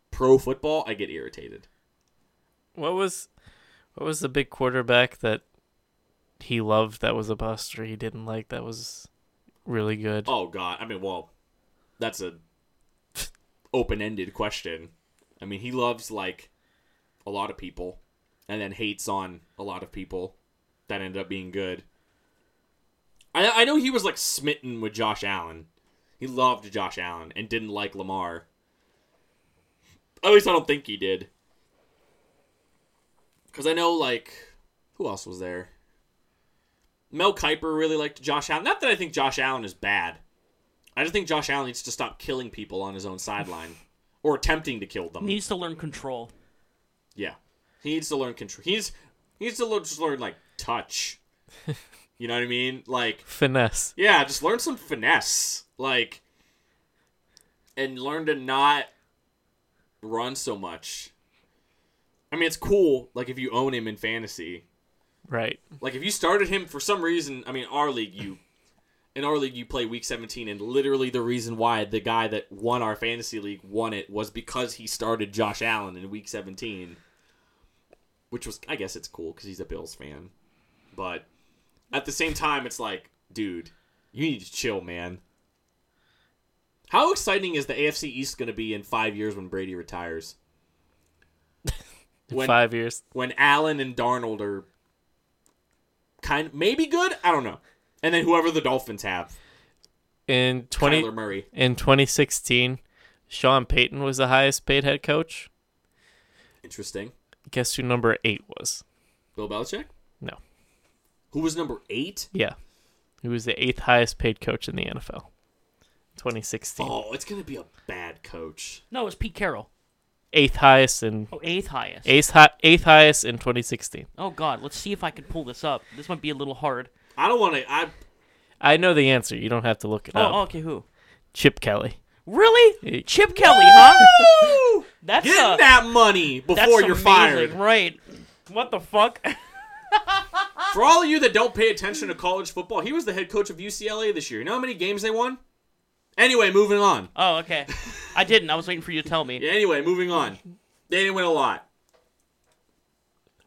Speaker 2: pro football, I get irritated.
Speaker 4: What was, what was the big quarterback that he loved that was a bust or he didn't like that was really good?
Speaker 2: Oh God, I mean, well, that's a open ended question. I mean, he loves like a lot of people, and then hates on a lot of people that ended up being good. I I know he was like smitten with Josh Allen. He loved Josh Allen and didn't like Lamar. At least I don't think he did. Because I know, like, who else was there? Mel Kiper really liked Josh Allen. Not that I think Josh Allen is bad. I just think Josh Allen needs to stop killing people on his own sideline or attempting to kill them.
Speaker 3: Needs to learn control.
Speaker 2: Yeah, he needs to learn control. He's he needs to learn, just learn like touch. you know what I mean? Like
Speaker 4: Finesse.
Speaker 2: yeah, just learn some finesse. Like and learn to not run so much. I mean, it's cool. Like if you own him in fantasy,
Speaker 4: Right.
Speaker 2: like if you started him for some reason, I mean, our league you in our league you play week 17 and literally the reason why the guy that won our fantasy league won it was because he started Josh Allen in week 17. Which was I guess it's cool cuz he's a Bills fan. But at the same time it's like, dude, you need to chill, man. How exciting is the AFC East going to be in five years when Brady retires? when
Speaker 4: Five years.
Speaker 2: when Allen and Darnold are kind maybe good, I don't know, and then whoever the Dolphins have,
Speaker 4: In twenty
Speaker 2: Kyler Murray.
Speaker 4: in twenty sixteen, Sean Payton was the highest paid head coach.
Speaker 2: Interesting.
Speaker 4: Guess who number eight was?
Speaker 2: Bill Belichick.
Speaker 4: No.
Speaker 2: Who was number eight?
Speaker 4: Yeah. He was the eighth highest paid coach in the NFL. Twenty sixteen.
Speaker 2: Oh, it's gonna be a bad coach.
Speaker 3: No, it was Pete Carroll.
Speaker 4: Eighth highest in
Speaker 3: Oh, eighth highest.
Speaker 4: eighth, hi- eighth highest in twenty sixteen.
Speaker 3: Oh God, let's see if I can pull this up. This might be a little hard.
Speaker 2: I don't want to. I
Speaker 4: I know the answer. You don't have to look it
Speaker 3: Oh,
Speaker 4: up.
Speaker 3: okay, who?
Speaker 4: Chip Kelly.
Speaker 3: Really?
Speaker 4: Hey.
Speaker 3: Chip Kelly, huh? That's
Speaker 2: get
Speaker 3: uh,
Speaker 2: that money before
Speaker 3: that's
Speaker 2: you're
Speaker 3: amazing,
Speaker 2: fired.
Speaker 3: right? What the fuck?
Speaker 2: For all of you that don't pay attention to college football, he was the head coach of UCLA this year. You know how many games they won? Anyway, moving on.
Speaker 3: Oh,
Speaker 2: [LAUGHS]
Speaker 3: okay. I didn't. I was waiting for you to tell me.
Speaker 2: Yeah, anyway, moving on. They didn't win a lot.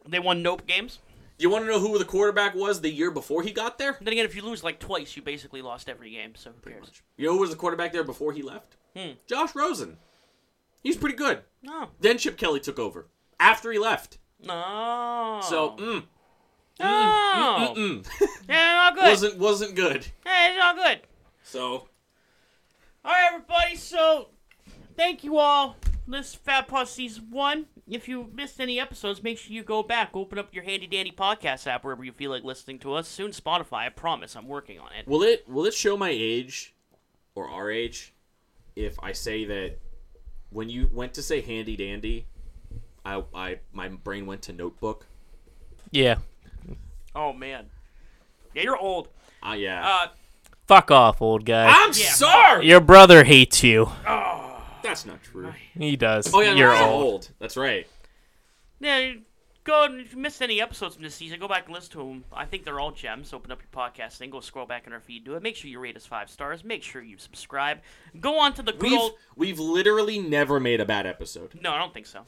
Speaker 3: They won nope games.
Speaker 2: You want to know who the quarterback was the year before he got there?
Speaker 3: Then again, if you lose like twice, you basically lost every game. So who cares?
Speaker 2: You know who was the quarterback there before he left?
Speaker 3: Hmm.
Speaker 2: Josh Rosen. He's pretty good.
Speaker 3: No,
Speaker 2: Then Chip Kelly took over after he left.
Speaker 3: no.
Speaker 2: So, mm,
Speaker 3: no. Yeah, not
Speaker 2: [LAUGHS]
Speaker 3: good.
Speaker 2: wasn't wasn't good.
Speaker 3: Hey, it's not good.
Speaker 2: So,
Speaker 3: All right, everybody. So, thank you all. This Fat Paw Season 1. If you missed any episodes, make sure you go back. Open up your handy dandy podcast app wherever you feel like listening to us. Soon Spotify, I promise. I'm working on it.
Speaker 2: will it will it show my age or our age if I say that when you went to say handy dandy, I I my brain went to notebook.
Speaker 4: Yeah.
Speaker 3: Oh, man. Yeah, you're old.
Speaker 2: Ah yeah.
Speaker 3: Uh,
Speaker 4: Fuck off, old guy.
Speaker 2: I'm
Speaker 3: yeah.
Speaker 2: sorry.
Speaker 4: Your brother hates you.
Speaker 2: That's not true.
Speaker 4: He does.
Speaker 2: Oh yeah, no,
Speaker 4: You're
Speaker 2: I'm
Speaker 4: old.
Speaker 2: That's right.
Speaker 3: yeah, go and if you missed any episodes from this season, go back and listen to them. I think they're all gems. Open up your podcast thing. Go scroll back in our feed. Do it. Make sure you rate us five stars. Make sure you subscribe. Go on to the good
Speaker 2: We've
Speaker 3: old.
Speaker 2: we've literally never made a bad episode.
Speaker 3: No, I don't think so.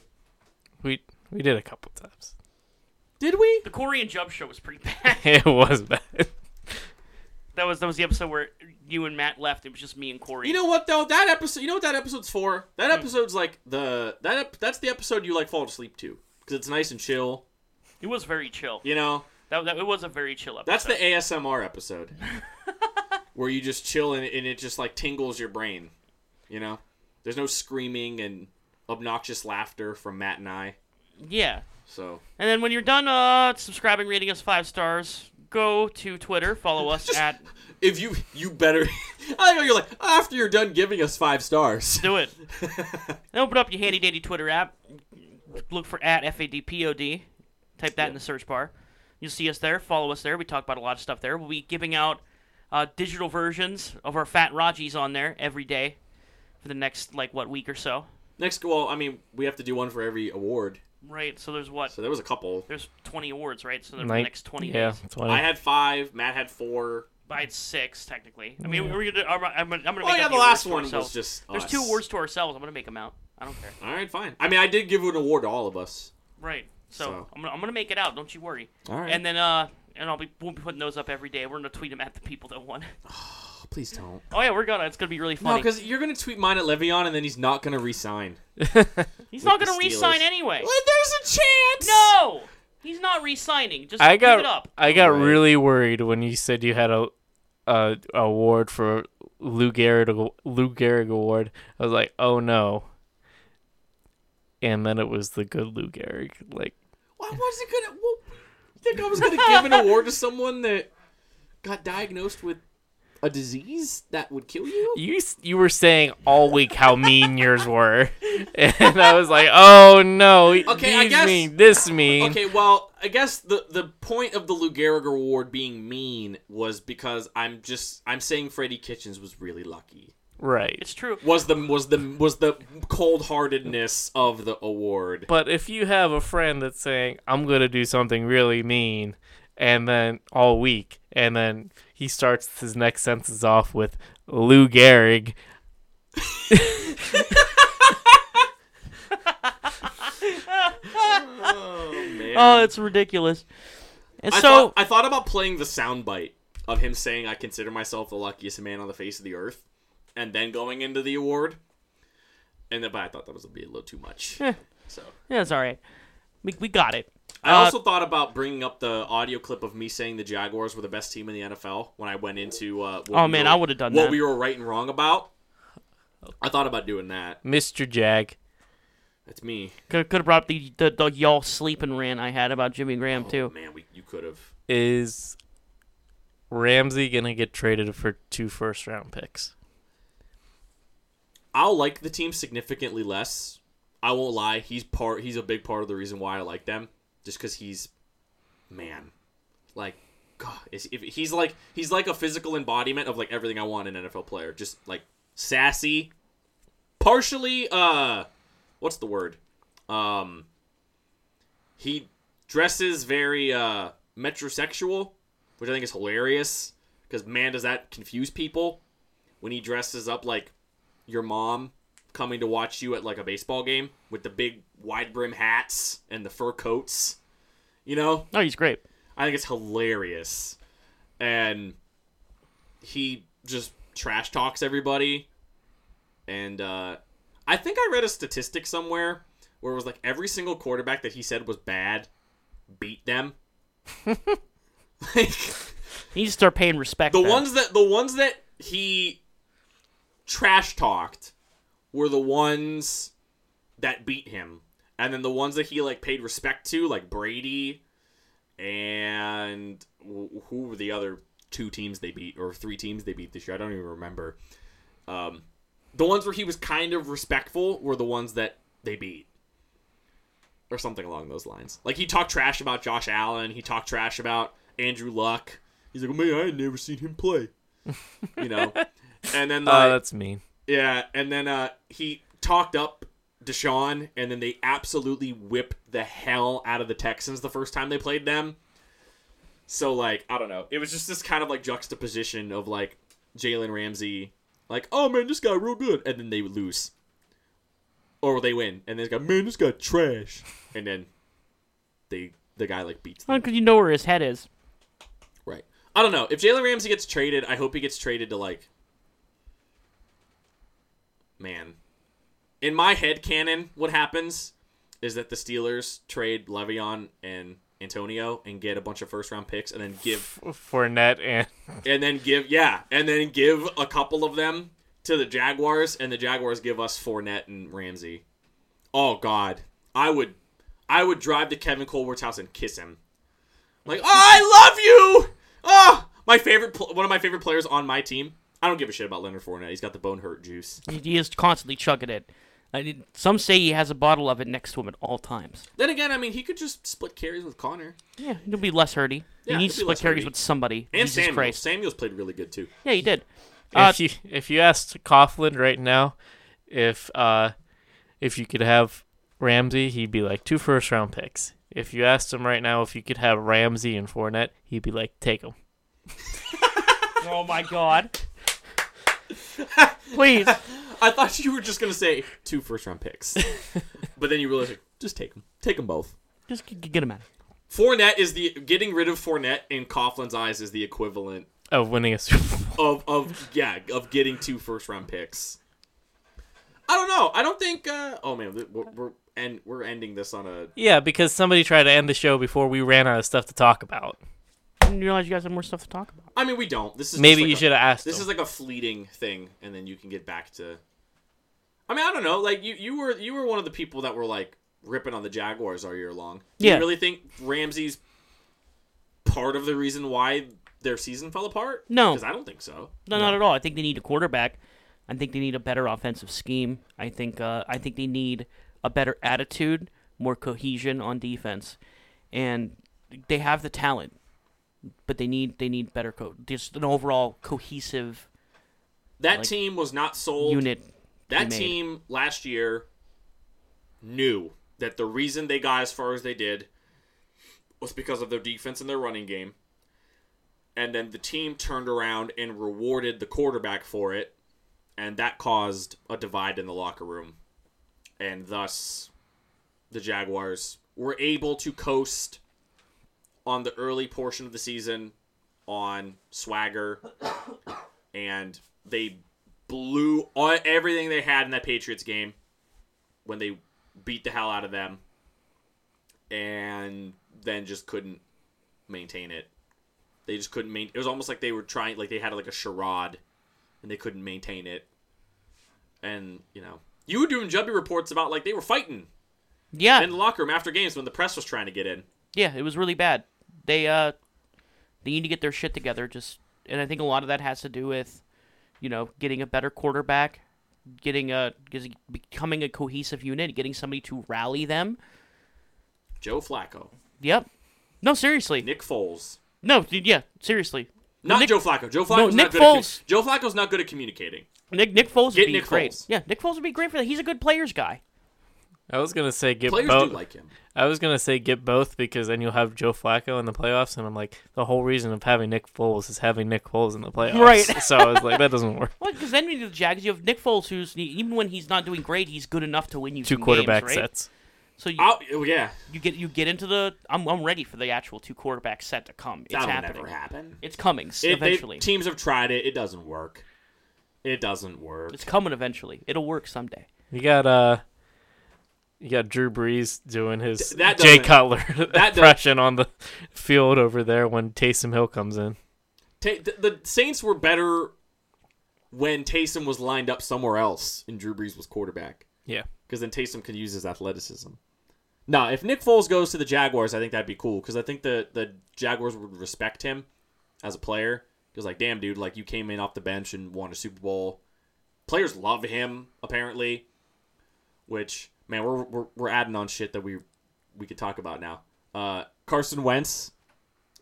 Speaker 4: We we did a couple times. [LAUGHS]
Speaker 2: Did we?
Speaker 3: The Corey and Jub show was pretty [LAUGHS] bad.
Speaker 4: It was bad.
Speaker 3: That was that was the episode where you and Matt left. It was just me and Corey.
Speaker 2: You know what though? That episode. You know what that episode's for? That episode's like the that ep- that's the episode you like fall asleep to because it's nice and chill.
Speaker 3: it was very chill.
Speaker 2: You know,
Speaker 3: That, that it was a very chill episode.
Speaker 2: that's the ASMR episode where you just chill and, and it just like tingles your brain. You know, there's no screaming and obnoxious laughter from Matt and I.
Speaker 3: yeah.
Speaker 2: So
Speaker 3: And then when you're done uh, subscribing, rating us five stars, go to Twitter, follow us
Speaker 2: [LAUGHS]
Speaker 3: at
Speaker 2: if you you better, [LAUGHS] I know you're like after you're done giving us five stars. [LAUGHS]
Speaker 3: do it. then open up your handy dandy Twitter app. Look for at FADPOD. Type that in the search bar. You'll see us there. Follow us there. We talk about a lot of stuff there. We'll be giving out uh, digital versions of our Fat Raji's on there every day for the next like what week or so.
Speaker 2: Next, well, I mean, we have to do one for every award.
Speaker 3: Right. So there's what
Speaker 2: So there was a couple.
Speaker 3: there's 20 awards, right? So the
Speaker 4: Night-
Speaker 3: next 20
Speaker 4: yeah,
Speaker 3: days.
Speaker 4: 20.
Speaker 2: I had five. Matt had four.
Speaker 3: I had six, technically. I mean, we're gonna, I'm, I'm, I'm gonna make
Speaker 2: Oh yeah,
Speaker 3: up
Speaker 2: the last
Speaker 3: awards to
Speaker 2: one was
Speaker 3: ourselves.
Speaker 2: just.
Speaker 3: There's
Speaker 2: us.
Speaker 3: two awards to ourselves. I'm gonna make them out. I don't care.
Speaker 2: All right, fine. I mean, I did give an award to all of us.
Speaker 3: Right. So,
Speaker 2: So.
Speaker 3: I'm, gonna, I'm gonna make it out. Don't you worry.
Speaker 2: All right.
Speaker 3: And then uh, and I'll be we'll be putting those up every day. We're gonna tweet them at the people that won. [LAUGHS]
Speaker 2: please don't.
Speaker 3: Oh yeah, we're gonna. It's gonna be really
Speaker 2: No,
Speaker 3: funny.
Speaker 2: because you're gonna tweet mine at Le'Veon, and then he's not gonna resign.
Speaker 3: He's not
Speaker 2: with the
Speaker 3: gonna re-sign
Speaker 2: Steelers.
Speaker 3: anyway.
Speaker 2: there's a chance.
Speaker 3: No, he's not re-signing. Just
Speaker 4: I
Speaker 3: give it
Speaker 4: got
Speaker 3: up.
Speaker 4: I got
Speaker 2: Right.
Speaker 4: really worried when you said you had a, a award for Lou Gehrig Lou Gehrig award. I was like, oh no. And then it was the good Lou Gehrig. Like
Speaker 2: Why was it gonna? Well, you think I was [LAUGHS] gonna give an award to someone that got diagnosed with a disease that would kill you?
Speaker 4: you s- you were saying all week how mean yours were, [LAUGHS] and I was like, oh no,
Speaker 2: Okay, I
Speaker 4: these
Speaker 2: guess-
Speaker 4: mean, this mean.
Speaker 2: Okay, well, I guess the the point of the Lou Gehrig award being mean was because I'm just I'm saying Freddie Kitchens was really lucky.
Speaker 4: Right.
Speaker 3: It's true.
Speaker 2: was the was the was the cold heartedness of the award.
Speaker 4: But if you have a friend that's saying, I'm going to do something really mean, and then all week, and then he starts his next sentence off with Lou Gehrig,
Speaker 3: Oh, it's ridiculous. And
Speaker 2: I
Speaker 3: so
Speaker 2: thought, I thought about playing the soundbite of him saying, "I consider myself the luckiest man on the face of the earth," and then going into the award. And then, but I thought that was a bit a little too much.
Speaker 3: Eh.
Speaker 2: so
Speaker 3: Yeah, it's all right. We, we got it.
Speaker 2: I
Speaker 3: Uh,
Speaker 2: also thought about bringing up the audio clip of me saying the Jaguars were the best team in the NFL when I went into. Uh, what
Speaker 3: Oh,
Speaker 2: we
Speaker 3: man,
Speaker 2: were-
Speaker 3: I would've done
Speaker 2: what
Speaker 3: that.
Speaker 2: we were right and wrong about. I thought about doing that.
Speaker 4: Mr. Jag.
Speaker 2: That's me.
Speaker 3: Could could have brought up the, the the y'all sleeping rant I had about Jimmy Graham too.
Speaker 2: Oh, Man, we you could have.
Speaker 4: Is Ramsey going to get traded for two first round picks?
Speaker 2: I'll like the team significantly less. I won't lie. He's part. He's a big part of the reason why I like them, just because he's, man, like, God, is if he's like he's like a physical embodiment of like everything I want in an NFL player. Just like sassy, partially. Uh, what's the word? Um, he dresses very uh metrosexual, which I think is hilarious. Because man, does that confuse people when he dresses up like your mom coming to watch you at like a baseball game with the big wide brim hats and the fur coats. You know,
Speaker 3: No, he's great.
Speaker 2: I think it's hilarious. And he just trash talks everybody. And uh, I think I read a statistic somewhere where it was like every single quarterback that he said was bad beat them. like
Speaker 3: He needs to start paying respect.
Speaker 2: the
Speaker 3: then.
Speaker 2: ones that the ones that he trash talked were the ones that beat him, and then the ones that he like paid respect to, like Brady, and wh- who were the other two teams they beat or three teams they beat this year? I don't even remember. Um, the ones where he was kind of respectful were the ones that they beat. Or something along those lines. Like he talked trash about Josh Allen. He talked trash about Andrew Luck. He's like, man, I had never seen him play.
Speaker 4: [LAUGHS]
Speaker 2: You know, and then
Speaker 4: Oh,
Speaker 2: like,
Speaker 4: that's mean.
Speaker 2: yeah, and then uh, he talked up Deshaun, and then they absolutely whipped the hell out of the Texans the first time they played them. So like, I don't know. It was just this kind of like juxtaposition of like Jalen Ramsey, like, oh man, this guy real good, and then they would lose, or they win, and then this guy, man, this guy trash, and then they the guy like beats them.
Speaker 3: Because you know where his head is.
Speaker 2: Right. I don't know. If Jalen Ramsey gets traded, I hope he gets traded to like Man. In my head canon, what happens is that the Steelers trade Le'Veon and Antonio and get a bunch of first round picks and then give
Speaker 4: Fournette and
Speaker 2: and then give yeah, and then give a couple of them to the Jaguars and the Jaguars give us Fournette and Ramsey. Oh god. I would I would drive to Kevin Colbert's house and kiss him. Like, oh, I love you. Oh, my favorite, pl- one of my favorite players on my team. I don't give a shit about Leonard Fournette. He's got the bone hurt juice.
Speaker 3: He, he is constantly chugging it. I did- some say he has a bottle of it next to him at all times.
Speaker 2: Then again, I mean, he could just split carries with Connor
Speaker 3: Yeah, he'll be less hurty.
Speaker 2: Yeah,
Speaker 3: he needs to
Speaker 2: he'll be
Speaker 3: split
Speaker 2: less
Speaker 3: carries
Speaker 2: hurty.
Speaker 3: with somebody.
Speaker 2: and
Speaker 3: Jesus
Speaker 2: Samuel.
Speaker 3: Christ.
Speaker 2: Samuel's played really good too.
Speaker 3: Yeah, he did. Uh,
Speaker 4: if you if you asked Coughlin right now if uh if you could have Ramsey, he'd be like two first round picks. If you asked him right now if you could have Ramsey and Fournette, he'd be like take them.
Speaker 3: Oh
Speaker 2: [LAUGHS]
Speaker 3: my God. Please.
Speaker 2: I thought you were just gonna say two first round
Speaker 3: [LAUGHS]
Speaker 2: picks, but then you realized like, just take them, take them both.
Speaker 3: Just g- g- get him out.
Speaker 2: Fournette is the getting rid of Fournette in Coughlin's eyes is the equivalent
Speaker 4: Of winning a Super Bowl.
Speaker 2: of of yeah of getting two first round picks. I don't know. I don't think. Uh, oh man, th- we're, we're and we're ending this on a
Speaker 4: [LAUGHS] Yeah, because somebody tried to end the show before we ran out of stuff to talk about.
Speaker 3: I didn't realize you guys had more stuff to talk about.
Speaker 2: I mean, we don't. This is
Speaker 4: Maybe
Speaker 2: just like
Speaker 4: you
Speaker 2: a-
Speaker 4: should have asked.
Speaker 2: This
Speaker 4: him.
Speaker 2: is like a fleeting thing, and then you can get back to. I mean, I don't know. Like you, you were you were one of the people that were like ripping on the Jaguars all year long. Do
Speaker 3: Yeah.
Speaker 2: You really think Ramsey's part of the reason why their season fell apart?
Speaker 3: No.
Speaker 2: because I don't think so.
Speaker 3: No, not at all. I think they need a quarterback. I think they need a better offensive scheme. I think uh, I think they need a better attitude, more cohesion on defense, and they have the talent, but they need they need better co- just an overall cohesive
Speaker 2: That
Speaker 3: Like,
Speaker 2: team was not sold.
Speaker 3: unit.
Speaker 2: That
Speaker 3: made.
Speaker 2: team last year knew that the reason they got as far as they did was because of their defense and their running game. And then the team turned around and rewarded the quarterback for it. And that caused a divide in the locker room. And thus, the Jaguars were able to coast on the early portion of [COUGHS] the season on swagger. And they blew all, everything they had in that Patriots game when they beat the hell out of them, and then just couldn't maintain it. They just couldn't maintain. It was almost like they were trying, like they had like a charade, and they couldn't maintain it. And you know, you were doing Jubby reports about like they were fighting
Speaker 3: Yeah,
Speaker 2: in the locker room after games when the press was trying to get in.
Speaker 3: yeah, it was really bad. They uh, they need to get their shit together. Just and I think a lot of that has to do with, you know, getting a better quarterback, getting a getting- becoming a cohesive unit, getting somebody to rally them.
Speaker 2: Joe Flacco,
Speaker 3: Yep. No, seriously.
Speaker 2: Nick Foles,
Speaker 3: No, dude, yeah, seriously.
Speaker 2: not
Speaker 3: Nick-
Speaker 2: Joe Flacco. Joe Flacco's
Speaker 3: Nick
Speaker 2: not good. at commu-
Speaker 3: Foles.
Speaker 2: Joe Flacco's not good at communicating.
Speaker 3: Nick Nick Foles would
Speaker 2: Get
Speaker 3: be
Speaker 2: Nick
Speaker 3: great.
Speaker 2: Foles.
Speaker 3: Yeah, Nick Foles would be great for that. He's a good players guy.
Speaker 4: I was gonna say get
Speaker 2: Players
Speaker 4: both.
Speaker 2: do like him.
Speaker 4: I was gonna say get both because then you'll have Joe Flacco in the playoffs, and I'm like, the whole reason of having Nick Foles is having Nick Foles in the playoffs.
Speaker 3: Right.
Speaker 4: [LAUGHS] so I was like, that doesn't [LAUGHS] work.
Speaker 3: Well, because then you do the Jags. You have Nick Foles, who's even when he's not doing great, he's good enough to win you
Speaker 4: Two
Speaker 3: some
Speaker 4: quarterback
Speaker 3: games, right?
Speaker 4: sets.
Speaker 3: So you,
Speaker 2: Oh oh, yeah,
Speaker 3: you get you get into the. I'm I'm ready for the actual two quarterback set to come. It's
Speaker 2: that'll
Speaker 3: happening.
Speaker 2: never happen.
Speaker 3: It's coming s-
Speaker 2: It- they-
Speaker 3: eventually.
Speaker 2: teams have tried it. It doesn't work. It doesn't work.
Speaker 3: it's coming eventually. It'll work someday.
Speaker 4: You got uh, you got Drew Brees doing his
Speaker 2: Th- that
Speaker 4: Jay
Speaker 2: doesn't-
Speaker 4: Cutler [LAUGHS]
Speaker 2: doesn't-
Speaker 4: impression on the field over there when Taysom Hill comes in.
Speaker 2: Ta- the, the Saints were better when Taysom was lined up somewhere else and Drew Brees was quarterback
Speaker 4: Yeah.
Speaker 2: because then Taysom can use his athleticism. Now, if Nick Foles goes to the Jaguars, I think that'd be cool because I think the the Jaguars would respect him as a player because like, damn dude, like you came in off the bench and won a Super Bowl. Players love him apparently, which man, we're we're, we're adding on shit that we we could talk about now. Uh, Carson Wentz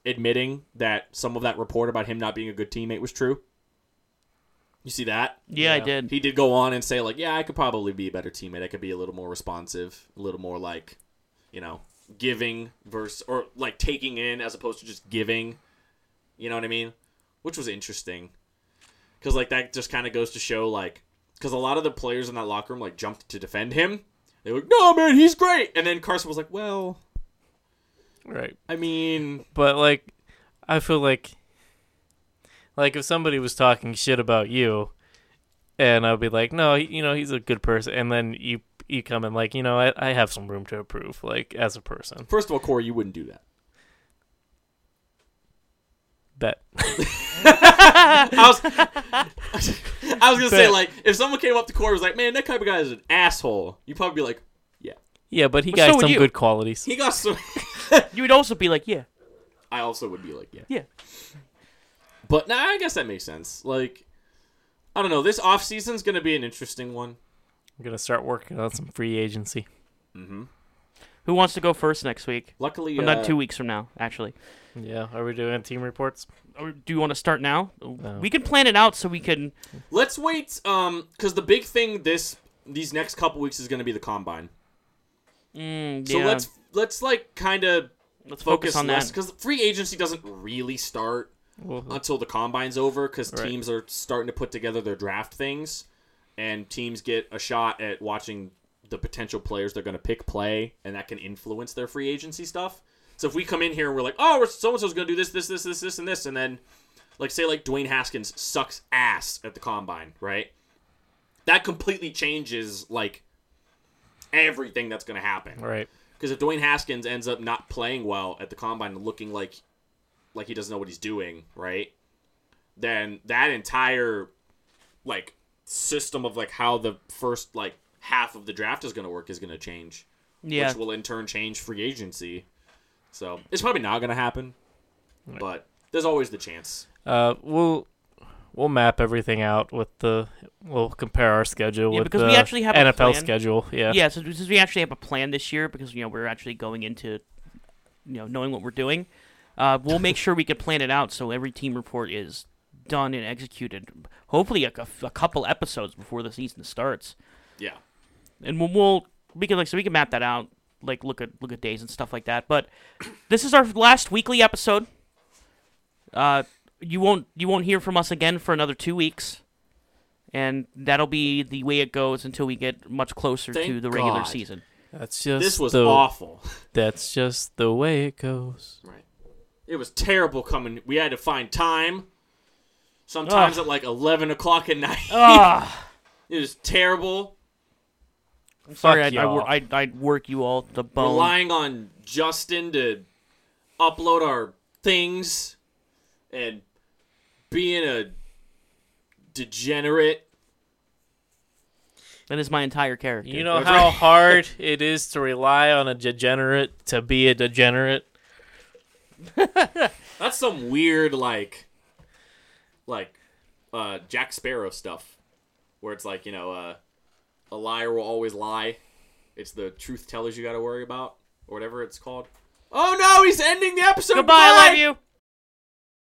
Speaker 2: admitting that some of that report about him not being a good teammate was true. You see that?
Speaker 3: Yeah, I did.
Speaker 2: he did go on and say like, yeah, I could probably be a better teammate. I could be a little more responsive, a little more like, you know, giving versus or like taking in as opposed to just giving. You know what I mean? Which was interesting, because like that just kind of goes to show like, because a lot of the players in that locker room like jumped to defend him. They were like, no man, he's great. And then Carson was like, well,
Speaker 4: Right.
Speaker 2: I mean,
Speaker 4: But like, I feel like, like if somebody was talking shit about you, and I'd be like, no, he- you know, he's a good person, and then you you come in like, you know, I, I have some room to improve, like as a person.
Speaker 2: first of all, Corey, you wouldn't do that.
Speaker 4: Bet.
Speaker 2: I was, [LAUGHS] I was gonna say
Speaker 4: Bet.
Speaker 2: like, if someone came up to Corey and was like, man, that type of guy is an asshole. You'd probably be like, yeah.
Speaker 4: Yeah, but he
Speaker 3: But
Speaker 4: got
Speaker 3: so would
Speaker 4: some
Speaker 3: you.
Speaker 4: good qualities.
Speaker 2: He got some.
Speaker 3: You would also be like, yeah,
Speaker 2: [LAUGHS] I also would be like, yeah.
Speaker 3: yeah.
Speaker 2: But nah, I guess that makes sense. Like, I don't know. This off season's gonna be an interesting one.
Speaker 4: I'm gonna start working on some free agency.
Speaker 3: Who wants to go first next week?
Speaker 2: Luckily,
Speaker 3: Well,
Speaker 2: uh,
Speaker 3: not two weeks from now, actually.
Speaker 4: Yeah. Are we doing team reports?
Speaker 3: Or do you want to start now?
Speaker 4: Oh.
Speaker 3: We can plan it out so we can.
Speaker 2: Let's wait. Um, because the big thing this these next couple weeks is gonna be the combine.
Speaker 3: Mm,
Speaker 2: So
Speaker 3: yeah,
Speaker 2: let's let's like kind of
Speaker 3: let's
Speaker 2: focus,
Speaker 3: focus on
Speaker 2: less
Speaker 3: that.
Speaker 2: because free agency doesn't really start
Speaker 4: Well, uh,
Speaker 2: until the combine's over because
Speaker 4: Right.
Speaker 2: teams are starting to put together their draft things and teams get a shot at watching the potential players they're going to pick play and that can influence their free agency stuff so if we come in here and we're like oh we're so-and-so's going to do this this this this this and this and then like say like dwayne haskins sucks ass at the combine right that completely changes like everything that's going to happen
Speaker 4: right.
Speaker 2: because if Dwayne Haskins ends up not playing well at the combine, and looking like like he doesn't know what he's doing, right? Then that entire like system of like how the first like half of the draft is going to work is going to change,
Speaker 3: yeah.
Speaker 2: which will in turn change free agency. So it's probably not going to happen, but there's always the chance.
Speaker 4: Uh, we'll we'll map everything out with the. We'll compare our schedule
Speaker 3: Yeah,
Speaker 4: with
Speaker 3: because
Speaker 4: the
Speaker 3: we actually have a
Speaker 4: NFL
Speaker 3: plan.
Speaker 4: schedule. Yeah.
Speaker 3: yeah, so since we actually have a plan this year because you know we're actually going into you know knowing what we're doing, uh, we'll make sure we can plan it out so every team report is done and executed. Hopefully, a, a couple episodes before the season starts,
Speaker 2: Yeah,
Speaker 3: and we'll, we'll we can like so we can map that out, like look at look at days and stuff like that. But this is our last weekly episode. Uh, you won't you won't hear from us again for another two weeks. And that'll be the way it goes until we get much closer
Speaker 2: Thank
Speaker 3: to the regular
Speaker 2: God.
Speaker 3: season.
Speaker 4: That's just
Speaker 2: this was
Speaker 4: the,
Speaker 2: awful. [LAUGHS]
Speaker 4: That's just the way it goes.
Speaker 2: Right, it was terrible coming. We had to find time. Sometimes
Speaker 3: Ugh.
Speaker 2: at like eleven o'clock at night.
Speaker 3: Ah,
Speaker 2: [LAUGHS] It was terrible.
Speaker 3: I'm sorry,
Speaker 4: Fuck
Speaker 3: I, I, wor-
Speaker 4: y'all.
Speaker 3: I, I'd work you all to the bone.
Speaker 2: Relying on Justin to upload our things and being a degenerate.
Speaker 3: That is my entire character.
Speaker 4: You know
Speaker 2: [LAUGHS]
Speaker 4: how hard it is to rely on a degenerate to be a degenerate?
Speaker 2: That's some weird like like uh Jack Sparrow stuff where it's like, you know, uh a liar will always lie. It's the truth tellers you got to worry about or whatever it's called. Oh no, he's ending the episode.
Speaker 3: Goodbye, I love you.